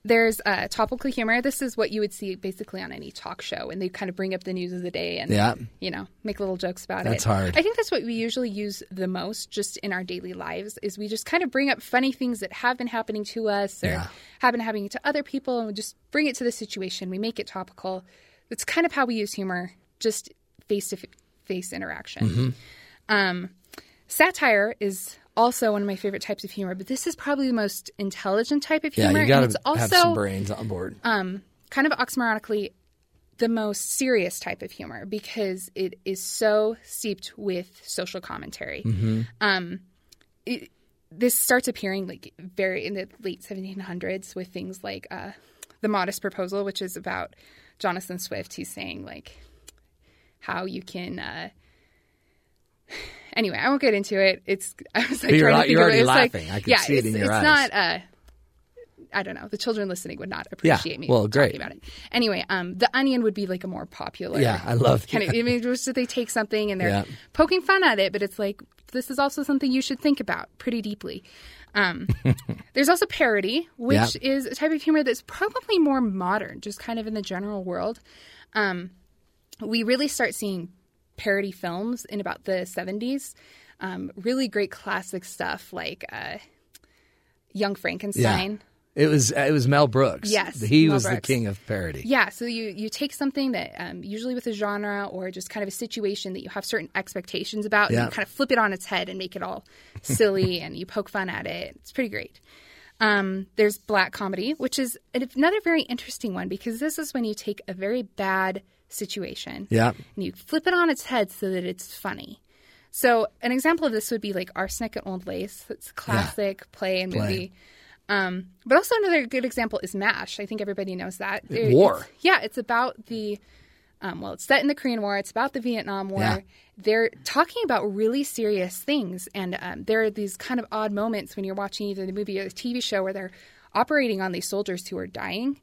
Speaker 8: there's uh, topical humor. This is what you would see basically on any talk show, and they kind of bring up the news of the day and
Speaker 1: Yeah.
Speaker 8: you know make little jokes about it.
Speaker 1: That's hard.
Speaker 8: I think that's what we usually use the most, just in our daily lives, is we just kind of bring up funny things that have been happening to us or
Speaker 1: Yeah.
Speaker 8: have been happening to other people, and we just bring it to the situation. We make it topical. That's kind of how we use humor, just face to face interaction.
Speaker 1: Mm-hmm.
Speaker 8: Um, satire is also one of my favorite types of humor, but this is probably the most intelligent type of
Speaker 1: Yeah,
Speaker 8: humor.
Speaker 1: you
Speaker 8: and
Speaker 1: got
Speaker 8: it's
Speaker 1: to
Speaker 8: also
Speaker 1: have some brains on board.
Speaker 8: kind of oxymoronically the most serious type of humor because it is so steeped with social commentary.
Speaker 1: Mm-hmm.
Speaker 8: Um, it, this starts appearing like very in the late 1700s with things like uh, the Modest Proposal, which is about Jonathan Swift. He's saying like how you can. Uh, anyway, I won't get into it. It's I was like
Speaker 1: But you're
Speaker 8: trying
Speaker 1: al-
Speaker 8: to think
Speaker 1: you're
Speaker 8: of it.
Speaker 1: already
Speaker 8: It's like-
Speaker 1: laughing. I can
Speaker 8: yeah,
Speaker 1: see it
Speaker 8: it's,
Speaker 1: in your
Speaker 8: it's
Speaker 1: eyes.
Speaker 8: not. Uh, I don't know. The children listening would not
Speaker 1: Yeah.
Speaker 8: appreciate me
Speaker 1: Well,
Speaker 8: talking
Speaker 1: great.
Speaker 8: about it. Anyway, um, the Onion would be like a more popular.
Speaker 1: Yeah, I love
Speaker 8: kind of. I mean, just that they take something and they're
Speaker 1: Yeah.
Speaker 8: poking fun at it, but it's like this is also something you should think about pretty deeply. Um, there's also parody, which
Speaker 1: Yeah.
Speaker 8: is a type of humor that's probably more modern, just kind of in the general world. Um, we really start seeing parody films in about the 70s. Um, really great classic stuff like uh, Young Frankenstein
Speaker 1: It was it was Mel Brooks.
Speaker 8: Yes,
Speaker 1: he
Speaker 8: Mel
Speaker 1: was the
Speaker 8: Brooks.
Speaker 1: king of parody.
Speaker 8: Yeah, so you you take something that um, usually with a genre or just kind of a situation that you have certain expectations about,
Speaker 1: Yeah.
Speaker 8: and you kind of flip it on its head and make it all silly, and you poke fun at it. It's pretty great. Um, there's black comedy, which is another very interesting one because this is when you take a very bad situation,
Speaker 1: Yeah.
Speaker 8: and you flip it on its head so that it's funny. So an example of this would be like Arsenic and Old Lace. It's a classic play and
Speaker 1: Play.
Speaker 8: movie. Um, but also another good example is MASH. I think everybody knows that. There-
Speaker 1: war.
Speaker 8: it's- yeah, it's about the um, well, it's set in the Korean War. It's about the Vietnam War.
Speaker 1: Yeah.
Speaker 8: They're talking about really serious things, and um, there are these kind of odd moments when you're watching either the movie or the TV show where they're operating on these soldiers who are dying,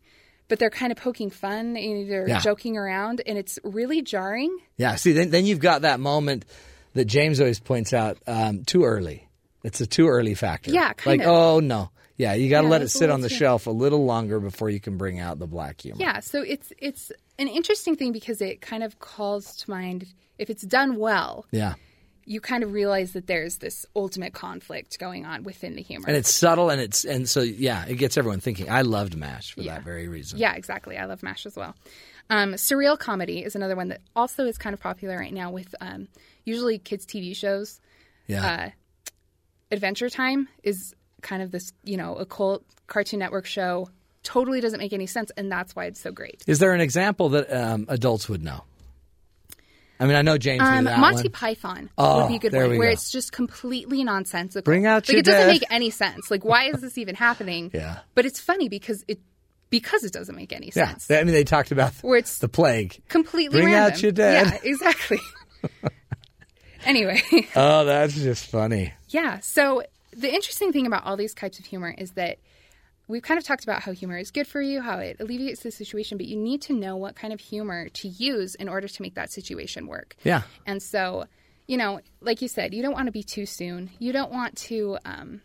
Speaker 8: but they're kind of poking fun and they're
Speaker 1: Yeah.
Speaker 8: joking around, and it's really jarring.
Speaker 1: Yeah, see, then, then you've got that moment that James always points out um, too early. It's a too early factor.
Speaker 8: Yeah, kind
Speaker 1: like,
Speaker 8: of.
Speaker 1: oh, no. Yeah, you got to
Speaker 8: Yeah,
Speaker 1: let it
Speaker 8: that's a
Speaker 1: sit
Speaker 8: little
Speaker 1: on the
Speaker 8: too-
Speaker 1: shelf a little longer before you can bring out the black humor.
Speaker 8: Yeah, so it's it's an interesting thing because it kind of calls to mind if it's done well,
Speaker 1: Yeah.
Speaker 8: you kind of realize that there's this ultimate conflict going on within the humor.
Speaker 1: And it's subtle and it's, and so, yeah, it gets everyone thinking. I loved MASH for
Speaker 8: Yeah.
Speaker 1: that very reason.
Speaker 8: Yeah, exactly. I love MASH as well. Um, surreal comedy is another one that also is kind of popular right now with um, usually kids' TV shows.
Speaker 1: Yeah.
Speaker 8: Uh, Adventure Time is kind of this, you know, occult Cartoon Network show. Totally doesn't make any sense, and that's why it's so great.
Speaker 1: Is there an example that um, adults would know? I mean, I know James knew
Speaker 8: Um,
Speaker 1: that
Speaker 8: Monty
Speaker 1: one.
Speaker 8: Python
Speaker 1: Oh,
Speaker 8: would be a good
Speaker 1: there
Speaker 8: one,
Speaker 1: we
Speaker 8: where
Speaker 1: go.
Speaker 8: it's just completely nonsensical.
Speaker 1: Bring out
Speaker 8: like
Speaker 1: your
Speaker 8: it doesn't
Speaker 1: dead.
Speaker 8: make any sense. Like why is this even happening?
Speaker 1: Yeah.
Speaker 8: but it's funny because it because it doesn't make any
Speaker 1: yeah.
Speaker 8: sense.
Speaker 1: I mean, they talked about
Speaker 8: Where it's-
Speaker 1: the plague.
Speaker 8: completely
Speaker 1: Bring out
Speaker 8: random.
Speaker 1: your dad.
Speaker 8: Yeah, exactly. anyway,
Speaker 1: Oh, that's just funny.
Speaker 8: yeah. So the interesting thing about all these types of humor is that we've kind of talked about how humor is good for you, how it alleviates the situation, but you need to know what kind of humor to use in order to make that situation work.
Speaker 1: Yeah.
Speaker 8: And so, you know, like you said, you don't want to be too soon. You don't want to um,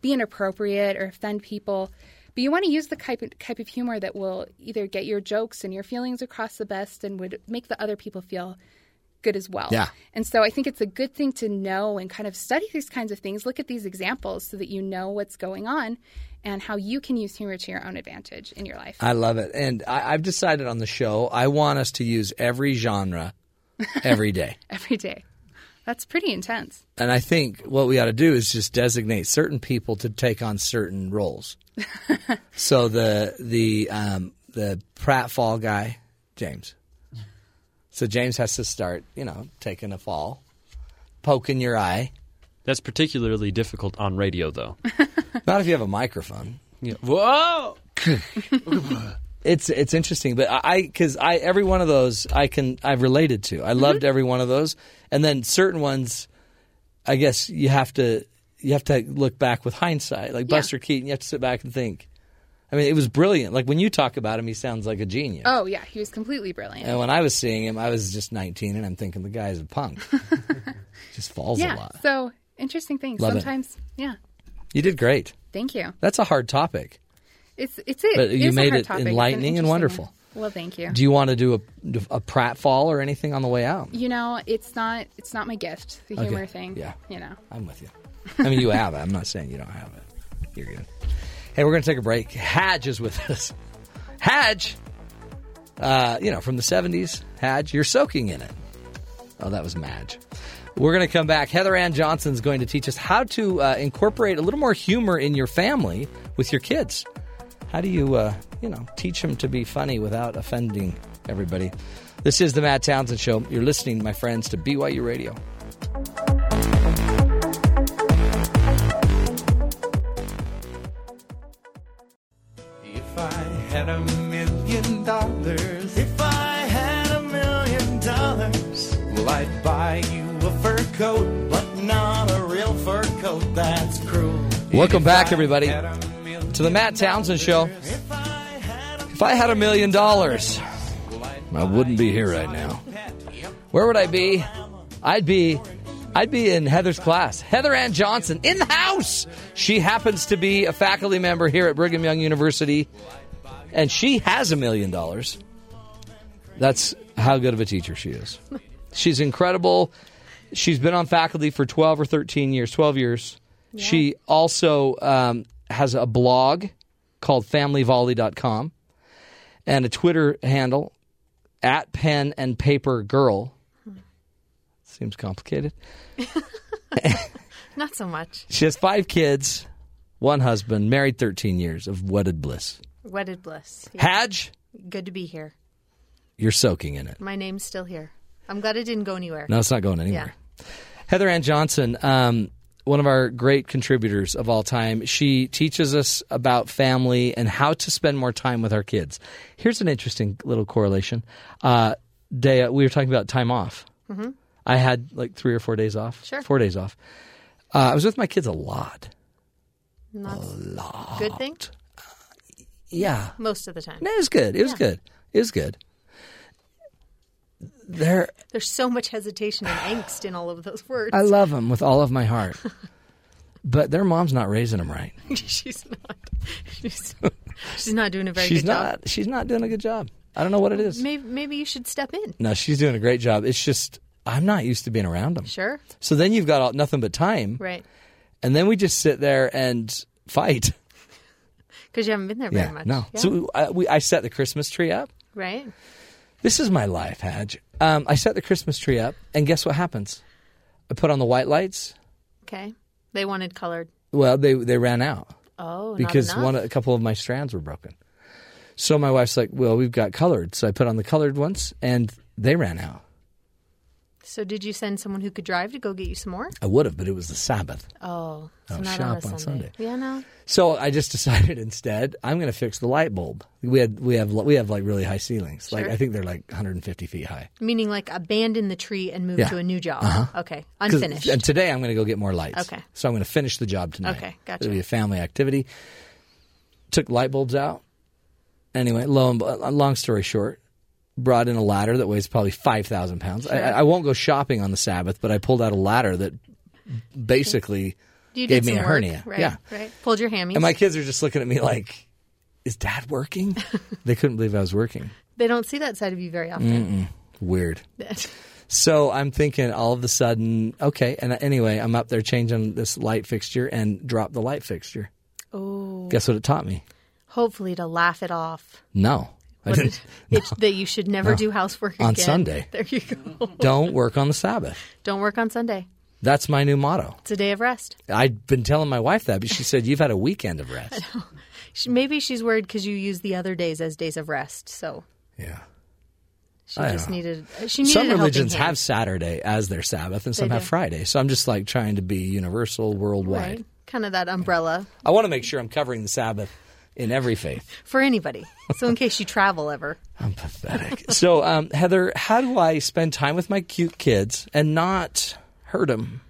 Speaker 8: be inappropriate or offend people. But you want to use the type of, type of humor that will either get your jokes and your feelings across the best and would make the other people feel good as well.
Speaker 1: Yeah.
Speaker 8: And so I think it's a good thing to know and kind of study these kinds of things, look at these examples so that you know what's going on and how you can use humor to your own advantage in your life.
Speaker 1: I love it. And I, I've decided on the show, I want us to use every genre every day.
Speaker 8: every day. That's pretty intense.
Speaker 1: and I think what we ought to do is just designate certain people to take on certain roles. so the the um, the pratfall guy, James. So James has to start, you know, taking a fall, poking your eye.
Speaker 3: That's particularly difficult on radio, though.
Speaker 1: Not if you have a microphone.
Speaker 3: Whoa!
Speaker 1: It's it's interesting, but I because I every one of those I can I've related to. I loved
Speaker 8: Mm-hmm.
Speaker 1: every one of those, and then certain ones, I guess you have to you have to look back with hindsight. Like
Speaker 8: Yeah.
Speaker 1: Buster Keaton, you have to sit back and think. I mean, it was brilliant. Like when you talk about him, he sounds like a genius.
Speaker 8: Oh, yeah. He was completely brilliant.
Speaker 1: And when I was seeing him, I was just 19, and I'm thinking the guy's a punk. just falls a
Speaker 8: yeah.
Speaker 1: lot.
Speaker 8: So interesting things.
Speaker 1: Love it.
Speaker 8: Sometimes, yeah.
Speaker 1: You did great.
Speaker 8: Thank you.
Speaker 1: That's a hard topic.
Speaker 8: It's it's it.
Speaker 1: But
Speaker 8: It
Speaker 1: you
Speaker 8: is a
Speaker 1: made
Speaker 8: hard
Speaker 1: it
Speaker 8: topic. It's an
Speaker 1: enlightening and
Speaker 8: interesting
Speaker 1: wonderful.
Speaker 8: one. Well, thank you.
Speaker 1: Do you want to do a a pratfall or anything on the way out?
Speaker 8: You know, it's not it's not my gift, the humor thing.
Speaker 1: Yeah.
Speaker 8: You know.
Speaker 1: I'm with you. I mean, you have it. I'm not saying you don't have it. You're good. Hey, we're going to take a break. Hadge is with us. Hadge, uh, you know, from the 70s. Hadge, you're soaking in it. Oh, that was Madge. We're going to come back. Heather Ann Johnson's going to teach us how to uh, incorporate a little more humor in your family with your kids. How do you, uh, you know, teach them to be funny without offending everybody? This is the Matt Townsend Show. You're listening, my friends, to BYU Radio.
Speaker 4: If I had a million dollars,
Speaker 7: If I had a million dollars,
Speaker 4: well, I'd buy you a fur coat.
Speaker 7: but not a real fur coat, that's cruel.
Speaker 1: Welcome back, everybody,
Speaker 4: Had
Speaker 1: to
Speaker 4: a million
Speaker 1: the Matt Townsend Show.
Speaker 7: If I had a
Speaker 1: If I had a million dollars, I wouldn't be here right now. Where would I be? I'd be, I'd be in Heather's class. Heather Ann Johnson in the house. She happens to be a faculty member here at Brigham Young University, and she has a million dollars. That's how good of a teacher she is. She's incredible. She's been on faculty for 12 or 13 years, 12 years. She also um, has a blog called familyvolley.com and a Twitter handle at pen and paper girl. Seems complicated.
Speaker 9: Not so much.
Speaker 1: She has five kids, one husband, married 13 years of wedded bliss.
Speaker 9: Wedded bliss. Yeah.
Speaker 1: Hadge,
Speaker 9: Good to be here.
Speaker 1: you're soaking in it.
Speaker 9: My name's still here. I'm glad it didn't go anywhere.
Speaker 1: No, it's not going anywhere. Heather Ann Johnson, um, one of our great contributors of all time, she teaches us about family and how to spend more time with our kids. Here's an interesting little correlation. Uh, day, we were talking about time off. I had like three or four days off.
Speaker 9: Sure.
Speaker 1: Four days off. Uh, I was with my kids a lot.
Speaker 9: Not Good thing?
Speaker 1: Yeah.
Speaker 9: Most of the time.
Speaker 1: No, it was good. It was good. It was good. They're
Speaker 9: There's so much hesitation and angst in all of those words.
Speaker 1: I love them with all of my heart, but their mom's not raising them right.
Speaker 9: she's not. She's, she's not doing a very
Speaker 1: she's
Speaker 9: good
Speaker 1: not.
Speaker 9: job.
Speaker 1: She's not doing a good job. I don't know what it is.
Speaker 9: Maybe, maybe you should step in.
Speaker 1: No, she's doing a great job. It's just I'm not used to being around them.
Speaker 9: Sure.
Speaker 1: So then you've got all, nothing but time,
Speaker 9: Right.
Speaker 1: and then we just sit there and fight.
Speaker 9: Because you haven't been there
Speaker 1: yeah,
Speaker 9: very much.
Speaker 1: no.
Speaker 9: Yeah.
Speaker 1: So I, we, I set the Christmas tree up.
Speaker 9: right.
Speaker 1: This is my life, Hadge. Um, I set the Christmas tree up, and guess what happens? I put on the white lights.
Speaker 9: Okay. They wanted colored.
Speaker 1: Well, they they ran out.
Speaker 9: Oh,
Speaker 1: because
Speaker 9: not enough.
Speaker 1: one a couple of my strands were broken. So my wife's like, "Well, we've got colored." So I put on the colored ones, and they ran out.
Speaker 9: So did you send someone who could drive to go get you some more?
Speaker 1: I would have, but it was the Sabbath.
Speaker 9: Oh, so
Speaker 1: Oh,
Speaker 9: not
Speaker 1: shop
Speaker 9: on, a
Speaker 1: on
Speaker 9: Sunday.
Speaker 1: Sunday.
Speaker 9: Yeah, no.
Speaker 1: So I just decided instead, I'm going to fix the light bulb. We had we have we have like really high ceilings. Like
Speaker 9: Sure.
Speaker 1: I think they're like 150 feet high.
Speaker 9: Meaning like abandon the tree and move
Speaker 1: Yeah. Uh-huh.
Speaker 9: to a new job. Okay.
Speaker 1: 'Cause-
Speaker 9: Unfinished.
Speaker 1: And today I'm going to go get more lights.
Speaker 9: Okay.
Speaker 1: So I'm going to finish the job tonight.
Speaker 9: Okay, gotcha.
Speaker 1: It'll be a family activity. Took light bulbs out. Anyway, lo and uh, long story short, brought in a ladder that weighs probably five thousand pounds. I, I won't go shopping on the Sabbath, but I pulled out a ladder that basically
Speaker 9: you
Speaker 1: gave
Speaker 9: did
Speaker 1: me
Speaker 9: some
Speaker 1: a
Speaker 9: work,
Speaker 1: hernia.
Speaker 9: Right,
Speaker 1: Yeah.
Speaker 9: Right. Pulled your hammies.
Speaker 1: And my kids are just looking at me like, "Is Dad working?" they couldn't believe I was working.
Speaker 9: They don't see that side of you very often.
Speaker 1: Weird. So I'm thinking all of a sudden, okay. And anyway, I'm up there changing this light fixture and drop the light fixture. Oh. Guess what it taught me?
Speaker 9: Hopefully to laugh it off.
Speaker 1: No. I
Speaker 9: What
Speaker 1: didn't.
Speaker 9: it- it's that you should never do housework
Speaker 1: On
Speaker 9: again.
Speaker 1: Sunday.
Speaker 9: There you go.
Speaker 1: Don't work on the Sabbath.
Speaker 9: Don't work on Sunday.
Speaker 1: That's my new motto.
Speaker 9: It's a day of rest.
Speaker 1: I've been telling my wife that, but she said, You've had a weekend of rest.
Speaker 9: She, maybe she's worried because you use the other days as days of rest. So
Speaker 1: Yeah.
Speaker 9: she
Speaker 1: I
Speaker 9: just
Speaker 1: know.
Speaker 9: needed. She needed
Speaker 1: some
Speaker 9: a helping
Speaker 1: religions
Speaker 9: hand.
Speaker 1: have Saturday as their Sabbath and some
Speaker 9: They
Speaker 1: have
Speaker 9: do.
Speaker 1: Friday. So I'm just like trying to be universal worldwide.
Speaker 9: right. Kind of that umbrella
Speaker 1: I want to make sure I'm covering the Sabbath in every faith.
Speaker 9: for anybody. So in case you travel ever,
Speaker 1: I'm pathetic. so, um, Heather, how do I spend time with my cute kids and not hurt them?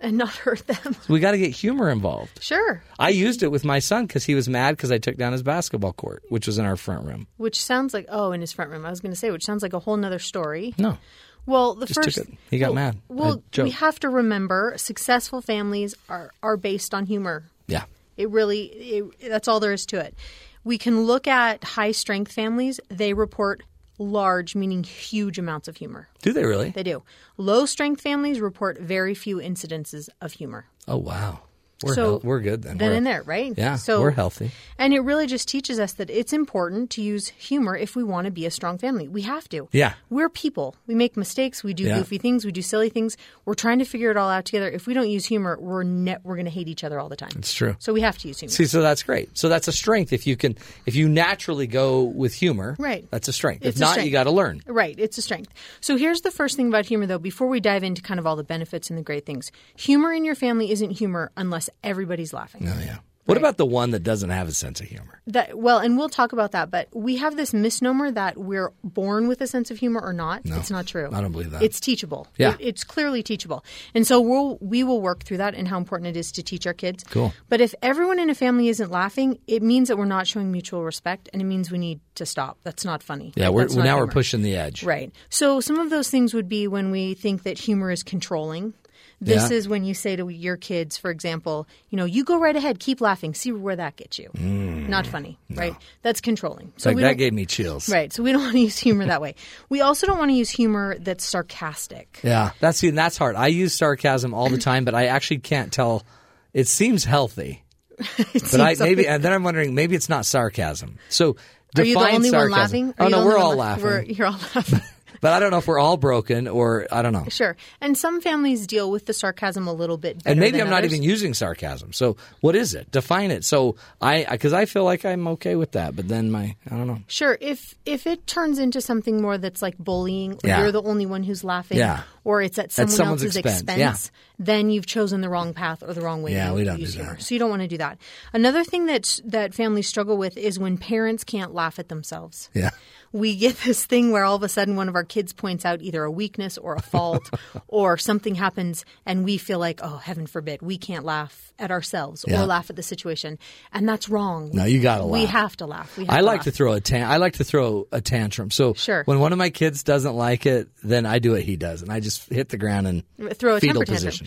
Speaker 9: and not hurt them.
Speaker 1: We got to get humor involved.
Speaker 9: Sure.
Speaker 1: I used it with my son because he was mad because I took down his basketball court, which was in our front room.
Speaker 9: Which sounds like oh, in his front room. I was going to say, which sounds like a whole nother story.
Speaker 1: No,
Speaker 9: Well, the
Speaker 1: Just took
Speaker 9: first
Speaker 1: it. He got
Speaker 9: well,
Speaker 1: mad. I
Speaker 9: Well, we
Speaker 1: joked.
Speaker 9: have to remember successful families are are based on humor.
Speaker 1: yeah,
Speaker 9: It really it, that's all there is to it. We can look at high strength families; they report large, meaning huge amounts of humor.
Speaker 1: do they really?
Speaker 9: They do. Low strength families report very few incidences of humor.
Speaker 1: Oh wow, we're
Speaker 9: So,
Speaker 1: hel- we're good then.
Speaker 9: Then
Speaker 1: We're-
Speaker 9: and there, right?
Speaker 1: Yeah,
Speaker 9: So
Speaker 1: we're healthy.
Speaker 9: And it really just teaches us that it's important to use humor if we want to be a strong family. We have to.
Speaker 1: Yeah.
Speaker 9: We're people. We make mistakes. We do
Speaker 1: Yeah.
Speaker 9: goofy things. We do silly things. We're trying to figure it all out together. If we don't use humor, we're ne- we're going to hate each other all the time.
Speaker 1: It's true.
Speaker 9: So we have to use humor.
Speaker 1: See, so that's great. So that's a strength if you can, if you naturally go with humor.
Speaker 9: Right.
Speaker 1: that's a strength. if
Speaker 9: It's a
Speaker 1: not, you
Speaker 9: strength.
Speaker 1: got to learn.
Speaker 9: Right, it's a strength. So here's the first thing about humor, though, before we dive into kind of all the benefits and the great things. Humor in your family isn't humor unless everybody's laughing.
Speaker 1: Oh yeah. What about the one that doesn't have a sense of humor?
Speaker 9: That well, and we'll talk about that, but we have this misnomer that we're born with a sense of humor or not. it's not true.
Speaker 1: I don't believe that.
Speaker 9: It's teachable.
Speaker 1: Yeah.
Speaker 9: It- it's clearly teachable. And so we'll we will work through that and how important it is to teach our kids.
Speaker 1: Cool.
Speaker 9: But if everyone in a family isn't laughing, it means that we're not showing mutual respect and it means we need to stop. That's not funny.
Speaker 1: Yeah, we're,
Speaker 9: That's
Speaker 1: now
Speaker 9: not
Speaker 1: we're
Speaker 9: humor.
Speaker 1: pushing the edge.
Speaker 9: Right. So some of those things would be when we think that humor is controlling. This
Speaker 1: Yeah.
Speaker 9: is when you say to your kids, for example, you know, you go right ahead, keep laughing, see where that gets you. Not funny, right? That's controlling. So
Speaker 1: Mm. Like
Speaker 9: we
Speaker 1: that
Speaker 9: don't-
Speaker 1: gave me chills.
Speaker 9: right. So we don't want to use humor that way. We also don't want to use humor that's sarcastic.
Speaker 1: Yeah, that's see, and that's hard. I use sarcasm all the time, but I actually can't tell. It seems healthy,
Speaker 9: It
Speaker 1: But I
Speaker 9: seems
Speaker 1: maybe
Speaker 9: like-
Speaker 1: and then I'm wondering maybe it's not sarcasm. So
Speaker 9: are you the
Speaker 1: define
Speaker 9: only
Speaker 1: sarcasm.
Speaker 9: one laughing? Are
Speaker 1: Oh
Speaker 9: you the
Speaker 1: no,
Speaker 9: only
Speaker 1: we're
Speaker 9: one
Speaker 1: all
Speaker 9: laugh-
Speaker 1: laughing.
Speaker 9: We're, you're all laughing.
Speaker 1: But I don't know if we're all broken or I don't know.
Speaker 9: sure. And some families deal with the sarcasm a little bit. Better
Speaker 1: And maybe
Speaker 9: than
Speaker 1: I'm not
Speaker 9: others.
Speaker 1: even using sarcasm. So what is it? Define it. So I because I feel like I'm okay with that, but then my I don't know.
Speaker 9: Sure, if if it turns into something more that's like bullying, or
Speaker 1: Yeah.
Speaker 9: you're the only one who's laughing,
Speaker 1: Yeah.
Speaker 9: or it's at someone
Speaker 1: someone's
Speaker 9: else's
Speaker 1: expense,
Speaker 9: expense,
Speaker 1: yeah.
Speaker 9: then you've chosen the wrong path or the wrong way.
Speaker 1: Yeah,
Speaker 9: to
Speaker 1: we don't
Speaker 9: use
Speaker 1: do
Speaker 9: humor.
Speaker 1: that.
Speaker 9: So you don't want to do that. Another thing that that families struggle with is when parents can't laugh at themselves.
Speaker 1: Yeah.
Speaker 9: We get this thing where all of a sudden one of our kids points out either a weakness or a fault, or something happens, and we feel like, oh, heaven forbid, we can't laugh at ourselves
Speaker 1: Yeah.
Speaker 9: or laugh at the situation, and that's wrong.
Speaker 1: No, you gotta
Speaker 9: We
Speaker 1: laugh.
Speaker 9: have to laugh. We have
Speaker 1: I like
Speaker 9: laugh.
Speaker 1: to throw a tan- I like to throw a tantrum. So
Speaker 9: Sure.
Speaker 1: when one of my kids doesn't like it, then I do what he does, and I just hit the ground and
Speaker 9: throw a
Speaker 1: fetal
Speaker 9: temper tantrum.
Speaker 1: position. Mm-hmm.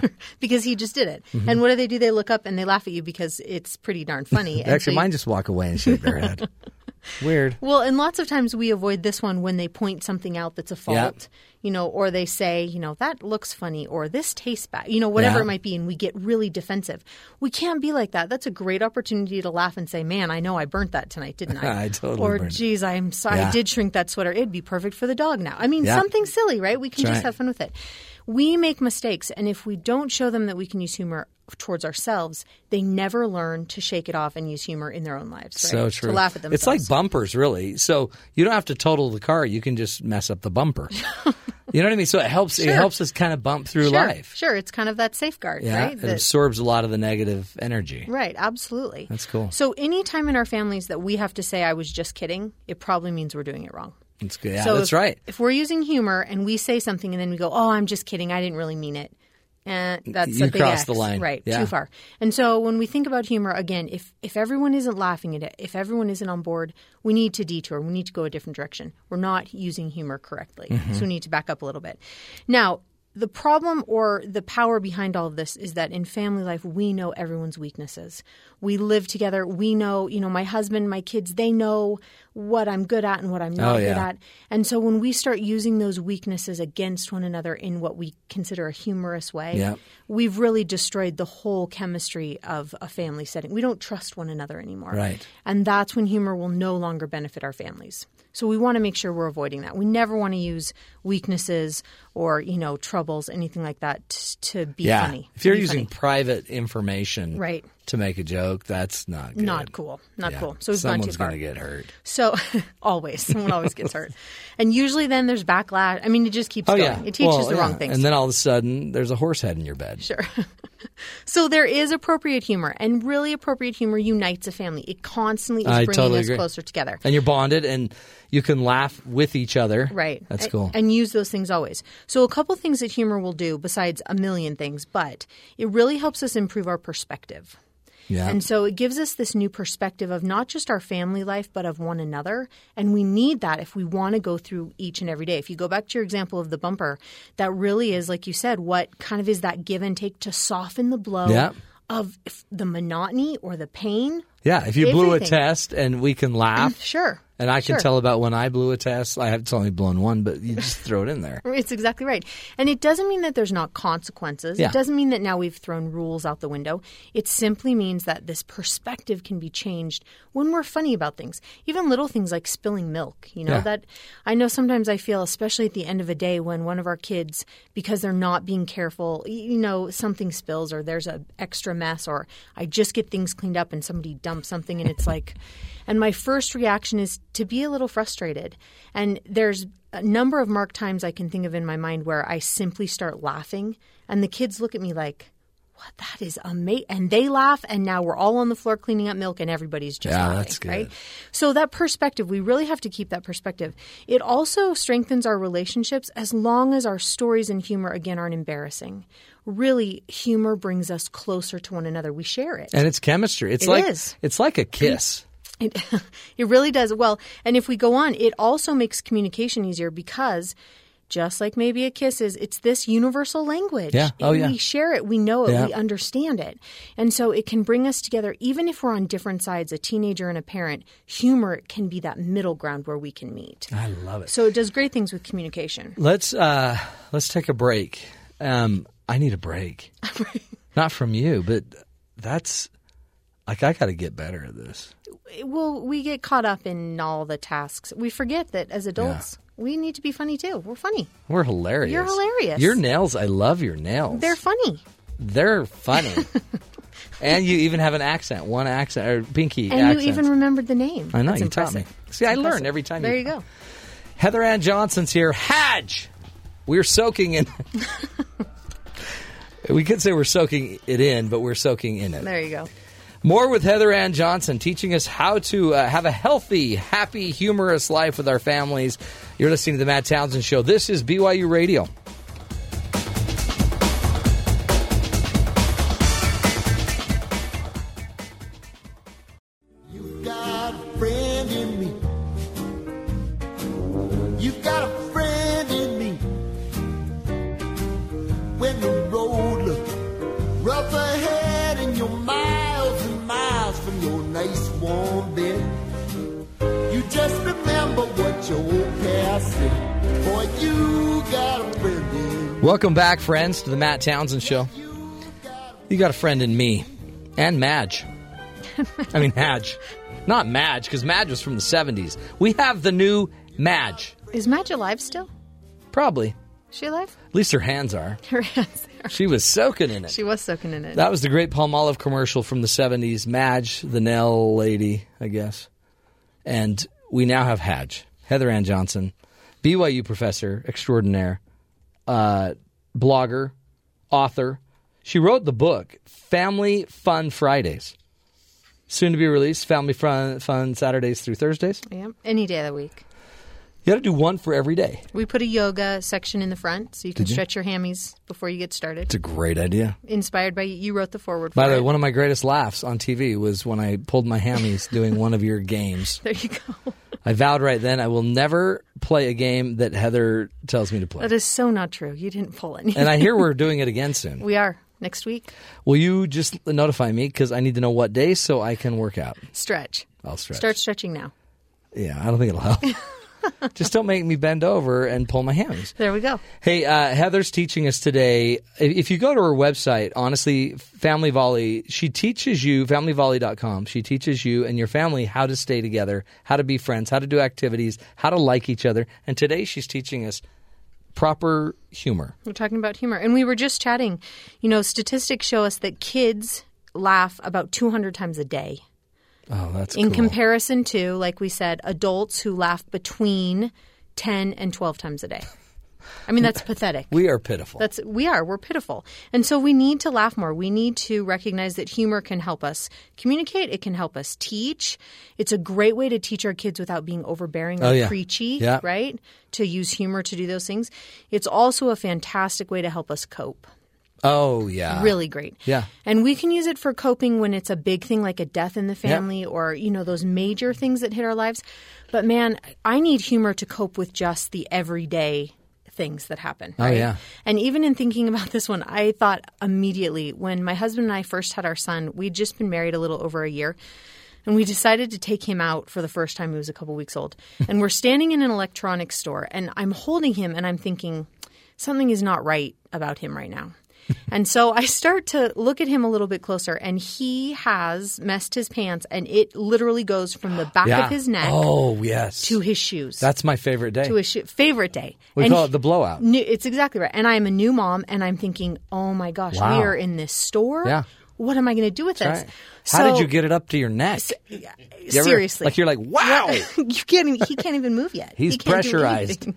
Speaker 9: Sure. because he just did it. And what do they do? They look up and they laugh at you because it's pretty darn funny. And so
Speaker 1: Actually,
Speaker 9: you-
Speaker 1: mine just walk away and shake their head. Weird.
Speaker 9: well, and lots of times we avoid this one when they point something out that's a fault,
Speaker 1: Yeah.
Speaker 9: you know, or they say, you know, that looks funny or this tastes bad, you know, whatever
Speaker 1: Yeah.
Speaker 9: it might be, and we get really defensive. We can't be like that. That's a great opportunity to laugh and say, man, I know I burnt that tonight, didn't I?
Speaker 1: I totally
Speaker 9: Or,
Speaker 1: burnt it.
Speaker 9: geez, I'm sorry,
Speaker 1: Yeah.
Speaker 9: I did shrink that sweater. It'd be perfect for the dog now. I mean,
Speaker 1: Yeah.
Speaker 9: something silly, right? We can
Speaker 1: That's
Speaker 9: just
Speaker 1: right.
Speaker 9: have fun with it. We make mistakes, and if we don't show them that we can use humor towards ourselves, they never learn to shake it off and use humor in their own lives. Right?
Speaker 1: So true.
Speaker 9: To laugh at themselves.
Speaker 1: It's like bumpers, really. So you don't have to total the car; you can just mess up the bumper. you know what I mean? So it helps. It
Speaker 9: Sure.
Speaker 1: helps us kind of bump through
Speaker 9: sure,
Speaker 1: life.
Speaker 9: Sure, it's kind of that safeguard,
Speaker 1: Yeah,
Speaker 9: right?
Speaker 1: it
Speaker 9: That-
Speaker 1: absorbs a lot of the negative energy.
Speaker 9: right, absolutely.
Speaker 1: That's cool.
Speaker 9: So anytime in our families that we have to say I was just kidding, it probably means we're doing it wrong.
Speaker 1: That's good. Yeah,
Speaker 9: so
Speaker 1: that's
Speaker 9: if,
Speaker 1: right.
Speaker 9: If we're using humor and we say something and then we go, "Oh, I'm just kidding. I didn't really mean it." Eh, that's
Speaker 1: You
Speaker 9: a big
Speaker 1: crossed
Speaker 9: X,
Speaker 1: the line.
Speaker 9: right?
Speaker 1: Yeah.
Speaker 9: Too far. And so when we think about humor again, if if everyone isn't laughing at it, if everyone isn't on board, we need to detour. We need to go a different direction. We're not using humor correctly,
Speaker 1: Mm-hmm.
Speaker 9: so we need to back up a little bit. Now. The problem or the power behind all of this is that in family life, we know everyone's weaknesses. We live together. We know, you know, my husband, my kids, they know what I'm good at and what I'm not
Speaker 1: Oh,
Speaker 9: good
Speaker 1: yeah.
Speaker 9: at. And so when we start using those weaknesses against one another in what we consider a humorous way,
Speaker 1: Yeah.
Speaker 9: we've really destroyed the whole chemistry of a family setting. We don't trust one another anymore.
Speaker 1: Right.
Speaker 9: And that's when humor will no longer benefit our families. So we want to make sure we're avoiding that. We never want to use weaknesses or, you know, troubles, anything like that t- to be
Speaker 1: yeah.
Speaker 9: funny.
Speaker 1: If you're
Speaker 9: Be
Speaker 1: using
Speaker 9: funny.
Speaker 1: private information,
Speaker 9: Right.
Speaker 1: to make a joke, that's not good.
Speaker 9: Not cool. Not
Speaker 1: Yeah.
Speaker 9: cool. So we've gone too
Speaker 1: someone's
Speaker 9: far.
Speaker 1: gonna get hurt.
Speaker 9: So always, someone always gets hurt, and usually then there's backlash. I mean, it just keeps
Speaker 1: Oh
Speaker 9: going.
Speaker 1: yeah,
Speaker 9: It teaches
Speaker 1: Well,
Speaker 9: the
Speaker 1: yeah.
Speaker 9: wrong things.
Speaker 1: and then all of a sudden there's a horse head in your bed.
Speaker 9: Sure. so there is appropriate humor, and really appropriate humor unites a family. It constantly is
Speaker 1: I
Speaker 9: bringing
Speaker 1: totally
Speaker 9: us
Speaker 1: agree.
Speaker 9: closer together.
Speaker 1: And you're bonded, and you can laugh with each other.
Speaker 9: Right.
Speaker 1: That's
Speaker 9: A-
Speaker 1: cool.
Speaker 9: And, use those things always. So, a couple things that humor will do, besides a million things, but it really helps us improve our perspective.
Speaker 1: yeah.
Speaker 9: And so it gives us this new perspective of not just our family life, but of one another. And we need that if we want to go through each and every day. If you go back to your example of the bumper, that really is, like you said, what kind of is that give and take to soften the blow
Speaker 1: Yeah.
Speaker 9: of if the monotony or the pain?
Speaker 1: Yeah, if you blew a
Speaker 9: Everything.
Speaker 1: test and we can laugh,
Speaker 9: Sure.
Speaker 1: and I can
Speaker 9: Sure.
Speaker 1: tell about when I blew a test. I have it's only blown one, but you just throw it in there.
Speaker 9: It's exactly right. And it doesn't mean that there's not consequences.
Speaker 1: Yeah.
Speaker 9: It doesn't mean that now we've thrown rules out the window. It simply means that this perspective can be changed when we're funny about things. Even little things like spilling milk, you know,
Speaker 1: Yeah.
Speaker 9: that I know sometimes I feel especially at the end of a day when one of our kids because they're not being careful, y- you know, something spills or there's a extra mess or I just get things cleaned up and somebody dumps something and it's like and my first reaction is to be a little frustrated. And there's a number of marked times I can think of in my mind where I simply start laughing, and the kids look at me like, "What? That is amazing!" And they laugh, and now we're all on the floor cleaning up milk, and everybody's just
Speaker 1: Yeah,
Speaker 9: laughing,
Speaker 1: that's good.
Speaker 9: right? So that perspective, we really have to keep that perspective. It also strengthens our relationships as long as our stories and humor again aren't embarrassing. Really, humor brings us closer to one another. We share it.
Speaker 1: And it's chemistry. It's
Speaker 9: It
Speaker 1: like
Speaker 9: is.
Speaker 1: it's like a kiss.
Speaker 9: It, it really does. Well, and if we go on, it also makes communication easier because just like maybe a kiss is, it's this universal language.
Speaker 1: Yeah. Oh,
Speaker 9: And
Speaker 1: yeah.
Speaker 9: We share it, we know it,
Speaker 1: Yeah.
Speaker 9: we understand it. And so it can bring us together, even if we're on different sides, a teenager and a parent, humor can be that middle ground where we can meet.
Speaker 1: I love it.
Speaker 9: So it does great things with communication.
Speaker 1: Let's uh let's take a break. Um I need a break. Not from you, but that's Like I got to get better at this.
Speaker 9: Well, we get caught up in all the tasks. We forget that as adults, we need to be funny too. We're funny.
Speaker 1: We're hilarious.
Speaker 9: You're hilarious.
Speaker 1: Your nails. I love your nails.
Speaker 9: They're funny.
Speaker 1: They're funny. and you even have an accent. One accent or pinky
Speaker 9: And
Speaker 1: accents.
Speaker 9: you even remembered the name.
Speaker 1: I know,
Speaker 9: That's
Speaker 1: you taught
Speaker 9: impressive.
Speaker 1: me. See, I learn
Speaker 9: impressive.
Speaker 1: every time
Speaker 9: There
Speaker 1: you-
Speaker 9: you go.
Speaker 1: Heather Ann Johnson's here. Hadge! We're soaking in. we could say we're soaking it in, but we're soaking in it.
Speaker 9: There you go.
Speaker 1: More with Heather Ann Johnson teaching us how to uh, have a healthy, happy, humorous life with our families. You're listening to The Matt Townsend Show. This is BYU Radio.
Speaker 7: You got a friend in me. You got a friend in me. When the road looks rough ahead and you're miles and miles from your nice warm bed, you just remember what your old past said. Boy, you got a friend in me.
Speaker 1: Welcome back, friends, to The Matt Townsend Show. You got a friend in me and Madge. I mean, Madge. Not Madge, because Madge was from the 70s. We have the new Madge.
Speaker 9: Is Madge alive still?
Speaker 1: Probably.
Speaker 9: Is she alive?
Speaker 1: At least her hands are.
Speaker 9: Her hands there.
Speaker 1: She was soaking in it.
Speaker 9: She was soaking in it.
Speaker 1: that was the great Palmolive commercial from the 70s. Madge, the nail lady, I guess. And we now have Hadge, Heather Ann Johnson, BYU professor extraordinaire, uh, blogger, author. She wrote the book Family Fun Fridays, soon to be released, Family Fun, Fun Saturdays through Thursdays.
Speaker 9: yeah. Any day of the week.
Speaker 1: You got to do one for every day.
Speaker 9: We put a yoga section in the front so you can stretch your hammies before you get started.
Speaker 1: It's a great idea.
Speaker 9: Inspired by you, you wrote the forward.
Speaker 1: By
Speaker 9: for
Speaker 1: the way,
Speaker 9: it.
Speaker 1: one of my greatest laughs on TV was when I pulled my hammies doing one of your games.
Speaker 9: there you go.
Speaker 1: I vowed right then I will never play a game that Heather tells me to play.
Speaker 9: That is so not true. You didn't pull any.
Speaker 1: and I hear we're doing it again soon.
Speaker 9: we are next week.
Speaker 1: Will you just notify me because I need to know what day so I can work out?
Speaker 9: Stretch.
Speaker 1: I'll Oh, stretch.
Speaker 9: Start stretching now.
Speaker 1: Yeah, I don't think it'll help. just don't make me bend over and pull my hammies.
Speaker 9: There we go.
Speaker 1: Hey, uh, Heather's teaching us today. i- If you go to her website, honestly, Family Volley, she teaches you, familyvolley.com, she teaches you and your family how to stay together, how to be friends, how to do activities, how to like each other. And today she's teaching us proper humor.
Speaker 9: We're talking about humor. And we were just chatting. You know, statistics show us that kids laugh about 200 times a day
Speaker 1: Oh, that's
Speaker 9: in
Speaker 1: cool.
Speaker 9: comparison to, like we said, adults who laugh between 10 and 12 times a day. I mean, that's pathetic.
Speaker 1: we are pitiful.
Speaker 9: That's we are. We're pitiful. And so we need to laugh more. We need to recognize that humor can help us communicate, it can help us teach. It's a great way to teach our kids without being overbearing or
Speaker 1: Oh, yeah.
Speaker 9: preachy,
Speaker 1: Yeah.
Speaker 9: right? To use humor to do those things. It's also a fantastic way to help us cope.
Speaker 1: oh, yeah.
Speaker 9: really great.
Speaker 1: yeah.
Speaker 9: And we can use it for coping when it's a big thing like a death in the family or, you know, those major things that hit our lives. But man, I need humor to cope with just the everyday things that happen.
Speaker 1: Oh,
Speaker 9: right?
Speaker 1: yeah.
Speaker 9: And even in thinking about this one, I thought immediately when my husband and I first had our son, we'd just been married a little over a year. And we decided to take him out for the first time. He was a couple weeks old. And we're standing in an electronics store, and I'm holding him, and I'm thinking, something is not right about him right now. and so I start to look at him a little bit closer, and he has messed his pants, and it literally goes from the back
Speaker 1: Yeah.
Speaker 9: of his neck
Speaker 1: Oh, yes.
Speaker 9: to his shoes.
Speaker 1: That's my favorite day.
Speaker 9: to his shoe. favorite day.
Speaker 1: we
Speaker 9: And
Speaker 1: call
Speaker 9: he-
Speaker 1: it the blowout.
Speaker 9: New, it's exactly right. And I'm a new mom, and I'm thinking, oh my gosh,
Speaker 1: Wow.
Speaker 9: we are in this store.
Speaker 1: Yeah.
Speaker 9: What am I going to do with
Speaker 1: Right.
Speaker 9: this?
Speaker 1: how
Speaker 9: So-
Speaker 1: did you get it up to your neck? You ever-
Speaker 9: seriously?
Speaker 1: like you're like, wow.
Speaker 9: you can't even, he can't even move yet.
Speaker 1: He's
Speaker 9: He can't do
Speaker 1: pressurized.
Speaker 9: anything.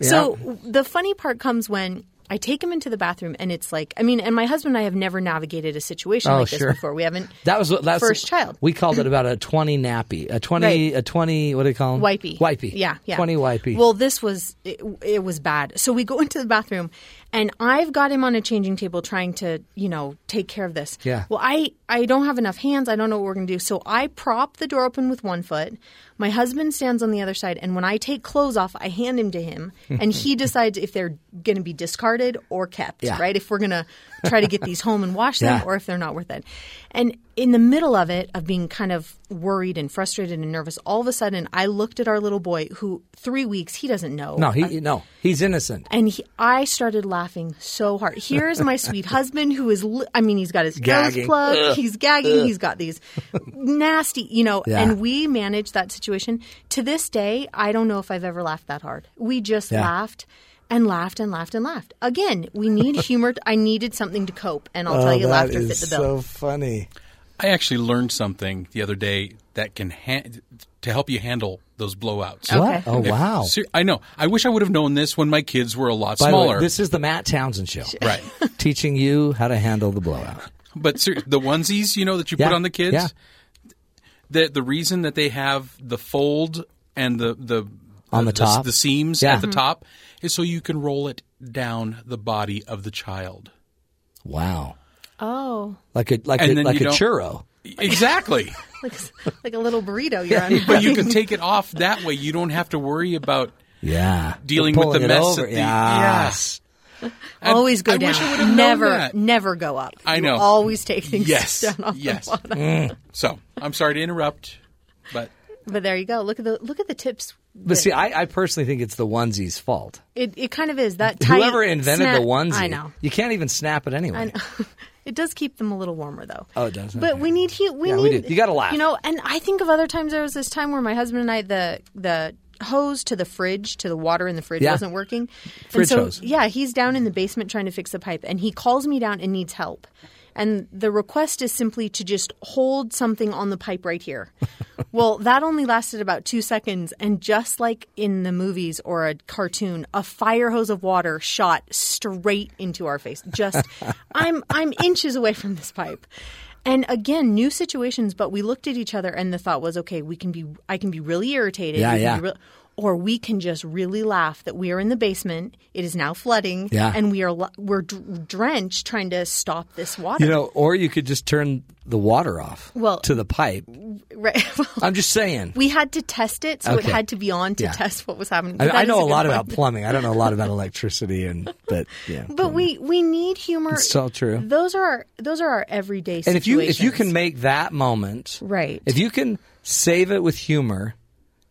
Speaker 9: So the funny part comes when I take him into the bathroom and it's like I mean, and my husband and I have never navigated a situation
Speaker 1: Oh,
Speaker 9: like this
Speaker 1: sure.
Speaker 9: before. We haven't
Speaker 1: That was what- that's
Speaker 9: First child.
Speaker 1: We called it about a twenty nappy, a twenty,
Speaker 9: Right.
Speaker 1: a twenty. What do you call them?
Speaker 9: wipey.
Speaker 1: Wipey.
Speaker 9: Yeah, yeah.
Speaker 1: Twenty wipey.
Speaker 9: Well, this was it, it was bad. So we go into the bathroom and I've got him on a changing table trying to, you know, take care of this.
Speaker 1: Yeah.
Speaker 9: Well, I I don't have enough hands. I don't know what we're going to do. So I prop the door open with one foot. My husband stands on the other side and when I take clothes off, I hand him to him and he decides if they're going to be discarded discarded or kept,
Speaker 1: Yeah.
Speaker 9: right? If we're going to try to get these home and wash them
Speaker 1: Yeah.
Speaker 9: or if they're not worth it. And in the middle of it, of being kind of worried and frustrated and nervous, all of a sudden I looked at our little boy who three weeks, he doesn't know.
Speaker 1: No, he no, he's innocent.
Speaker 9: And he, I started laughing so hard. Here's my sweet husband who is, li- I mean, he's got his
Speaker 1: Gagging.
Speaker 9: nose plugged, he's gagging, he's got these nasty, you know,
Speaker 1: Yeah.
Speaker 9: and we managed that situation. To this day, I don't know if I've ever laughed that hard. We just
Speaker 1: Yeah.
Speaker 9: laughed and laughed and laughed and laughed. Again, we need humor. I needed something to cope, and
Speaker 1: Oh,
Speaker 9: I'll tell you, laughter fit the bill.
Speaker 1: funny.
Speaker 2: I actually learned something the other day that can ha- to help you handle those blowouts.
Speaker 1: What? Oh
Speaker 2: If-
Speaker 1: wow!
Speaker 2: Ser- I know. I wish I would have known this when my kids were a lot
Speaker 1: By the way,
Speaker 2: smaller.
Speaker 1: this is the Matt Townsend show,
Speaker 2: right.
Speaker 1: teaching you how to handle the blowout.
Speaker 2: But ser- the onesies, you know, that you
Speaker 1: Yeah,
Speaker 2: put on the kids,
Speaker 1: yeah.
Speaker 2: the the reason that they have the fold and the the
Speaker 1: On the top.
Speaker 2: the, seams
Speaker 1: Yeah.
Speaker 2: at the
Speaker 9: Mm-hmm.
Speaker 2: top is so you can roll it down the body of the child.
Speaker 1: Wow,
Speaker 9: Oh,
Speaker 1: like a like
Speaker 2: And
Speaker 1: a,
Speaker 2: then
Speaker 1: like
Speaker 2: you
Speaker 1: a
Speaker 2: don't-
Speaker 1: churro.
Speaker 2: Exactly.
Speaker 9: like, like a little burrito you're on.
Speaker 2: but you can take it off that way. You don't have to worry about.
Speaker 1: Yeah,
Speaker 2: Dealing
Speaker 1: They're
Speaker 2: with the
Speaker 1: pulling it
Speaker 2: mess
Speaker 1: over.
Speaker 2: at the-
Speaker 1: yes.
Speaker 2: I-
Speaker 9: always go
Speaker 2: I
Speaker 9: down.
Speaker 2: Wish I would have known
Speaker 9: never,
Speaker 2: that.
Speaker 9: never go up.
Speaker 2: I
Speaker 9: You
Speaker 2: know.
Speaker 9: always take things
Speaker 2: Yes.
Speaker 9: down off
Speaker 2: yes.
Speaker 9: the bottom.
Speaker 1: Mm.
Speaker 2: So I'm sorry to interrupt, but
Speaker 9: But there you go. Look at the look at the tips.
Speaker 1: But see, I, I personally think it's the onesie's fault.
Speaker 9: it, it kind of is that tight
Speaker 1: Whoever invented
Speaker 9: snap-
Speaker 1: the onesie,
Speaker 9: I know.
Speaker 1: you can't even snap it anyway.
Speaker 9: It does keep them a little warmer though.
Speaker 1: Oh, it does?
Speaker 9: But
Speaker 1: Okay.
Speaker 9: we need heat. We
Speaker 1: Yeah,
Speaker 9: need
Speaker 1: we do. You gotta laugh.
Speaker 9: You know, and I think of other times. There was this time where my husband and I the the hose to the fridge to the water in the fridge
Speaker 1: Yeah.
Speaker 9: wasn't working.
Speaker 1: Fridge
Speaker 9: and so,
Speaker 1: hose.
Speaker 9: Yeah, he's down in the basement trying to fix the pipe, and he calls me down and needs help. And the request is simply to just hold something on the pipe right here. well, that only lasted about two seconds, and just like in the movies or a cartoon, a fire hose of water shot straight into our face. Just, I'm I'm inches away from this pipe. And again, new situations, but we looked at each other, and the thought was, okay, we can be, I can be really irritated,
Speaker 1: Yeah,
Speaker 9: we can
Speaker 1: yeah.
Speaker 9: be real- or we can just really laugh that we are in the basement. It is now flooding,
Speaker 1: Yeah.
Speaker 9: and we are lo- we're d- drenched trying to stop this water.
Speaker 1: You know, or you could just turn the water off
Speaker 9: Well-
Speaker 1: to the pipe.
Speaker 9: right? Well,
Speaker 1: I'm just saying.
Speaker 9: we had to test it, so
Speaker 1: Okay.
Speaker 9: it had to be on to
Speaker 1: Yeah.
Speaker 9: test what was happening. But
Speaker 1: I, I
Speaker 9: that is
Speaker 1: know a
Speaker 9: good
Speaker 1: lot
Speaker 9: point.
Speaker 1: about plumbing. I don't know a lot about electricity, and but yeah.
Speaker 9: But we, we need humor.
Speaker 1: It's all true.
Speaker 9: Those are our, those are our everyday
Speaker 1: and if you
Speaker 9: situations.
Speaker 1: if you can make that moment
Speaker 9: Right.
Speaker 1: if you can save it with humor,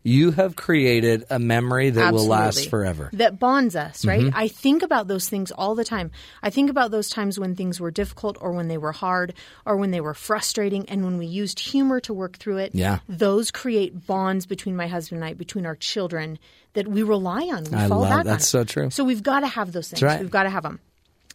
Speaker 1: you have created a memory that will last
Speaker 9: Absolutely.
Speaker 1: forever. Mm-hmm.
Speaker 9: That bonds us, right? I think about those things all the time. I think about those times when things were difficult or when they were hard or when they were frustrating and when we used humor to work through it.
Speaker 1: Yeah.
Speaker 9: Those create bonds between my husband and I, between our children that we rely on. We
Speaker 1: I
Speaker 9: fall
Speaker 1: love-
Speaker 9: back on.
Speaker 1: that's so true.
Speaker 9: So we've got to have those things.
Speaker 1: right.
Speaker 9: We've got to have them.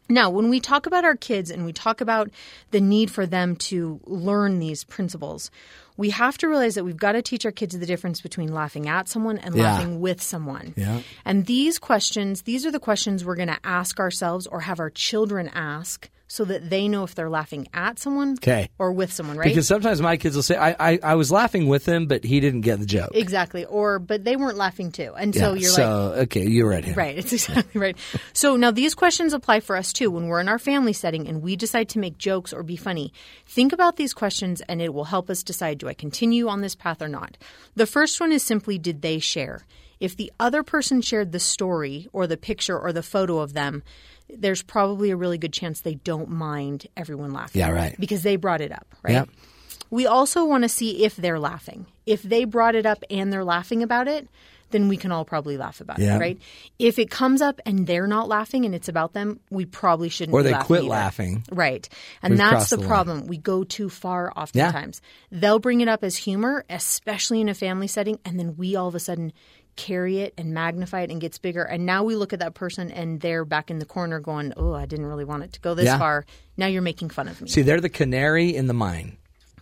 Speaker 9: Now, when we talk about our kids and we talk about the need for them to learn these principles, we have to realize that we've got to teach our kids the difference between laughing at someone and
Speaker 1: Yeah.
Speaker 9: laughing with someone.
Speaker 1: Yeah.
Speaker 9: And these questions, these are the questions we're going to ask ourselves or have our children ask so that they know if they're laughing at someone
Speaker 1: 'Kay.
Speaker 9: or with someone, right?
Speaker 1: Because sometimes my kids will say, I, I, I was laughing with him, but he didn't get the joke.
Speaker 9: exactly. Or, but they weren't laughing too. And so
Speaker 1: Yeah,
Speaker 9: you're like,
Speaker 1: so, okay, you're right here.
Speaker 9: Right, it's exactly right. So now these questions apply for us too when we're in our family setting and we decide to make jokes or be funny. Think about these questions and it will help us decide do I continue on this path or not. The first one is simply did they share? If the other person shared the story or the picture or the photo of them, there's probably a really good chance they don't mind everyone laughing.
Speaker 1: Yeah, right.
Speaker 9: Because they brought it up, right?
Speaker 1: Yep.
Speaker 9: We also want to see if they're laughing. If they brought it up and they're laughing about it, then we can all probably laugh about
Speaker 1: Yeah.
Speaker 9: it, right? If it comes up and they're not laughing and it's about them, we probably shouldn't.
Speaker 1: Or
Speaker 9: be
Speaker 1: they
Speaker 9: laughing
Speaker 1: quit
Speaker 9: either.
Speaker 1: laughing.
Speaker 9: right? And
Speaker 1: We've
Speaker 9: that's
Speaker 1: crossed
Speaker 9: the,
Speaker 1: the line.
Speaker 9: problem. We go too far oftentimes. They'll bring it up as humor, especially in a family setting, and then we all of a sudden carry it and magnify it and gets bigger. And now we look at that person and they're back in the corner going, "Oh, I didn't really want it to go this
Speaker 1: Yeah.
Speaker 9: far." Now you're making fun of me.
Speaker 1: See, they're the canary in the mine.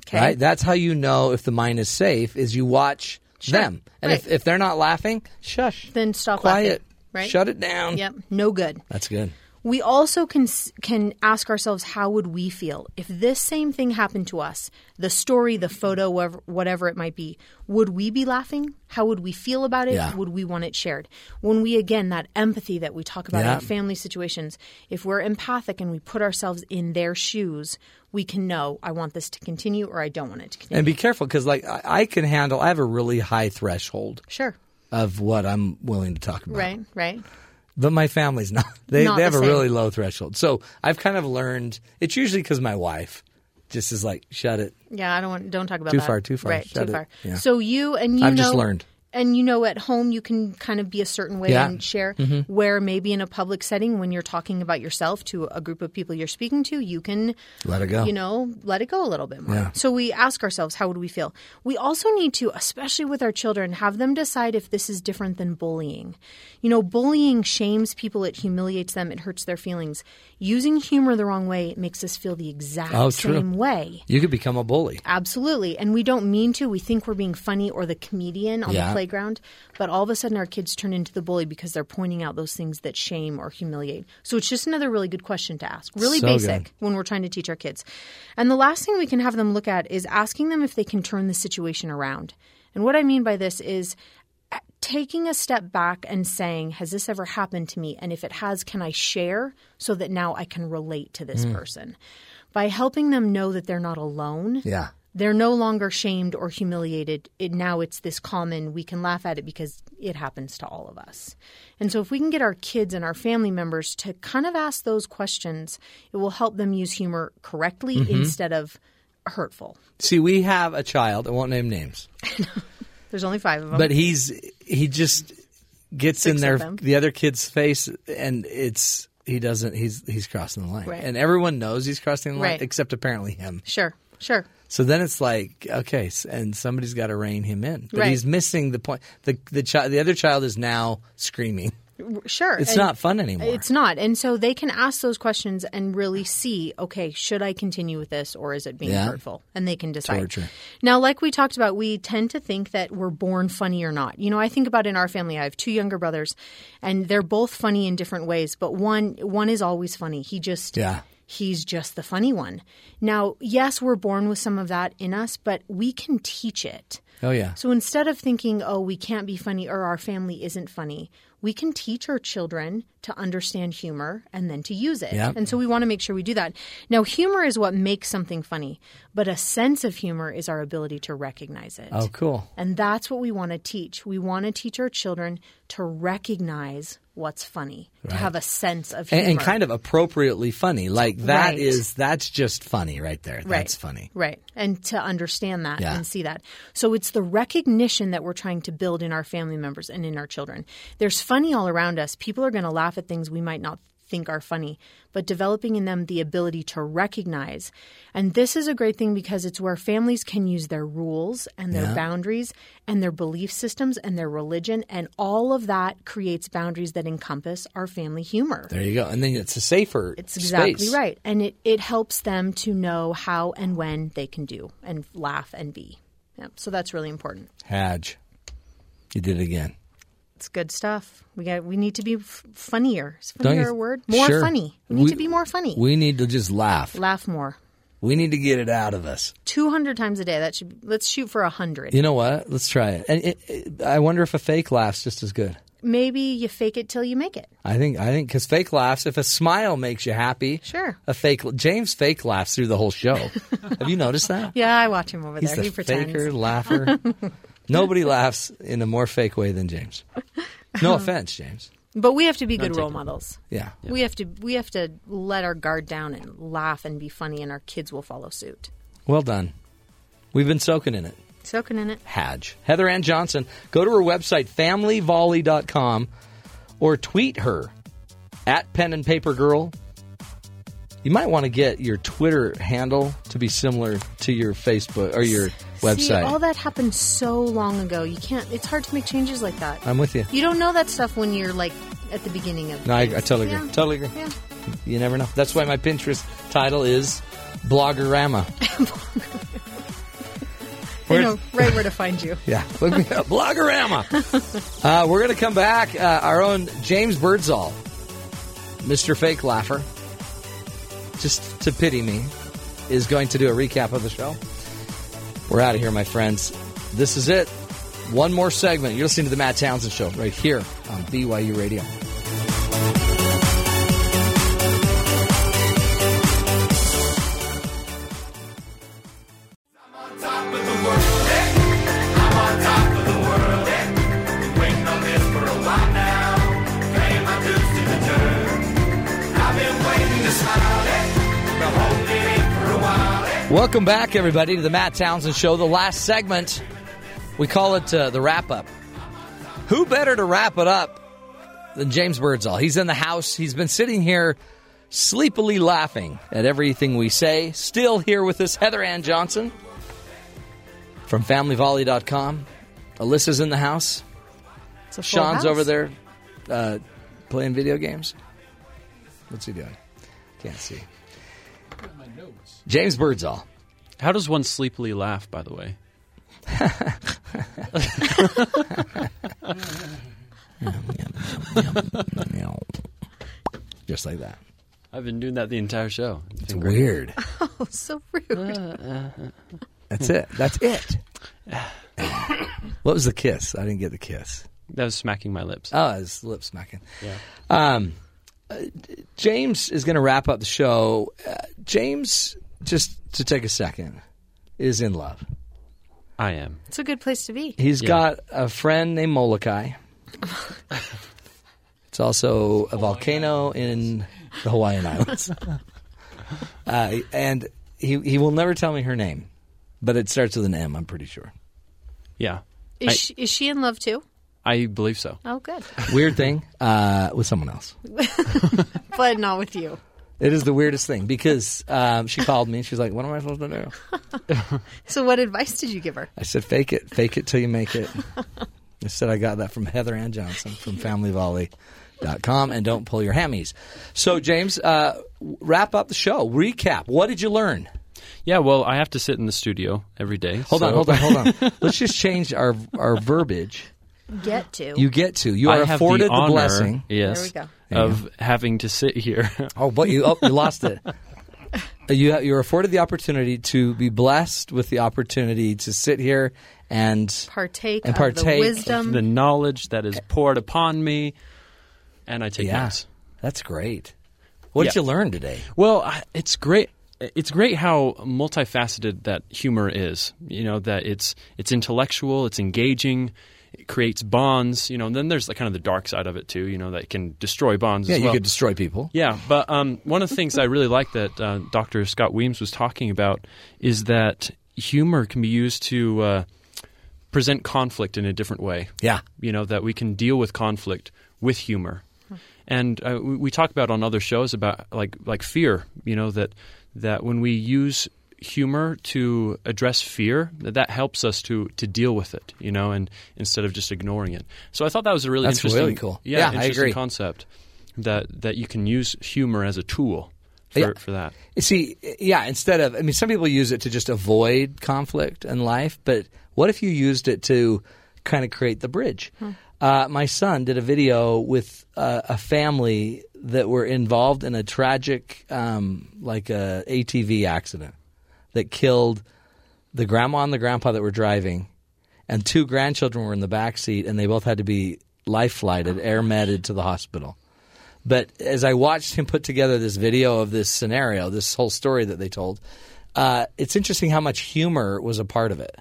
Speaker 9: Okay.
Speaker 1: Right? That's how you know if the mine is safe is you watch them. And if,
Speaker 9: Right.
Speaker 1: if they're not laughing, shush.
Speaker 9: Then stop
Speaker 1: Quiet.
Speaker 9: laughing, right?
Speaker 1: Shut it down.
Speaker 9: Yep, no good.
Speaker 1: That's good.
Speaker 9: We also can can ask ourselves how would we feel if this same thing happened to us? The story, the photo, whatever, whatever it might be, would we be laughing? How would we feel about it?
Speaker 1: Yeah.
Speaker 9: Would we want it shared? When we again that empathy that we talk about
Speaker 1: Yeah.
Speaker 9: in family situations, if we're empathic and we put ourselves in their shoes, we can know I want this to continue or I don't want it to continue.
Speaker 1: And be careful because, like, I, I can handle, I have a really high threshold
Speaker 9: sure,
Speaker 1: of what I'm willing to talk about.
Speaker 9: right, right.
Speaker 1: But my family's not. They,
Speaker 9: Not
Speaker 1: they have
Speaker 9: the
Speaker 1: a
Speaker 9: same.
Speaker 1: really low threshold. So I've kind of learned it's usually because my wife just is like, shut it.
Speaker 9: Yeah, I don't want. Don't talk about
Speaker 1: Too
Speaker 9: that.
Speaker 1: far, too far.
Speaker 9: Right,
Speaker 1: Shut
Speaker 9: too
Speaker 1: it.
Speaker 9: far.
Speaker 1: Yeah.
Speaker 9: So you and you
Speaker 1: I've
Speaker 9: know,
Speaker 1: just learned.
Speaker 9: and you know, at home you can kind of be a certain way
Speaker 1: Yeah. Mm-hmm.
Speaker 9: and share. Where maybe in a public setting, when you're talking about yourself to a group of people you're speaking to, you can
Speaker 1: Let it go.
Speaker 9: You know, let it go a little bit more.
Speaker 1: Yeah.
Speaker 9: So we ask ourselves, how would we feel? We also need to, especially with our children, have them decide if this is different than bullying. You know, bullying shames people, it humiliates them, it hurts their feelings. Using humor the wrong way it makes us feel the exact
Speaker 1: Oh, true.
Speaker 9: same way.
Speaker 1: You could become a bully.
Speaker 9: Absolutely. And we don't mean to. We think we're being funny or the comedian on
Speaker 1: Yeah.
Speaker 9: the playground. But all of a sudden, our kids turn into the bully because they're pointing out those things that shame or humiliate. So it's just another really good question to ask. Really
Speaker 1: So
Speaker 9: basic
Speaker 1: good.
Speaker 9: when we're trying to teach our kids. And the last thing we can have them look at is asking them if they can turn the situation around. And what I mean by this is uh, taking a step back and saying, Has this ever happened to me? And if it has, can I share so that now I can relate to
Speaker 1: Hmm.
Speaker 9: this person? By helping them know that they're not alone
Speaker 1: Yeah.
Speaker 9: they're no longer shamed or humiliated. It, now it's this common, we can laugh at it because it happens to all of us. And so, if we can get our kids and our family members to kind of ask those questions, it will help them use humor correctly
Speaker 1: Mm-hmm.
Speaker 9: instead of hurtful.
Speaker 1: See, we have a child. I won't name names,
Speaker 9: There's only five of them.
Speaker 1: but he's he just gets
Speaker 9: Six
Speaker 1: in their
Speaker 9: of them.
Speaker 1: the other kid's face, and it's he doesn't. He's he's crossing the line,
Speaker 9: Right.
Speaker 1: and everyone knows he's crossing the line,
Speaker 9: Right.
Speaker 1: except apparently him.
Speaker 9: sure, sure.
Speaker 1: So then it's like okay, s- and somebody's got to rein him in, but
Speaker 9: Right.
Speaker 1: he's missing the point. the the child The other child is now screaming.
Speaker 9: Sure.
Speaker 1: It's
Speaker 9: And
Speaker 1: not fun anymore.
Speaker 9: It's not. And so they can ask those questions and really see, okay, should I continue with this or is it being
Speaker 1: Yeah.
Speaker 9: hurtful? And they can decide.
Speaker 1: Torture.
Speaker 9: Now, like we talked about, we tend to think that we're born funny or not. You know, I think about in our family, I have two younger brothers and they're both funny in different ways, but one one is always funny. He just
Speaker 1: Yeah.
Speaker 9: he's just the funny one. Now, yes, we're born with some of that in us, but we can teach it.
Speaker 1: oh yeah,
Speaker 9: So instead of thinking, oh, we can't be funny or our family isn't funny, we can teach our children to understand humor and then to use it.
Speaker 1: Yeah.
Speaker 9: And so we want to make sure we do that. Now, humor is what makes something funny, but a sense of humor is our ability to recognize it.
Speaker 1: oh cool.
Speaker 9: And that's what we want to teach. We want to teach our children to recognize what's funny, to have a sense of humor.
Speaker 1: and, and kind of appropriately funny. Like that
Speaker 9: Right.
Speaker 1: is that's just funny right there. That's funny.
Speaker 9: Right. And to understand that
Speaker 1: Yeah.
Speaker 9: and see that. So it's the recognition that we're trying to build in our family members and in our children. There's funny all around us. People are going to laugh at things we might not think are funny, but developing in them the ability to recognize. And this is a great thing because it's where families can use their rules and their boundaries and their belief systems and their religion. And all of that creates boundaries that encompass our family humor.
Speaker 1: There you go. And then it's a safer.
Speaker 9: It's exactly
Speaker 1: space.
Speaker 9: right. And it, it helps them to know how and when they can do and laugh and be. Yeah, so that's really important.
Speaker 1: Hadge, you did it again.
Speaker 9: It's good stuff. We got we need to be f- funnier. Is
Speaker 1: Don't
Speaker 9: funnier
Speaker 1: you-
Speaker 9: a word? More
Speaker 1: Sure.
Speaker 9: funny. We need to be more funny.
Speaker 1: We need to just laugh.
Speaker 9: laugh more.
Speaker 1: We need to get it out of us.
Speaker 9: 200 times a day. That should be, let's shoot for 100.
Speaker 1: You know what? Let's try it. And it, it, I wonder if a fake laugh's just as good.
Speaker 9: Maybe you fake it till you make it.
Speaker 1: I think I think because fake laughs, if a smile makes you happy,
Speaker 9: Sure.
Speaker 1: A fake James fake laughs through the whole show. Have you noticed that?
Speaker 9: Yeah, I watch him over
Speaker 1: He's
Speaker 9: there.
Speaker 1: the
Speaker 9: he pretends.
Speaker 1: faker laugher. Nobody laughs in a more fake way than James. No offense, James.
Speaker 9: But we have to be good role models.
Speaker 1: Yeah.
Speaker 9: We have to we have to let our guard down and laugh and be funny and our kids will follow suit.
Speaker 1: Well done. We've been soaking in it.
Speaker 9: Soaking in it.
Speaker 1: Hadge. Heather Ann Johnson. Go to her website, familyvolley.com, or tweet her at pen and paper girl. You might want to get your Twitter handle to be similar to your Facebook or your
Speaker 9: See,
Speaker 1: website.
Speaker 9: all that happened so long ago. You can't. It's hard to make changes like that.
Speaker 1: I'm with you.
Speaker 9: you don't know that stuff when you're like at the beginning of.
Speaker 1: No, I, I totally agree.
Speaker 9: Yeah.
Speaker 1: Totally agree.
Speaker 9: Yeah.
Speaker 1: You never know. That's why my Pinterest title is Bloggerama.
Speaker 9: They know right where to find you.
Speaker 1: Yeah, look me up. Blogorama. uh, we're going to come back. Uh, our own James Birdsall, Mr. Fake Laugher, just to pity me, is going to do a recap of the show. We're out of here, my friends. This is it. One more segment. You're listening to the Matt Townsend Show right here on BYU Radio.
Speaker 5: Waiting on this for a while now. Paying my dues
Speaker 1: Welcome back, everybody, to the Matt Townsend Show. The last segment, we call it uh, the wrap up. Who better to wrap it up than James Birdsall? He's in the house. He's been sitting here sleepily laughing at everything we say. Still here with us, Heather Ann Johnson from FamilyVolley.com. Alyssa's in the house.
Speaker 9: It's a full
Speaker 1: Sean's
Speaker 9: house.
Speaker 1: over there uh, playing video games. What's he doing? Can't see. James Birdsall.
Speaker 3: How does one sleepily laugh, by the way?
Speaker 1: Just like that.
Speaker 3: I've been doing that the entire show.
Speaker 1: It's weird.
Speaker 9: So rude.
Speaker 1: That's it. That's it. what was the kiss? I didn't get the kiss.
Speaker 3: That was smacking my lips.
Speaker 1: Oh, his lip smacking. Yeah. Um, uh, James is going to wrap up the show. Uh, James, just to take a second, is in love.
Speaker 3: I am.
Speaker 9: It's a good place to be.
Speaker 1: He's
Speaker 3: Yeah.
Speaker 1: got a friend named Molokai. it's also a volcano in the Hawaiian Islands. uh, and he, he will never tell me her name, but it starts with an M, I'm pretty sure.
Speaker 3: Yeah.
Speaker 9: Is,
Speaker 3: I-
Speaker 9: she, is she in love too?
Speaker 3: I believe so.
Speaker 9: Oh, good.
Speaker 1: Weird thing uh, with someone else.
Speaker 9: but not with you.
Speaker 1: It is the weirdest thing because um, she called me and she's like, What am I supposed to do?
Speaker 9: So, what advice did you give her?
Speaker 1: I said, Fake it, fake it till you make it. I said, I got that from Heather Ann Johnson from FamilyVolley.com and don't pull your hammies. So, James, uh, wrap up the show. Recap. What did you learn?
Speaker 3: Yeah, well, I have to sit in the studio every day.
Speaker 1: Hold on, hold on, hold on. Let's just change our our verbiage.
Speaker 9: Get to.
Speaker 1: You get to. You
Speaker 3: I
Speaker 1: are
Speaker 3: have
Speaker 1: afforded
Speaker 3: the, honor,
Speaker 1: blessing.
Speaker 3: Yes.
Speaker 9: There
Speaker 3: we go. Of having to sit here.
Speaker 1: Oh, but you oh, you lost it. You you're afforded the opportunity to be blessed with the opportunity to sit here and
Speaker 9: partake,
Speaker 1: And
Speaker 9: of the
Speaker 1: partake
Speaker 9: wisdom.
Speaker 3: the knowledge that is poured upon me, and I take
Speaker 1: yeah,
Speaker 3: notes.
Speaker 1: that's great. What did
Speaker 3: Yeah.
Speaker 1: you learn today?
Speaker 3: Well, I- it's great. It's great how multifaceted that humor is. You know that it's it's intellectual, it's engaging, it creates bonds. You know, and then there's the kind of the dark side of it too. You know that it can destroy bonds.
Speaker 1: Yeah,
Speaker 3: as
Speaker 1: you
Speaker 3: well.
Speaker 1: could destroy people.
Speaker 3: Yeah, but um, one of the things I really like that uh, Dr. Scott Weems was talking about is that humor can be used to uh, present conflict in a different way.
Speaker 1: Yeah.
Speaker 3: You know, that we can deal with conflict with humor. And uh, we, we talk about on other shows about like like fear, you know, that that when we use humor to address fear, that that helps us to to deal with it, you know, and instead of just ignoring it. So I thought that was a really
Speaker 1: That's
Speaker 3: interesting
Speaker 1: really cool.
Speaker 3: Yeah,
Speaker 1: Yeah, I
Speaker 3: interesting
Speaker 1: agree.
Speaker 3: concept that that you can use humor as a tool for,
Speaker 1: Yeah.
Speaker 3: for that.
Speaker 1: See, yeah, instead of, I mean, some people use it to just avoid conflict in life, but what if you used it to kind of create the bridge? Uh, my son did a video with uh, a family that were involved in a tragic, um, like a ATV accident that killed the grandma and the grandpa that were driving, and two grandchildren were in the back seat, and they both had to be life flighted, air meted to the hospital. But as I watched him put together this video of this scenario, this whole story that they told, uh, it's interesting how much humor was a part of it.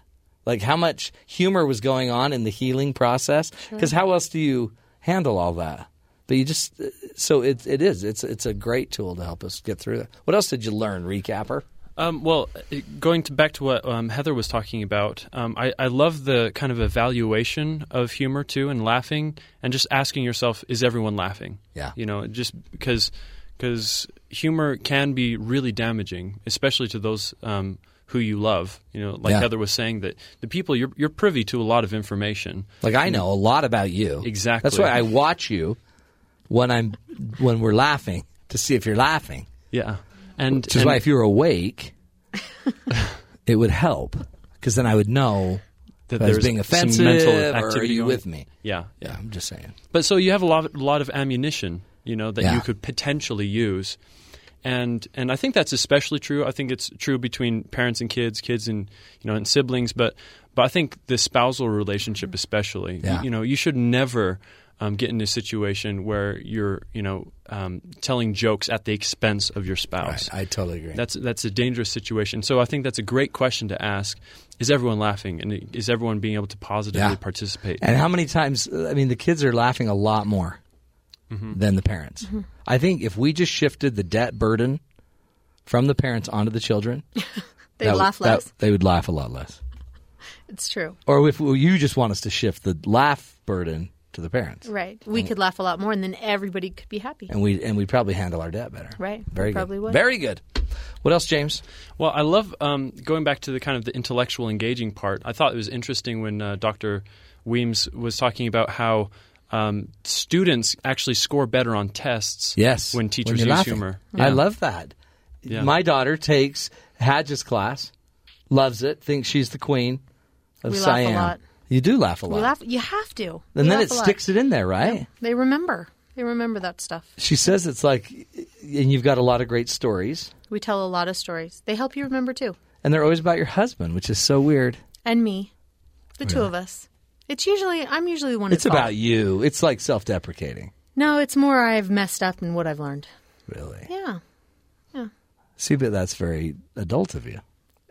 Speaker 1: Like how much humor was going on in the healing process. Because how else do you handle all that? But you just uh, so it it is. It's it's a great tool to help us get through that. What else did you learn, recapper?
Speaker 3: Um, well, uh, going to back to what um, Heather was talking about, um, I, I love the kind of evaluation of humor too, and laughing, and just asking yourself, is everyone laughing?
Speaker 1: Yeah.
Speaker 3: you know, just because because humor can be really damaging, especially to those um, who you love. You know, like
Speaker 1: Yeah.
Speaker 3: Heather was saying that the people you're you're privy to a lot of information.
Speaker 1: Like I know a lot about you.
Speaker 3: Exactly.
Speaker 1: That's why I watch you when I'm when we're laughing to see if you're laughing.
Speaker 3: Yeah, and
Speaker 1: Which is
Speaker 3: and-
Speaker 1: why if you were awake, it would help because then I would know
Speaker 3: that
Speaker 1: if I was
Speaker 3: there's
Speaker 1: being
Speaker 3: some
Speaker 1: offensive or
Speaker 3: mental
Speaker 1: are
Speaker 3: activity
Speaker 1: you
Speaker 3: going-
Speaker 1: with me.
Speaker 3: Yeah,
Speaker 1: Yeah, I'm just saying.
Speaker 3: But so you have a lot, of- lot of ammunition, you know, that
Speaker 1: Yeah.
Speaker 3: you could potentially use, and and I think that's especially true. I think it's true between parents and kids, kids and you know and siblings, but but I think the spousal relationship especially,
Speaker 1: Yeah.
Speaker 3: you, know, you should never. Um, get in a situation where you're, you know, um, telling jokes at the expense of your spouse.
Speaker 1: I totally agree.
Speaker 3: That's that's a dangerous situation. So I think that's a great question to ask: Is everyone laughing, and is everyone being able to positively
Speaker 1: Yeah.
Speaker 3: participate?
Speaker 1: and how many times? uh, I mean, the kids are laughing a lot more
Speaker 3: Mm-hmm.
Speaker 1: than the parents.
Speaker 9: Mm-hmm.
Speaker 1: I think if we just shifted the debt burden from the parents onto the children,
Speaker 9: They
Speaker 1: That would-
Speaker 9: laugh
Speaker 1: that-
Speaker 9: less.
Speaker 1: they would laugh a lot less.
Speaker 9: It's true.
Speaker 1: Or if well, you just want us to shift the laugh burden to the parents,
Speaker 9: Right. We could laugh a lot more and then everybody could be happy.
Speaker 1: and we and we'd probably handle our debt better.
Speaker 9: Right.
Speaker 1: Very
Speaker 9: We
Speaker 1: good.
Speaker 9: probably would.
Speaker 1: Very good. What else, James?
Speaker 3: Well, I love um, going back to the kind of the intellectual engaging part. I thought it was interesting when uh, Dr. Weems was talking about how um, students actually score better on tests
Speaker 1: Yes.
Speaker 3: when teachers
Speaker 1: you're
Speaker 3: use
Speaker 1: laughing.
Speaker 3: humor.
Speaker 1: I
Speaker 3: Yeah.
Speaker 1: love that. My daughter takes Hadge's class, loves it, thinks she's the queen of
Speaker 9: We laugh a
Speaker 1: Siam.
Speaker 9: lot.
Speaker 1: You do laugh a lot.
Speaker 9: We laugh. You have to.
Speaker 1: and
Speaker 9: We
Speaker 1: then
Speaker 9: laugh
Speaker 1: it
Speaker 9: a lot.
Speaker 1: sticks it in there, right?
Speaker 9: They remember. They remember that stuff.
Speaker 1: She says it's like, and you've got a lot of great stories,
Speaker 9: We tell a lot of stories. They help you remember too.
Speaker 1: and they're always about your husband, which is so weird.
Speaker 9: And me. The two of us. It's usually I'm usually the one.
Speaker 1: It's
Speaker 9: at fault.
Speaker 1: about you. It's like self deprecating.
Speaker 9: No, it's more I've messed up and what I've learned.
Speaker 1: Really?
Speaker 9: Yeah.
Speaker 1: See, but that's very adult of you.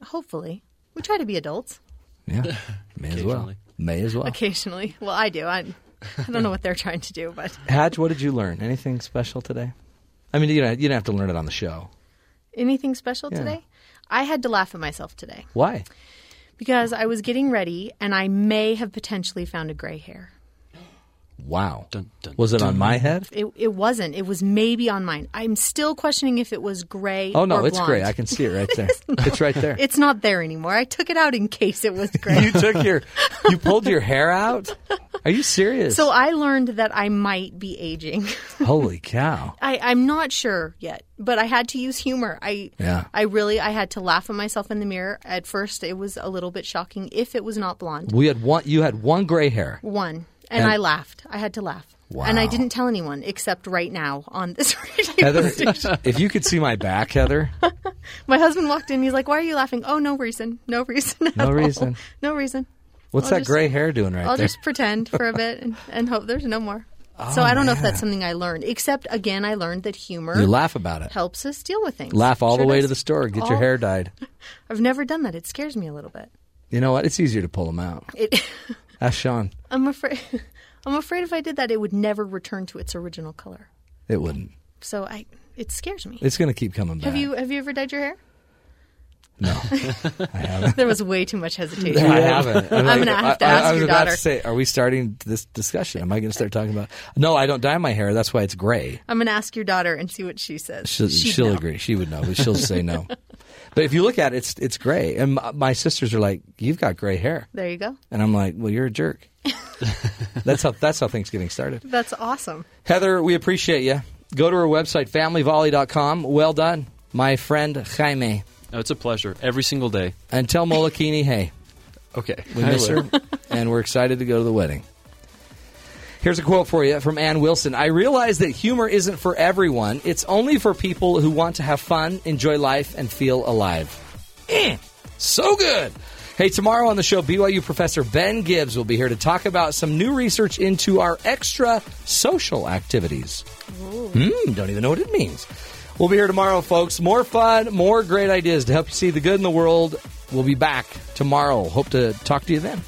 Speaker 9: Hopefully. We try to be adults
Speaker 1: Yeah. May as well.
Speaker 3: Occasionally.
Speaker 1: May as well.
Speaker 9: occasionally. Well, I do. I, I don't know what they're trying to do, but
Speaker 1: Hadge, what did you learn? Anything special today? I mean, you know, you didn't have to learn it on the show.
Speaker 9: anything special
Speaker 1: Yeah.
Speaker 9: today? I had to laugh at myself today
Speaker 1: Why?
Speaker 9: because I was getting ready and I may have potentially found a gray hair.
Speaker 1: Wow.
Speaker 3: Dun, dun,
Speaker 1: was it on my head?
Speaker 9: It, it wasn't. It was maybe on mine. I'm still questioning if it was gray.
Speaker 1: Oh no,
Speaker 9: or
Speaker 1: it's gray.
Speaker 9: blonde.
Speaker 1: I can see it right there. it's right there.
Speaker 9: It's not there anymore. I took it out in case it was gray.
Speaker 1: you took your, you pulled your hair out. Are you serious?
Speaker 9: so um, I learned that I might be aging.
Speaker 1: Holy cow!
Speaker 9: I, I'm not sure yet, but I had to use humor. I
Speaker 1: Yeah.
Speaker 9: I really I had to laugh at myself in the mirror. At first, it was a little bit shocking if it was not blonde.
Speaker 1: We had one. You had one gray hair.
Speaker 9: One, and,
Speaker 1: And-
Speaker 9: I laughed. I had to laugh, and I
Speaker 1: Wow.
Speaker 9: didn't tell anyone except right now on this radio
Speaker 1: Heather,
Speaker 9: station.
Speaker 1: if you could see my back, Heather,
Speaker 9: My husband walked in. He's like, "Why are you laughing?" Oh, no reason. No reason. at
Speaker 1: No
Speaker 9: all.
Speaker 1: reason.
Speaker 9: No reason.
Speaker 1: what's
Speaker 9: I'll
Speaker 1: that
Speaker 9: just-
Speaker 1: gray hair doing right
Speaker 9: I'll
Speaker 1: there?
Speaker 9: just pretend for a bit and, and hope there's no more. so I don't know if that's something I learned. Except again, I learned that humor
Speaker 1: Oh, you laugh about it.
Speaker 9: helps us deal with things.
Speaker 1: Laugh all
Speaker 9: Sure
Speaker 1: the way
Speaker 9: does.
Speaker 1: to the store. Get
Speaker 9: All-
Speaker 1: your hair dyed.
Speaker 9: I've never done that. It scares me a little bit.
Speaker 1: You know what? It's easier to pull them out.
Speaker 9: It,
Speaker 1: Ask Sean.
Speaker 9: I'm afraid. I'm afraid if I did that, it would never return to its original color.
Speaker 1: It wouldn't.
Speaker 9: So I, it scares me.
Speaker 1: It's going to keep coming back.
Speaker 9: Have you have you ever dyed your hair?
Speaker 1: No, I haven't.
Speaker 9: There was way too much hesitation.
Speaker 1: I haven't. I'm,
Speaker 9: gonna have to
Speaker 1: I,
Speaker 9: ask
Speaker 1: I, I was
Speaker 9: your
Speaker 1: about
Speaker 9: daughter.
Speaker 1: to say, are we starting this discussion? Am I going to start talking about? No, I don't dye my hair. That's why it's gray.
Speaker 9: I'm going to ask your daughter and see what she says.
Speaker 1: She'll,
Speaker 9: She'd
Speaker 1: she'll
Speaker 9: know.
Speaker 1: agree. She would know, but she'll say no. But if you look at it, it's it's gray. And my, my sisters are like, "You've got gray hair,"
Speaker 9: There you go.
Speaker 1: and I'm like, "Well, you're a jerk." that's how that's how things getting started.
Speaker 9: That's awesome.
Speaker 1: Heather, we appreciate you. Go to our website, familyvolley.com. Well done, my friend Jaime,
Speaker 3: Oh, it's a pleasure every single day.
Speaker 1: and tell Molokini, hey.
Speaker 3: Okay,
Speaker 1: We miss
Speaker 3: I will.
Speaker 1: her, and we're excited to go to the wedding. Here's a quote for you from Ann Wilson. I realize that humor isn't for everyone. It's only for people who want to have fun, enjoy life, and feel alive. Eh, so good. Hey, tomorrow on the show, BYU professor Ben Gibbs will be here to talk about some new research into our extra social activities. Mm, don't even know what it means. We'll be here tomorrow, folks. More fun, more great ideas to help you see the good in the world. We'll be back tomorrow. Hope to talk to you then.